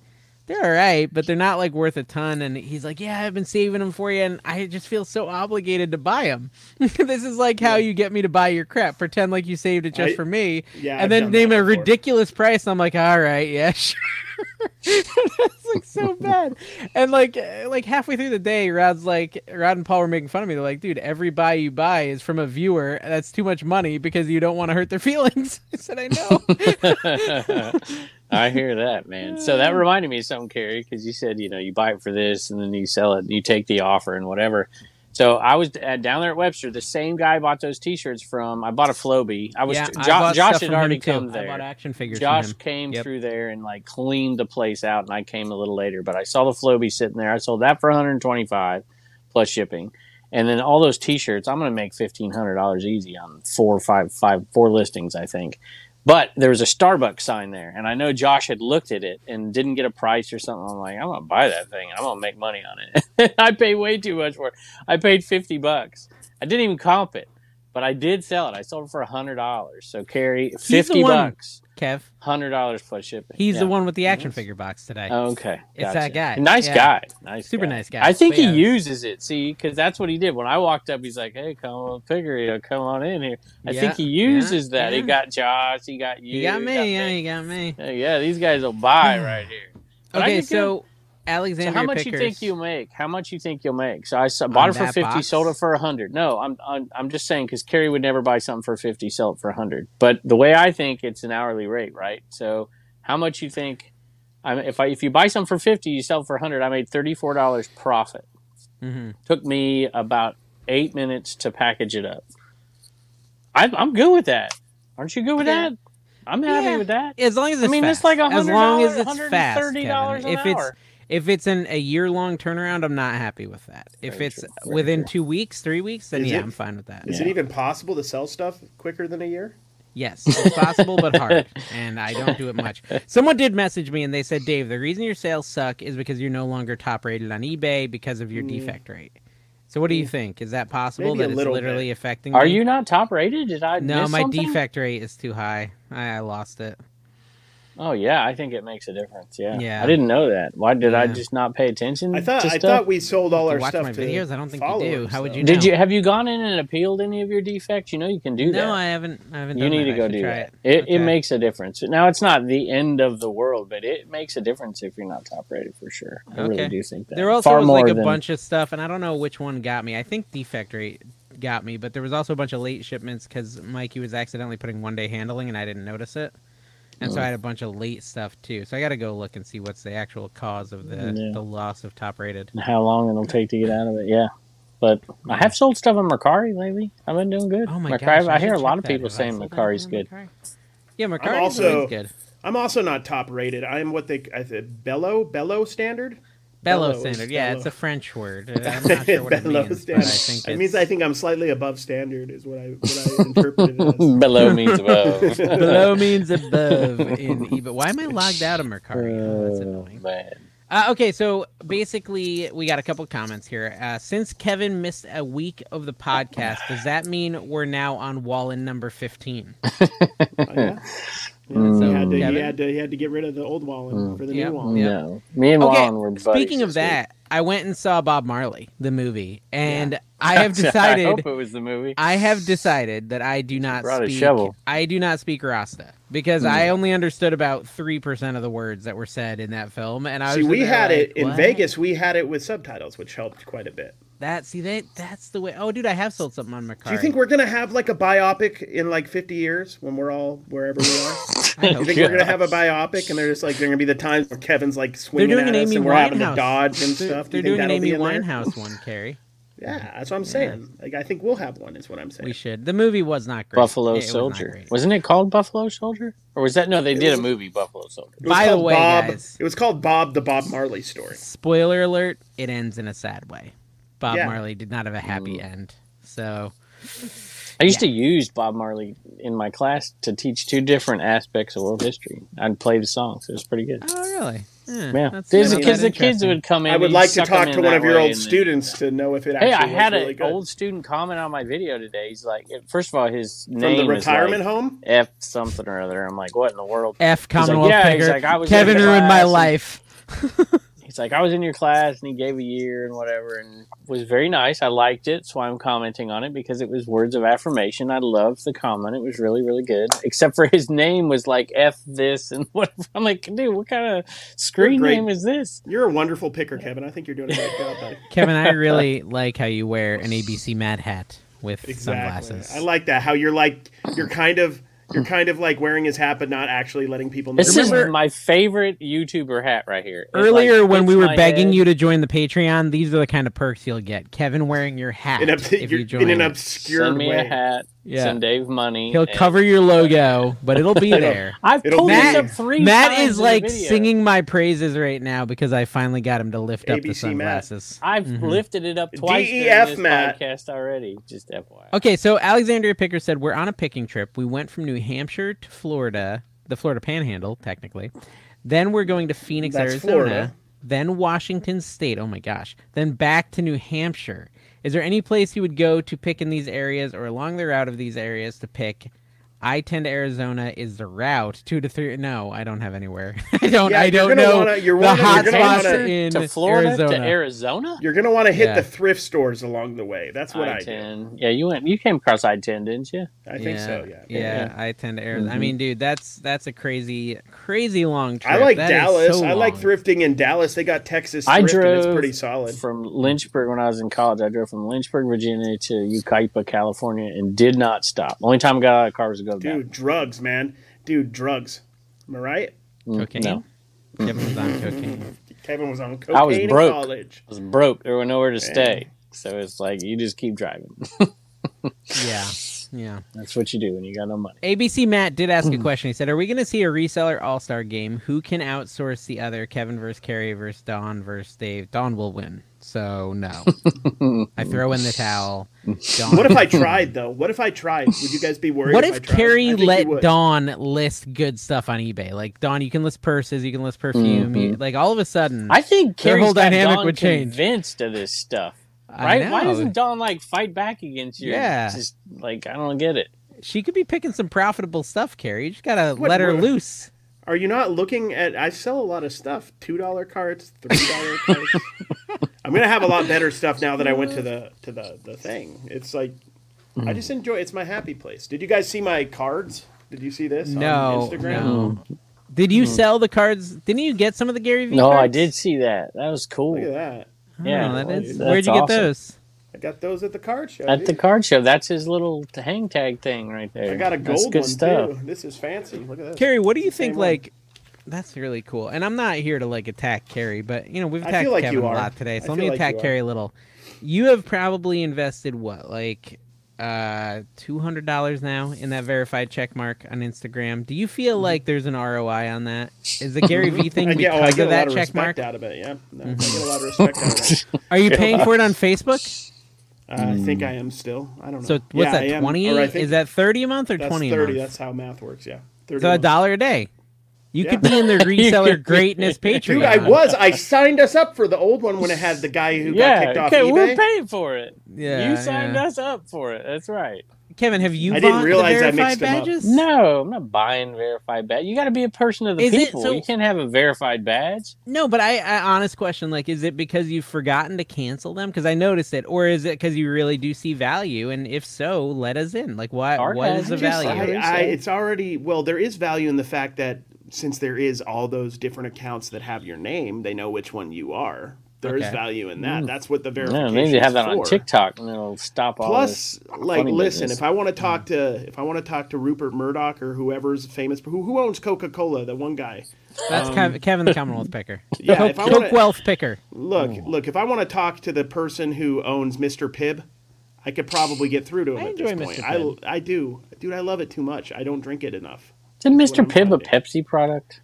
Speaker 1: they're all right, but they're not like worth a ton. And he's like, yeah, I've been saving them for you, and I just feel so obligated to buy them. this is like how you get me to buy your crap. Pretend like you saved it just
Speaker 2: I-
Speaker 1: for me,
Speaker 2: Yeah,
Speaker 1: and
Speaker 2: I've
Speaker 1: then
Speaker 2: done
Speaker 1: name
Speaker 2: that
Speaker 1: a
Speaker 2: before.
Speaker 1: ridiculous price. I'm like, all right, yeah, sure. it's like so bad. And like uh, like halfway through the day, Rod's like Rod and Paul were making fun of me. They're like, dude, every buy you buy is from a viewer. That's too much money because you don't want to hurt their feelings. I said, I know.
Speaker 3: I hear that, man. So that reminded me of something, Carrie, because you said you know you buy it for this, and then you sell it, and you take the offer and whatever. So I was uh, down there at Webster. The same guy I bought those T-shirts from. I bought a Floby. I was
Speaker 1: yeah,
Speaker 3: Jo-
Speaker 1: I bought
Speaker 3: Josh
Speaker 1: stuff
Speaker 3: had
Speaker 1: from him,
Speaker 3: already
Speaker 1: too.
Speaker 3: come
Speaker 1: I bought
Speaker 3: there.
Speaker 1: action figures. from
Speaker 3: Josh
Speaker 1: him.
Speaker 3: came
Speaker 1: Yep.
Speaker 3: through there and like cleaned the place out, and I came a little later. But I saw the Floby sitting there. I sold that for 125 plus shipping, and then all those T-shirts. I'm going to make fifteen hundred dollars easy on four, five, five, four listings, I think. But there was a Starbucks sign there, and I know Josh had looked at it and didn't get a price or something. I'm like, I'm gonna buy that thing. I'm gonna make money on it. I pay way too much for it. I paid fifty bucks. I didn't even comp it, but I did sell it. I sold it for hundred dollars. So carry
Speaker 1: the
Speaker 3: fifty
Speaker 1: one-
Speaker 3: bucks,
Speaker 1: Kev,
Speaker 3: hundred dollars plus shipping.
Speaker 1: he's
Speaker 3: Yeah. Oh,
Speaker 1: the one with the action figure box today.
Speaker 3: Okay,
Speaker 1: It's that guy.
Speaker 3: Nice
Speaker 1: Yeah.
Speaker 3: guy. Nice,
Speaker 1: Super nice guy.
Speaker 3: I think
Speaker 1: But
Speaker 3: he
Speaker 1: yeah.
Speaker 3: uses it. See, because that's what he did. When I walked up, he's like, "Hey, come on, Figueroa, come on in here." I
Speaker 1: Yeah,
Speaker 3: think he uses
Speaker 1: yeah,
Speaker 3: that. He
Speaker 1: yeah.
Speaker 3: got Josh. He got you.
Speaker 1: you got me. Hmm. Yeah,
Speaker 3: me.
Speaker 1: you got me.
Speaker 3: Yeah, yeah, these guys will buy right here. But I
Speaker 1: Okay,
Speaker 3: think, uh,
Speaker 1: so
Speaker 3: So
Speaker 1: Alexander.
Speaker 3: how much you think
Speaker 1: Pickers-
Speaker 3: you'll make? How much you think you'll make? So I s- bought
Speaker 1: On
Speaker 3: it for
Speaker 1: that
Speaker 3: fifty,
Speaker 1: box?
Speaker 3: sold it for hundred. No, I'm, I'm I'm just saying because Carrie would never buy something for fifty, sell it for hundred. But the way I think, it's an hourly rate, right? So how much you think? I if I if you buy something for fifty, you sell it for hundred. I made thirty four dollars profit.
Speaker 1: Mhm.
Speaker 3: Took me about eight minutes to package it up. I'm, I'm good with that. Aren't you good with
Speaker 1: Yeah.
Speaker 3: that? I'm happy
Speaker 1: Yeah.
Speaker 3: with that.
Speaker 1: As long as it's
Speaker 3: I mean,
Speaker 1: fast.
Speaker 3: it's like
Speaker 1: as long as it's
Speaker 3: $100,
Speaker 1: fast,
Speaker 3: $130
Speaker 1: Kevin.
Speaker 3: an
Speaker 1: If it's
Speaker 3: hour.
Speaker 1: if it's an a year long turnaround, I'm not happy with that. If
Speaker 3: Very
Speaker 1: it's
Speaker 3: true, very
Speaker 1: within
Speaker 3: true.
Speaker 1: two weeks, three weeks, then
Speaker 2: Is
Speaker 1: yeah,
Speaker 2: it-
Speaker 1: I'm fine with that.
Speaker 2: Is it
Speaker 3: Yeah.
Speaker 2: even possible to sell stuff quicker than a year?
Speaker 1: Yes, it's possible but hard, and I don't do it much. Someone did message me and they said, Dave, the reason your sales suck is because you're no longer top rated on eBay because of your defect rate. So what do you think? Is that possible
Speaker 2: Maybe a
Speaker 1: that it's
Speaker 2: little
Speaker 1: literally affecting?
Speaker 3: Are
Speaker 1: me?
Speaker 3: you not top rated? Did I
Speaker 1: No,
Speaker 3: miss
Speaker 1: my
Speaker 3: something?
Speaker 1: defect rate is too high. I, I lost it.
Speaker 3: Oh yeah, I think it makes a difference. Yeah,
Speaker 1: Yeah.
Speaker 3: I didn't know that. Why did I
Speaker 1: Yeah.
Speaker 3: just not pay attention?
Speaker 1: Mm,
Speaker 2: I thought
Speaker 3: to
Speaker 2: I
Speaker 3: stuff?
Speaker 2: thought we sold all
Speaker 1: If you
Speaker 2: our
Speaker 1: watch
Speaker 2: stuff
Speaker 1: my
Speaker 2: to
Speaker 1: videos, I don't think you do.
Speaker 2: followers,
Speaker 1: How would
Speaker 2: though.
Speaker 1: you
Speaker 3: Did
Speaker 1: No.
Speaker 3: you have you gone in and appealed any of your defects? You know you can do that.
Speaker 1: No, I haven't. I haven't.
Speaker 3: you
Speaker 1: done
Speaker 3: need
Speaker 1: that.
Speaker 3: to
Speaker 1: I
Speaker 3: go
Speaker 1: should
Speaker 3: do
Speaker 1: try
Speaker 3: that. It, it
Speaker 1: Okay.
Speaker 3: makes a difference. Now it's not the end of the world, but it makes a difference if you're not top rated for sure. I really
Speaker 1: Okay.
Speaker 3: do think that.
Speaker 1: There also
Speaker 3: Far
Speaker 1: was
Speaker 3: more
Speaker 1: like a
Speaker 3: than-
Speaker 1: bunch of stuff, and I don't know which one got me. I think defect rate got me, but there was also a bunch of late shipments because Mikey was accidentally putting one day handling, and I didn't notice it. And so I had a bunch of late stuff too. So I got to go look and see what's the actual cause of the,
Speaker 3: Yeah.
Speaker 1: the loss of top rated.
Speaker 3: and how long it'll take to get out of it. Yeah. But I have sold stuff on Mercari lately. I've been doing good.
Speaker 1: Oh my
Speaker 3: Mercari,
Speaker 1: gosh!
Speaker 3: I hear a
Speaker 1: should
Speaker 3: lot
Speaker 1: check
Speaker 3: of
Speaker 1: that.
Speaker 3: people
Speaker 1: Have I
Speaker 3: saying
Speaker 1: sold anything
Speaker 3: Mercari's
Speaker 1: on
Speaker 3: good.
Speaker 1: Mercari? Yeah, Mercari's
Speaker 2: also-
Speaker 1: always good.
Speaker 2: I'm also not top rated. I'm what they I said bellow bello standard.
Speaker 1: Bellow
Speaker 2: Bellow is
Speaker 1: standard. Yeah,
Speaker 2: bellow.
Speaker 1: it's a French word. Uh, I'm not sure what it
Speaker 2: Bellow
Speaker 1: means, but I
Speaker 2: standard.
Speaker 1: think
Speaker 2: It
Speaker 1: it's-
Speaker 2: means I think I'm slightly above standard is what I what I interpreted it as. Oh,
Speaker 3: Below means above.
Speaker 1: Below means above in eBay. Why am I logged out of Mercari? Oh, that's annoying.
Speaker 3: Man.
Speaker 1: Uh, okay, so basically, we got a couple comments here. Uh, since Kevin missed a week of the podcast, does that mean we're now on Wallen number 15?
Speaker 2: Oh, yeah. Yeah,
Speaker 3: Mm.
Speaker 2: so he, had to, he
Speaker 1: Kevin?
Speaker 2: had to he had to get rid of the old Wallen
Speaker 3: Mm.
Speaker 2: for the
Speaker 1: Yep.
Speaker 2: new Wallen.
Speaker 1: Yeah.
Speaker 3: No. Me and
Speaker 1: Okay,
Speaker 3: Juan were buddies.
Speaker 1: speaking
Speaker 3: this
Speaker 1: of that, I went and saw Bob Marley, the movie, and I
Speaker 3: week.
Speaker 1: have
Speaker 3: I hope
Speaker 1: decided.
Speaker 3: it was the movie.
Speaker 1: I have decided that I do not
Speaker 3: brought a
Speaker 1: speak.
Speaker 3: shovel. Hmm.
Speaker 1: I do not speak Rasta because I only understood about three percent of the words that were said in that film, and I was
Speaker 2: See, we
Speaker 1: sitting there
Speaker 2: had
Speaker 1: like,
Speaker 2: it in
Speaker 1: "What?"
Speaker 2: Vegas. We had it with subtitles, which helped quite a bit.
Speaker 1: That see that that's the way. Oh, dude, I have sold something on Mercari.
Speaker 2: Do you think we're gonna have like a biopic in like 50 years when we're all wherever we are?
Speaker 1: I
Speaker 2: You
Speaker 1: hope
Speaker 2: think
Speaker 1: so.
Speaker 2: we're gonna have a biopic and they're just like they're gonna be the times where Kevin's like
Speaker 1: They're
Speaker 2: swinging
Speaker 1: doing
Speaker 2: at
Speaker 1: an
Speaker 2: us
Speaker 1: Amy
Speaker 2: and we're having to
Speaker 1: Winehouse.
Speaker 2: dodge and
Speaker 1: They're,
Speaker 2: stuff. Do
Speaker 1: they're
Speaker 2: you think
Speaker 1: doing an
Speaker 2: that'll be
Speaker 1: Amy
Speaker 2: in there?
Speaker 1: Winehouse one, Carrie.
Speaker 2: Yeah, that's what I'm saying. Like I think we'll have one. Is what I'm saying.
Speaker 1: We should. The movie was not great.
Speaker 3: Buffalo
Speaker 1: It was not
Speaker 3: Soldier.
Speaker 1: great.
Speaker 3: Was not it called Buffalo Soldier? Or was that no, they did
Speaker 2: was-
Speaker 3: a movie Buffalo Soldier.
Speaker 2: It was
Speaker 1: By the
Speaker 2: called
Speaker 1: way,
Speaker 2: Bob,
Speaker 1: guys.
Speaker 2: it was called Bob the Bob Marley story.
Speaker 1: Spoiler alert: It ends in a sad way. Bob
Speaker 2: Yeah.
Speaker 1: Marley did not have a happy end. So
Speaker 3: I used to use Bob Marley in my class to teach two different aspects of world history. I'd play the songs. It was pretty good.
Speaker 1: Oh, really?
Speaker 3: Yeah,
Speaker 1: that's
Speaker 3: because
Speaker 1: not that
Speaker 3: the kids
Speaker 1: interesting.
Speaker 3: would come in.
Speaker 2: I would
Speaker 3: you'd
Speaker 2: like to
Speaker 3: suck 'em
Speaker 2: talk
Speaker 3: in
Speaker 2: to one
Speaker 3: that
Speaker 2: of your
Speaker 3: way
Speaker 2: old
Speaker 3: and then-
Speaker 2: students to know if it actually
Speaker 3: Hey, I
Speaker 2: was
Speaker 3: had
Speaker 2: really
Speaker 3: an
Speaker 2: good.
Speaker 3: old student comment on my video today. He's like, first of all, his
Speaker 2: from
Speaker 3: name
Speaker 2: the
Speaker 3: is
Speaker 2: retirement
Speaker 3: like
Speaker 2: home.
Speaker 3: F something or other. I'm like, what in the world?
Speaker 1: F Commonwealth
Speaker 3: "Yeah," he's
Speaker 1: Picker.
Speaker 3: like, "I was in
Speaker 1: Kevin ruined my
Speaker 3: class and-
Speaker 1: life.
Speaker 3: He's like, I was in your class and he gave a year and whatever and was very nice. I liked it. So I'm commenting on it because it was words of affirmation. I loved the comment. It was really, really good. Except for his name was like F this and whatever. I'm like, dude, what kind of screen
Speaker 2: Great.
Speaker 3: name is this?
Speaker 2: You're a wonderful picker, Kevin. I think you're doing a great job. Buddy.
Speaker 1: Kevin, I really like how you wear an ABC Mad hat with
Speaker 2: Exactly.
Speaker 1: sunglasses.
Speaker 2: I like that. How you're like you're kind of you're kind of like wearing his hat, but not actually letting people know.
Speaker 3: This is my favorite YouTuber hat right here. It,
Speaker 1: Earlier,
Speaker 3: like,
Speaker 1: when we
Speaker 3: fits
Speaker 1: were
Speaker 3: my
Speaker 1: begging
Speaker 3: head.
Speaker 1: you to join the Patreon, these are the kind of perks you'll get. Kevin wearing your hat
Speaker 2: in, a,
Speaker 1: if you
Speaker 2: you're,
Speaker 1: join.
Speaker 2: in an
Speaker 1: it.
Speaker 2: obscure
Speaker 3: send me
Speaker 2: way.
Speaker 3: a hat,
Speaker 1: Yeah.
Speaker 3: send Dave money.
Speaker 1: He'll
Speaker 3: and-
Speaker 1: cover your logo, but it'll be there.
Speaker 3: I've
Speaker 2: It'll
Speaker 3: pulled
Speaker 2: be-
Speaker 3: this
Speaker 2: Matt-
Speaker 3: up three
Speaker 1: Matt
Speaker 3: times in
Speaker 1: is
Speaker 3: the
Speaker 1: like
Speaker 3: video.
Speaker 1: singing my praises right now because I finally got him to lift up the
Speaker 2: ABC Matt.
Speaker 1: sunglasses.
Speaker 3: I've
Speaker 1: Mhm.
Speaker 3: lifted it up twice during
Speaker 1: E
Speaker 2: DEF,
Speaker 3: this
Speaker 2: Matt.
Speaker 3: podcast already. Just FYI.
Speaker 1: Okay, so Alexandria Picker said we're on a picking trip. We went from New Hampshire to Florida, the Florida Panhandle, technically. Then we're going to Phoenix,
Speaker 2: That's
Speaker 1: Arizona.
Speaker 2: Florida.
Speaker 1: Then Washington State. Oh my gosh. Then back to New Hampshire. Is there any place you would go to pick in these areas or along the route of these areas to pick? I tend to Arizona is the route. Two to three. No, I don't have anywhere. I don't.
Speaker 2: Yeah,
Speaker 1: I
Speaker 2: you're
Speaker 1: don't
Speaker 2: gonna
Speaker 1: know
Speaker 2: wanna- you're
Speaker 1: the
Speaker 2: wanna-
Speaker 1: hot
Speaker 2: you're gonna
Speaker 1: spots
Speaker 2: wanna-
Speaker 1: in
Speaker 3: to Florida
Speaker 1: Arizona.
Speaker 3: to Arizona.
Speaker 2: You're gonna want to hit
Speaker 1: Yeah.
Speaker 2: the thrift stores along the way. That's what I, did.
Speaker 3: ten. Yeah, you went. You came across I ten, didn't you?
Speaker 2: I think so. Yeah.
Speaker 1: yeah, I tend to Arizona. I
Speaker 3: Mhm.
Speaker 1: mean, dude, that's that's a crazy, crazy long trip.
Speaker 2: I like
Speaker 1: That is
Speaker 2: Dallas.
Speaker 1: so
Speaker 2: I like
Speaker 1: long.
Speaker 2: thrifting in Dallas. They got Texas
Speaker 3: I
Speaker 2: thrift, and it's
Speaker 3: drove
Speaker 2: pretty solid.
Speaker 3: From Lynchburg when I was in college, I drove from Lynchburg, Virginia to Yucaipa, California, and did not stop. Only time I got out of the car was to go to the
Speaker 2: Dude, drugs, man. Dude, drugs. Am I right?
Speaker 3: bathroom.
Speaker 1: Cocaine.
Speaker 3: Mm, No,
Speaker 1: Kevin was on cocaine.
Speaker 2: Kevin was on cocaine
Speaker 3: I was broke.
Speaker 2: in college.
Speaker 3: I was broke. There were nowhere to stay, so it's like you just keep driving.
Speaker 1: Yeah, yeah.
Speaker 3: That's what you do when you got no money.
Speaker 1: ABC Matt did ask a question. He said, "Are we going to see a reseller All Star game? Who can outsource the other? Kevin versus Kerry versus Don versus Dave. Don will win. So no. I throw in the towel. Don.
Speaker 2: What if I tried though? What if I tried? Would you guys be worried?
Speaker 1: What
Speaker 2: I
Speaker 1: if
Speaker 2: tried? I
Speaker 1: Carrie
Speaker 2: think you
Speaker 1: let
Speaker 2: would.
Speaker 1: Dawn list good stuff on eBay? Like Dawn, you can list purses, you can list perfume. you- like all of a sudden,
Speaker 3: I think
Speaker 1: Their
Speaker 3: Carrie's
Speaker 1: Mm. whole
Speaker 3: got
Speaker 1: dynamic
Speaker 3: Dawn
Speaker 1: would change.
Speaker 3: Convinced of this stuff,
Speaker 1: I
Speaker 3: right? Why
Speaker 1: know.
Speaker 3: doesn't Dawn like fight back against you?
Speaker 1: Yeah.
Speaker 3: just like I don't get it.
Speaker 1: she could be picking some profitable stuff, Carrie. You just gotta
Speaker 2: What-
Speaker 1: let her
Speaker 2: what-
Speaker 1: loose.
Speaker 2: Are you not looking at? I sell a lot of stuff: two dollar cards, three dollar cards. I'm gonna have a lot better stuff now that I went to the to the the thing. It's like I
Speaker 1: Mm.
Speaker 2: just enjoy. It's my happy place. Did you guys see my cards? Did you see this
Speaker 1: No,
Speaker 2: on Instagram?
Speaker 1: no. Did you sell the cards? Didn't you get some of the Gary Vee
Speaker 3: Hmm. No,
Speaker 1: cards?
Speaker 3: I did see that. That was cool.
Speaker 2: Look at that.
Speaker 1: Yeah,
Speaker 3: Yeah,
Speaker 1: that is.
Speaker 3: that's
Speaker 1: Where'd you
Speaker 3: awesome.
Speaker 1: get those?
Speaker 2: I got those at the card show.
Speaker 3: At the
Speaker 2: dude.
Speaker 3: card show, that's his little t- hang tag thing right there.
Speaker 2: I got a
Speaker 3: That's
Speaker 2: gold
Speaker 3: good
Speaker 2: one
Speaker 3: stuff.
Speaker 2: too. This is fancy. Look at this.
Speaker 1: Carrie, what do you think?
Speaker 2: Same one.
Speaker 1: Like, that's really cool. And I'm not here to like attack Carrie, but you know we've
Speaker 2: I
Speaker 1: attacked
Speaker 2: feel like
Speaker 1: Kevin
Speaker 2: you
Speaker 1: a
Speaker 2: are.
Speaker 1: lot today,
Speaker 2: I
Speaker 1: so let me
Speaker 2: feel like
Speaker 1: attack
Speaker 2: you are.
Speaker 1: Carrie a little. You have probably invested what, like, uh, two hundred dollars now in that verified check mark on Instagram. Do you
Speaker 2: Mm-hmm.
Speaker 1: feel like there's an ROI on that? Is the Gary Vee thing
Speaker 2: I
Speaker 1: because
Speaker 2: get, oh, I
Speaker 1: of
Speaker 2: get a lot
Speaker 1: that
Speaker 2: of
Speaker 1: check
Speaker 2: respect
Speaker 1: mark? Mm-hmm.
Speaker 2: out of it. Yeah, no, I get a lot of respect out of it.
Speaker 1: Are you paying for it on Facebook?
Speaker 2: Uh, I think
Speaker 3: Mm.
Speaker 2: I am still. I don't know.
Speaker 1: So what's
Speaker 2: Yeah, I
Speaker 1: that?
Speaker 2: am.
Speaker 1: Twenty?
Speaker 2: Or I think
Speaker 1: Is that thirty a month or
Speaker 2: that's
Speaker 1: twenty?
Speaker 2: thirty?
Speaker 1: A month?
Speaker 2: That's how math works. Yeah, thirty.
Speaker 1: So a
Speaker 2: months.
Speaker 1: dollar a day. You
Speaker 2: Yeah.
Speaker 1: could be in the reseller greatness Patreon.
Speaker 2: Dude, I was. I signed us up for the old one when it had the guy who got
Speaker 3: Yeah,
Speaker 2: kicked off
Speaker 3: okay, we're
Speaker 2: eBay.
Speaker 3: paying for it.
Speaker 1: Yeah,
Speaker 3: you signed
Speaker 1: yeah.
Speaker 3: us up for it. That's right.
Speaker 1: Kevin, have you
Speaker 2: I didn't
Speaker 1: bought
Speaker 2: realize I
Speaker 1: the verified
Speaker 2: mixed them up.
Speaker 1: badges?
Speaker 3: No, I'm not buying verified badge. You got to be a person of the
Speaker 1: Is it-
Speaker 3: people.
Speaker 1: so-
Speaker 3: you can't have a verified badge.
Speaker 1: no. But I, I, honest question, like, is it because you've forgotten to cancel them? Because I noticed it, or is it because you really do see value? And if so, let us in. Like, why?
Speaker 3: Our
Speaker 1: what
Speaker 3: guys
Speaker 1: is the
Speaker 3: just
Speaker 1: value?
Speaker 3: like-
Speaker 2: I, I, it's already well. There is value in the fact that since there is all those different accounts that have your name, they know which one you are. There is
Speaker 1: Okay. Mm.
Speaker 2: value in that. That's what the
Speaker 3: No,
Speaker 2: verification.
Speaker 3: maybe they have that
Speaker 2: is
Speaker 3: on
Speaker 2: for.
Speaker 3: TikTok and it'll stop all
Speaker 2: Plus, like,
Speaker 3: funny
Speaker 2: listen,
Speaker 3: business. Hmm.
Speaker 2: if I want to talk to if I want to talk to Rupert Murdoch or whoever's famous, who who owns Coca Cola, the one guy.
Speaker 1: That's Kev- Kevin, the Commonwealth picker.
Speaker 2: Yeah,
Speaker 1: Coke,
Speaker 2: Um, if I wanna-
Speaker 1: Coke wealth picker.
Speaker 2: Look,
Speaker 3: Hmm.
Speaker 2: look. If I want to talk to the person who owns Mr. Pibb, I could probably get through to him
Speaker 1: I
Speaker 2: at
Speaker 1: enjoy
Speaker 2: this
Speaker 1: Mr.
Speaker 2: point. I, I do, dude. I love it too much. I don't drink it enough.
Speaker 3: Did
Speaker 2: what
Speaker 3: Mr.
Speaker 2: I'm
Speaker 3: Pibb a Pepsi product?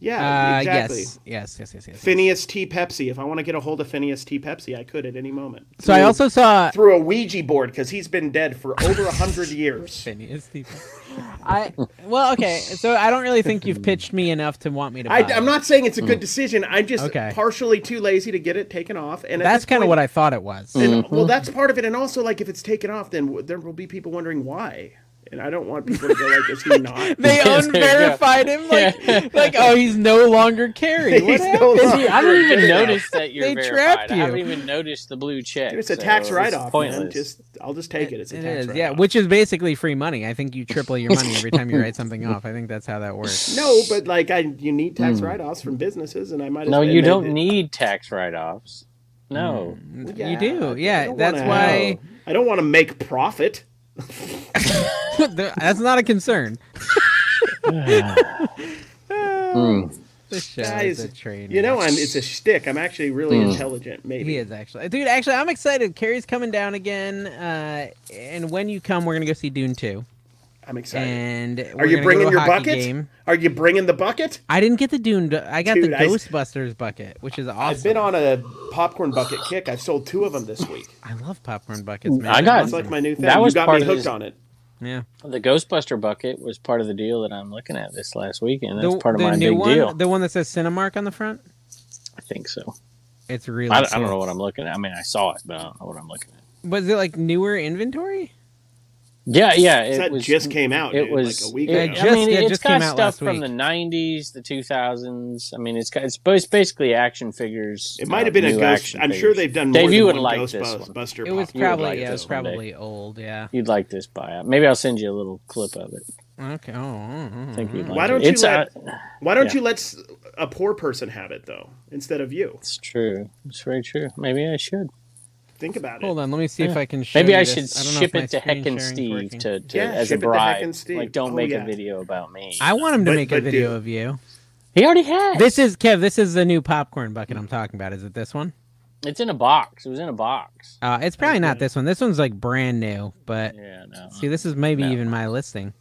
Speaker 2: Yeah,
Speaker 1: Uh,
Speaker 2: exactly.
Speaker 1: Yes, yes, yes, yes, yes.
Speaker 2: Phineas T. Pepsi. If I want to get a hold of Phineas T. Pepsi, I could at any moment.
Speaker 1: So I also saw
Speaker 2: through a Ouija board because he's been dead for over a hundred years.
Speaker 1: Phineas T. I well, okay. So I don't really think you've pitched me enough to want me to. Buy
Speaker 2: I,
Speaker 1: it.
Speaker 2: I'm not saying it's a good decision. I'm just
Speaker 1: Mm. Okay.
Speaker 2: partially too lazy to get it taken off. And at
Speaker 1: That's
Speaker 2: this
Speaker 1: kind of
Speaker 2: point-
Speaker 1: what I Mm-hmm. thought it was.
Speaker 2: And, Well, that's part of it, and also like if it's taken off, then w- there will be people wondering why, and I don't want people to go like, "Is he not?"
Speaker 1: They
Speaker 3: Yes, there you go.
Speaker 1: unverified him, like, like oh, he's no longer Carrie. What
Speaker 2: He's no
Speaker 1: happened?
Speaker 2: longer-
Speaker 3: See, I don't even notice that you're
Speaker 1: They
Speaker 3: verified.
Speaker 1: trapped
Speaker 3: I haven't
Speaker 1: you.
Speaker 3: even noticed the blue check.
Speaker 2: Dude, it's a
Speaker 3: so
Speaker 2: tax write-off. Man.
Speaker 3: Pointless.
Speaker 2: Just I'll just take it. It's a
Speaker 1: It
Speaker 2: tax
Speaker 1: is,
Speaker 2: write-off.
Speaker 1: yeah, which is basically free money. I think you triple your money every time you write something off. I think that's how that works.
Speaker 2: No, but like I, you need tax
Speaker 1: Hmm.
Speaker 2: write-offs from businesses, and I might. as
Speaker 3: No,
Speaker 2: well-
Speaker 3: you
Speaker 2: and
Speaker 3: don't
Speaker 2: then-
Speaker 3: need tax write-offs. No.
Speaker 2: Yeah,
Speaker 1: you
Speaker 2: I
Speaker 1: do,
Speaker 2: don't
Speaker 1: yeah.
Speaker 2: wanna
Speaker 1: That's why.
Speaker 2: have- I don't want to make profit.
Speaker 1: that's not a concern.
Speaker 3: Mm.
Speaker 1: This show
Speaker 2: Guys,
Speaker 1: is a train.
Speaker 2: You know,
Speaker 1: wreck.
Speaker 2: I'm. It's a shtick. I'm actually really
Speaker 3: Hmm.
Speaker 2: intelligent. Maybe.
Speaker 1: He is actually, dude. Actually, I'm excited. Carrie's coming down again, uh, and when you come, we're gonna go see Dune two.
Speaker 2: I'm excited.
Speaker 1: And
Speaker 2: Are
Speaker 1: we're gonna go
Speaker 2: you
Speaker 1: to
Speaker 2: bringing
Speaker 1: a
Speaker 2: your
Speaker 1: hockey
Speaker 2: bucket?
Speaker 1: Game.
Speaker 2: Are you bringing the bucket?
Speaker 1: I didn't get the Dune. bu- I got
Speaker 2: Dude,
Speaker 1: the
Speaker 2: I-
Speaker 1: Ghostbusters bucket, which is awesome.
Speaker 2: I've been on a popcorn bucket kick. I've sold two of them this week.
Speaker 1: I love popcorn buckets, man.
Speaker 3: I
Speaker 1: They're
Speaker 3: got-
Speaker 2: It's
Speaker 1: awesome.
Speaker 2: like my new thing.
Speaker 3: That was
Speaker 2: you got
Speaker 3: part
Speaker 2: me
Speaker 3: of
Speaker 2: hooked
Speaker 3: his-
Speaker 2: on it.
Speaker 1: yeah.
Speaker 3: The Ghostbuster bucket was part of the deal that I'm looking at this last weekend. That's
Speaker 1: the,
Speaker 3: part of
Speaker 1: the
Speaker 3: my
Speaker 1: new
Speaker 3: big
Speaker 1: one,
Speaker 3: deal.
Speaker 1: the one that says Cinemark on the front.
Speaker 3: I think so.
Speaker 1: It's really.
Speaker 3: I, I don't
Speaker 1: cool.
Speaker 3: know what I'm looking at. I mean, I saw it, but I don't know what I'm looking at.
Speaker 1: Was it like newer inventory?
Speaker 3: Yeah, yeah. It
Speaker 2: That
Speaker 3: was
Speaker 2: just came out.
Speaker 3: it
Speaker 2: dude,
Speaker 3: was
Speaker 2: like a week
Speaker 3: it-
Speaker 2: ago.
Speaker 1: just-
Speaker 3: I mean,
Speaker 1: it
Speaker 3: it's
Speaker 1: just
Speaker 3: got
Speaker 1: came out
Speaker 3: stuff
Speaker 1: last
Speaker 3: from
Speaker 1: week.
Speaker 3: the '90s, the 2000s. I mean, it's got, it's bas- basically action figures.
Speaker 2: It might
Speaker 3: uh,
Speaker 2: have been a
Speaker 3: new
Speaker 2: ghost.
Speaker 3: action
Speaker 2: I'm
Speaker 3: figures.
Speaker 2: sure they've done more
Speaker 3: Dave,
Speaker 2: than
Speaker 3: you would
Speaker 2: one
Speaker 3: like this one.
Speaker 2: Ghostbuster.
Speaker 1: It was
Speaker 2: popcorn.
Speaker 1: probably.
Speaker 3: like
Speaker 1: yeah, it
Speaker 3: this
Speaker 1: was
Speaker 3: one, Dave.
Speaker 1: probably old. Yeah.
Speaker 3: You'd like this buyout. Maybe I'll send you a little clip of it.
Speaker 1: Okay. Oh, oh, oh,
Speaker 3: I think you'd like
Speaker 2: Mm-hmm. Why
Speaker 3: it.
Speaker 2: don't you
Speaker 3: it's,
Speaker 2: let-
Speaker 3: uh,
Speaker 2: Why don't
Speaker 3: Yeah.
Speaker 2: you let s- a poor person have it though, instead of you?
Speaker 3: it's true. It's very true. Maybe I should.
Speaker 2: Think about it.
Speaker 1: Hold on. Let me see if I can. Show
Speaker 3: Maybe
Speaker 1: you
Speaker 3: I
Speaker 1: this.
Speaker 3: should
Speaker 1: I don't know
Speaker 3: ship
Speaker 1: if my
Speaker 3: it to
Speaker 1: screen
Speaker 3: Heck and
Speaker 1: sharing's
Speaker 3: Steve
Speaker 1: working.
Speaker 3: to, to
Speaker 2: Yeah,
Speaker 3: as a
Speaker 2: ship it to Heck
Speaker 3: bribe.
Speaker 2: and Steve.
Speaker 3: Like, don't
Speaker 2: Oh,
Speaker 3: make
Speaker 2: yeah.
Speaker 3: a video about me.
Speaker 1: I want him to
Speaker 2: But-
Speaker 1: make a
Speaker 2: but
Speaker 1: video
Speaker 2: dude-
Speaker 1: of you.
Speaker 3: he already has.
Speaker 1: This is Kev. This is the new popcorn bucket I'm talking about. Is it this one?
Speaker 3: It's in a box. It was in a box.
Speaker 1: Uh, it's probably not this one. This one's like brand new, but
Speaker 3: Yeah, no.
Speaker 1: See, this is maybe
Speaker 3: No.
Speaker 1: even my listing.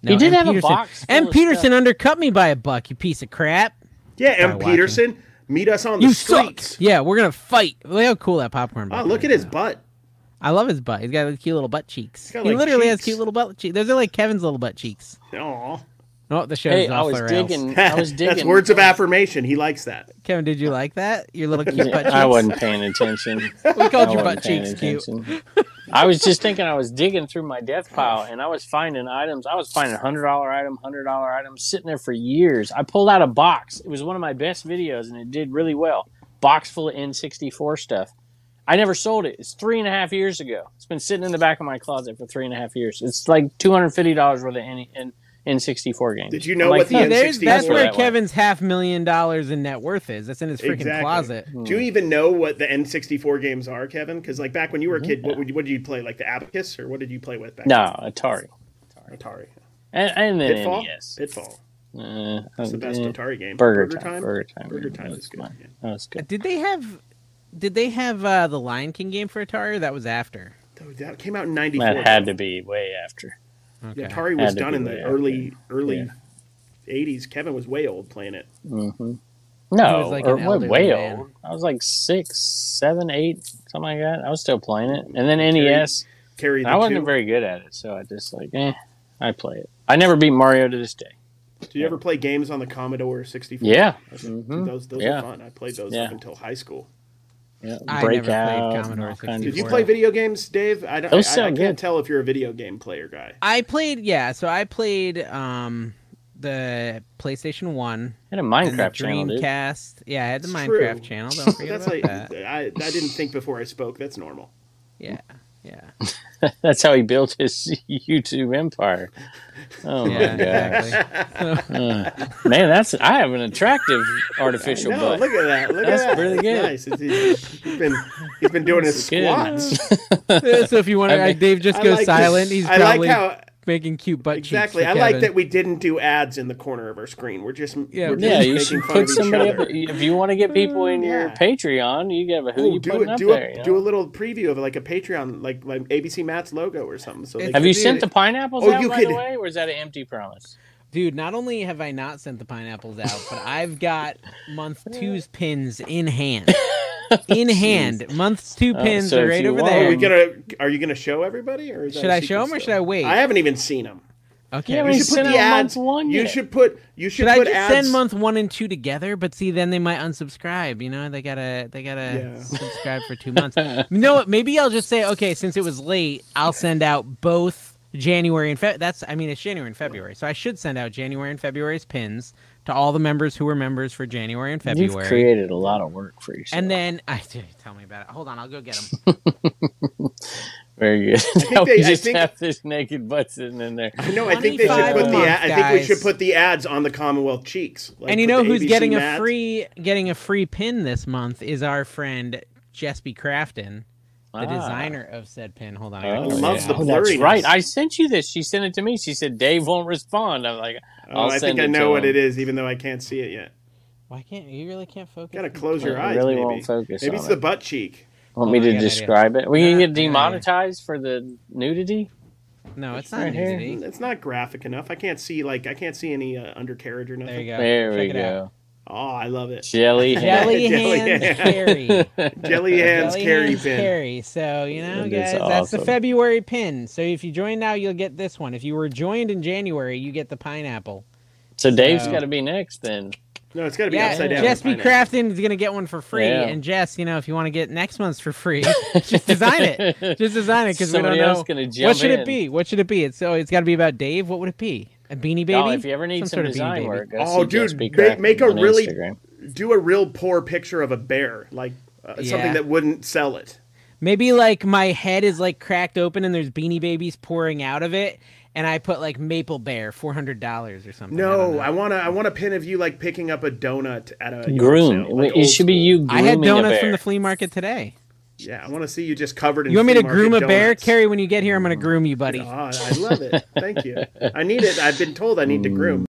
Speaker 3: He did
Speaker 1: M.
Speaker 3: have a box full
Speaker 1: M.
Speaker 3: of
Speaker 1: Peterson
Speaker 3: stuff.
Speaker 1: undercut me by a buck, you piece of crap.
Speaker 2: Yeah,
Speaker 1: By
Speaker 2: M.
Speaker 1: watching.
Speaker 2: Peterson, meet us on the
Speaker 1: You suck.
Speaker 2: streets.
Speaker 1: Yeah, we're gonna fight. Look how cool that popcorn.
Speaker 2: Oh,
Speaker 1: bucket
Speaker 2: look
Speaker 1: is.
Speaker 2: at his butt.
Speaker 1: I love his butt. He's got like, cute little butt cheeks.
Speaker 2: got,
Speaker 1: he
Speaker 2: like,
Speaker 1: literally has
Speaker 2: cheeks.
Speaker 1: cute little butt cheeks. Those are like Kevin's little butt cheeks.
Speaker 2: Aw.
Speaker 1: Oh, the show's
Speaker 3: hey,
Speaker 1: off
Speaker 3: I was
Speaker 1: the rails.
Speaker 3: digging. I was digging.
Speaker 2: That's words of affirmation. He likes that.
Speaker 1: Kevin, did you like that? Your little cute butt cheeks.
Speaker 3: I wasn't paying attention.
Speaker 1: We called
Speaker 3: I
Speaker 1: your
Speaker 3: wasn't
Speaker 1: butt
Speaker 3: paying
Speaker 1: cheeks cute.
Speaker 3: attention. I was just thinking I was digging through my death pile and I was finding items. I was finding hundred dollar item, hundred dollar items sitting there for years. I pulled out a box. It was one of my best videos and it did really well. Box full of N sixty four stuff. I never sold it. It's three and a half years ago. It's been sitting in the back of my closet for three and a half years. It's like two hundred fifty dollars worth of any N N sixty four games.
Speaker 2: Did you know
Speaker 3: I'm
Speaker 2: what
Speaker 3: like,
Speaker 2: the
Speaker 1: No, there's,
Speaker 2: N64
Speaker 1: that's
Speaker 3: was
Speaker 1: where
Speaker 3: that way.
Speaker 1: Kevin's half million dollars in net worth is. That's in his freaking
Speaker 2: Exactly.
Speaker 1: closet.
Speaker 3: Hmm.
Speaker 2: Do you even know what the N64 games are, Kevin? Because like back when you were a
Speaker 3: Mm-hmm.
Speaker 2: kid, what would you, what did you play? Like the Abacus, or what did you play with back?
Speaker 3: No, E Atari.
Speaker 2: then? Atari.
Speaker 3: And, and then
Speaker 2: Pitfall.
Speaker 3: NES.
Speaker 2: Pitfall.
Speaker 3: Uh,
Speaker 2: It's the best
Speaker 3: uh,
Speaker 2: Atari game.
Speaker 3: Burger, time. Burger time.
Speaker 2: Burger Time is good,
Speaker 3: mine.
Speaker 2: yeah.
Speaker 3: That was Oh, good.
Speaker 1: Did they have? Did they have uh, the Lion King game for Atari? Or that was after.
Speaker 2: Though That came out in '94.
Speaker 3: That had to be way after.
Speaker 1: Okay.
Speaker 2: The Atari
Speaker 3: Had
Speaker 2: was
Speaker 3: to
Speaker 2: done
Speaker 3: be
Speaker 2: in the
Speaker 3: way
Speaker 2: early early
Speaker 3: Yeah.
Speaker 2: '80s. Kevin was way old playing it.
Speaker 3: Mm-hmm.
Speaker 1: He
Speaker 3: No,
Speaker 1: was like
Speaker 3: or
Speaker 1: an
Speaker 3: way-
Speaker 1: elderly
Speaker 3: way
Speaker 1: man.
Speaker 3: old. I was like six, seven, eight, something like that. I was still playing it, and then NES.
Speaker 2: Carry the
Speaker 3: I wasn't
Speaker 2: two.
Speaker 3: very good at it, so I just like, eh, I play it. I never beat Mario to this day.
Speaker 2: Did you ever play games on the Commodore 64?
Speaker 3: Yeah,
Speaker 2: Dude,
Speaker 3: mm-hmm.
Speaker 2: those those
Speaker 3: Yeah.
Speaker 2: were fun. I played those
Speaker 3: Yeah.
Speaker 2: up until high school.
Speaker 3: yeah.
Speaker 1: I never played
Speaker 3: Breakout. and
Speaker 1: Commodore
Speaker 3: all kinds of
Speaker 2: Did you
Speaker 1: 64.
Speaker 3: stuff.
Speaker 2: play video games, Dave? I don't.
Speaker 3: Those
Speaker 2: I, I,
Speaker 3: sound
Speaker 2: can't
Speaker 3: good.
Speaker 2: tell if you're a video game player guy.
Speaker 1: I played. Yeah, so I played um, the PlayStation One
Speaker 3: I had a
Speaker 1: and the
Speaker 3: Minecraft channel, dude.
Speaker 1: Dreamcast. yeah, I had the
Speaker 2: It's
Speaker 1: Minecraft
Speaker 2: true.
Speaker 1: channel. Don't forget
Speaker 2: That's
Speaker 1: about
Speaker 2: like
Speaker 1: that.
Speaker 2: I, I didn't think before I spoke. That's normal.
Speaker 1: Yeah, yeah,
Speaker 3: That's how he built his YouTube empire. Oh
Speaker 1: yeah.
Speaker 3: my god,
Speaker 1: Exactly. So-
Speaker 3: man, that's I have an attractive artificial
Speaker 2: No,
Speaker 3: butt.
Speaker 2: look at that. Look
Speaker 3: That's
Speaker 2: at that.
Speaker 3: really
Speaker 2: It's
Speaker 3: good.
Speaker 2: Nice. It's, he's, he's been he's been doing his
Speaker 3: That's good.
Speaker 2: squats.
Speaker 1: so, if you want to,
Speaker 3: I mean-
Speaker 1: Dave just
Speaker 2: I
Speaker 1: goes
Speaker 2: like this-
Speaker 1: silent. He's
Speaker 2: I like
Speaker 1: probably
Speaker 2: how-
Speaker 1: making cute butt cheeks
Speaker 2: Exactly.
Speaker 1: for
Speaker 2: I like
Speaker 1: Kevin.
Speaker 2: that we didn't do ads in the corner of our screen. We're just
Speaker 1: Yeah.
Speaker 2: we're just
Speaker 3: Yeah, you
Speaker 2: making
Speaker 3: should
Speaker 2: fun
Speaker 3: put
Speaker 2: of each
Speaker 3: somebody
Speaker 2: other. Mm,
Speaker 3: up. If you want to get people in your
Speaker 2: Yeah.
Speaker 3: Patreon, you gotta who
Speaker 2: Ooh,
Speaker 3: you
Speaker 2: do
Speaker 3: putting
Speaker 2: a,
Speaker 3: up
Speaker 2: do,
Speaker 3: there.
Speaker 2: a,
Speaker 3: you know?
Speaker 2: do a little preview of like a Patreon, like like ABC Matt's logo or something. So they
Speaker 1: It's-
Speaker 3: have
Speaker 2: can-
Speaker 3: you
Speaker 1: Dude.
Speaker 3: sent the pineapples
Speaker 2: Oh,
Speaker 3: out
Speaker 2: you
Speaker 3: by the
Speaker 2: could-
Speaker 3: way, or is that an empty promise?
Speaker 1: Dude, not only have I not sent the pineapples out, but I've got month two's pins in hand. In hand. Month two
Speaker 3: Oh,
Speaker 1: pins
Speaker 3: so
Speaker 1: are
Speaker 3: if
Speaker 1: right
Speaker 3: you
Speaker 1: over
Speaker 3: want-
Speaker 2: are
Speaker 1: there.
Speaker 2: we gonna are you gonna show everybody or is that
Speaker 1: Should
Speaker 2: a
Speaker 1: I show
Speaker 2: secret
Speaker 1: them or
Speaker 2: still?
Speaker 1: should I wait?
Speaker 2: I haven't even seen them.
Speaker 1: okay.
Speaker 3: Yeah,
Speaker 1: we
Speaker 3: we
Speaker 1: should-
Speaker 2: You should put
Speaker 3: sent
Speaker 2: the
Speaker 3: them month
Speaker 2: ads.
Speaker 3: one
Speaker 2: you
Speaker 3: yet.
Speaker 2: should put you should
Speaker 1: should I
Speaker 2: put
Speaker 1: just
Speaker 2: ads.
Speaker 1: send month one and two together? But see, then they might unsubscribe. You know, they gotta they gotta
Speaker 2: Yeah.
Speaker 1: subscribe for two months. no, what, maybe I'll just say okay. Since it was late, I'll send out both January and Feb. That's I mean it's January and February, so I should send out January and February's pins to all the members who were members for January and February.
Speaker 3: You've created a lot of work for yourself.
Speaker 1: And then I tell me about it. Hold on, I'll go get them.
Speaker 3: very good. Now
Speaker 2: they-
Speaker 3: we
Speaker 2: I
Speaker 3: just
Speaker 2: think-
Speaker 3: have this naked butt sitting in there.
Speaker 2: I know. I think they
Speaker 1: 25
Speaker 2: should put the.
Speaker 1: a
Speaker 2: Ad, I
Speaker 1: month,
Speaker 2: think we should
Speaker 1: guys.
Speaker 2: put the ads on the Commonwealth cheeks. Like,
Speaker 1: and you
Speaker 2: put
Speaker 1: know
Speaker 2: the
Speaker 1: who's
Speaker 2: ABC
Speaker 1: getting a
Speaker 2: Matt's-
Speaker 1: free getting a free pin this month is our friend Jespy Crafton, the
Speaker 3: Ah.
Speaker 1: designer of said pin. Hold on, I
Speaker 3: Oh,
Speaker 1: gotta
Speaker 2: He
Speaker 1: go
Speaker 2: loves
Speaker 3: yeah.
Speaker 2: the
Speaker 3: Oh, that's
Speaker 2: blurriness.
Speaker 3: right. I sent you this. She sent it to me. She said Dave won't respond. I'm like,
Speaker 2: Oh,
Speaker 3: I'll
Speaker 2: I
Speaker 3: send
Speaker 2: think I
Speaker 3: it
Speaker 2: know
Speaker 3: to
Speaker 2: what
Speaker 3: him.
Speaker 2: it is, even though I can't see it yet.
Speaker 1: Why can't you really can't focus?
Speaker 2: Gotta close your
Speaker 3: It
Speaker 2: eyes.
Speaker 3: really
Speaker 2: maybe.
Speaker 3: won't focus
Speaker 2: Maybe
Speaker 3: on
Speaker 2: it's
Speaker 3: it.
Speaker 2: the butt cheek.
Speaker 3: Want
Speaker 1: Hold on, I
Speaker 3: me to
Speaker 1: got an idea.
Speaker 3: describe it? We
Speaker 1: Yeah,
Speaker 3: can
Speaker 1: I
Speaker 3: get
Speaker 1: got an idea.
Speaker 3: demonetized for the nudity.
Speaker 1: No, it's not
Speaker 3: right here.
Speaker 1: nudity.
Speaker 2: It's not graphic enough. I can't see like I can't see any uh, undercarriage or nothing.
Speaker 1: There you go.
Speaker 3: There
Speaker 1: Check
Speaker 3: we
Speaker 1: it
Speaker 3: go.
Speaker 1: out.
Speaker 2: Oh, I love it.
Speaker 3: Jelly.
Speaker 1: Jelly
Speaker 2: Jelly
Speaker 1: hands
Speaker 2: hands.
Speaker 1: carry.
Speaker 2: Jelly hands
Speaker 1: Jelly
Speaker 2: carry
Speaker 1: hands
Speaker 2: pin.
Speaker 1: carry. So you know,
Speaker 3: That
Speaker 1: guys,
Speaker 3: is
Speaker 1: that's the
Speaker 3: awesome.
Speaker 1: February pin. So if you join now, you'll get this one. If you were joined in January, you get the pineapple.
Speaker 3: So Dave's
Speaker 1: So-
Speaker 3: got to be next then.
Speaker 2: No, it's got to be
Speaker 1: yeah,
Speaker 2: upside down.
Speaker 1: Jess B.
Speaker 2: Fine.
Speaker 1: Crafton is gonna get one for free,
Speaker 3: Yeah.
Speaker 1: and Jess, you know, if you want to get next month's for free, just design it. Just design it because we don't
Speaker 3: Somebody else
Speaker 1: know.
Speaker 3: gonna
Speaker 1: what
Speaker 3: jump
Speaker 1: should
Speaker 3: in.
Speaker 1: it be? What should it be? It's so it's got to be about Dave. What would it be? A beanie baby?
Speaker 3: Y'all, if you ever need some,
Speaker 1: sort of Beanie
Speaker 3: design
Speaker 1: Baby.
Speaker 3: work, go
Speaker 2: Oh,
Speaker 3: see Jess
Speaker 2: dude,
Speaker 3: B.
Speaker 2: make, make a
Speaker 3: Crafton on
Speaker 2: really
Speaker 3: Instagram.
Speaker 2: do a real poor picture of a bear, like uh,
Speaker 1: Yeah.
Speaker 2: something that wouldn't sell it.
Speaker 1: Maybe like my head is like cracked open and there's beanie babies pouring out of it, and I put like maple bear four hundred dollars or something. I don't
Speaker 2: No,
Speaker 1: know.
Speaker 2: I want to. I want a pin of you like picking up a donut at a yard
Speaker 3: groom.
Speaker 2: sale, like
Speaker 3: it
Speaker 2: old
Speaker 3: should be
Speaker 2: school.
Speaker 3: you grooming
Speaker 1: I had
Speaker 3: a
Speaker 1: donuts
Speaker 3: bear.
Speaker 1: from the flea market today.
Speaker 2: Yeah, I want to see you just covered in.
Speaker 1: You want me
Speaker 2: flea
Speaker 1: to groom a
Speaker 2: market
Speaker 1: bear,
Speaker 2: donuts.
Speaker 1: Carrie? When you get here, I'm gonna groom you, buddy.
Speaker 2: Oh, I love it. Thank you. I need it. I've been told I need to groom.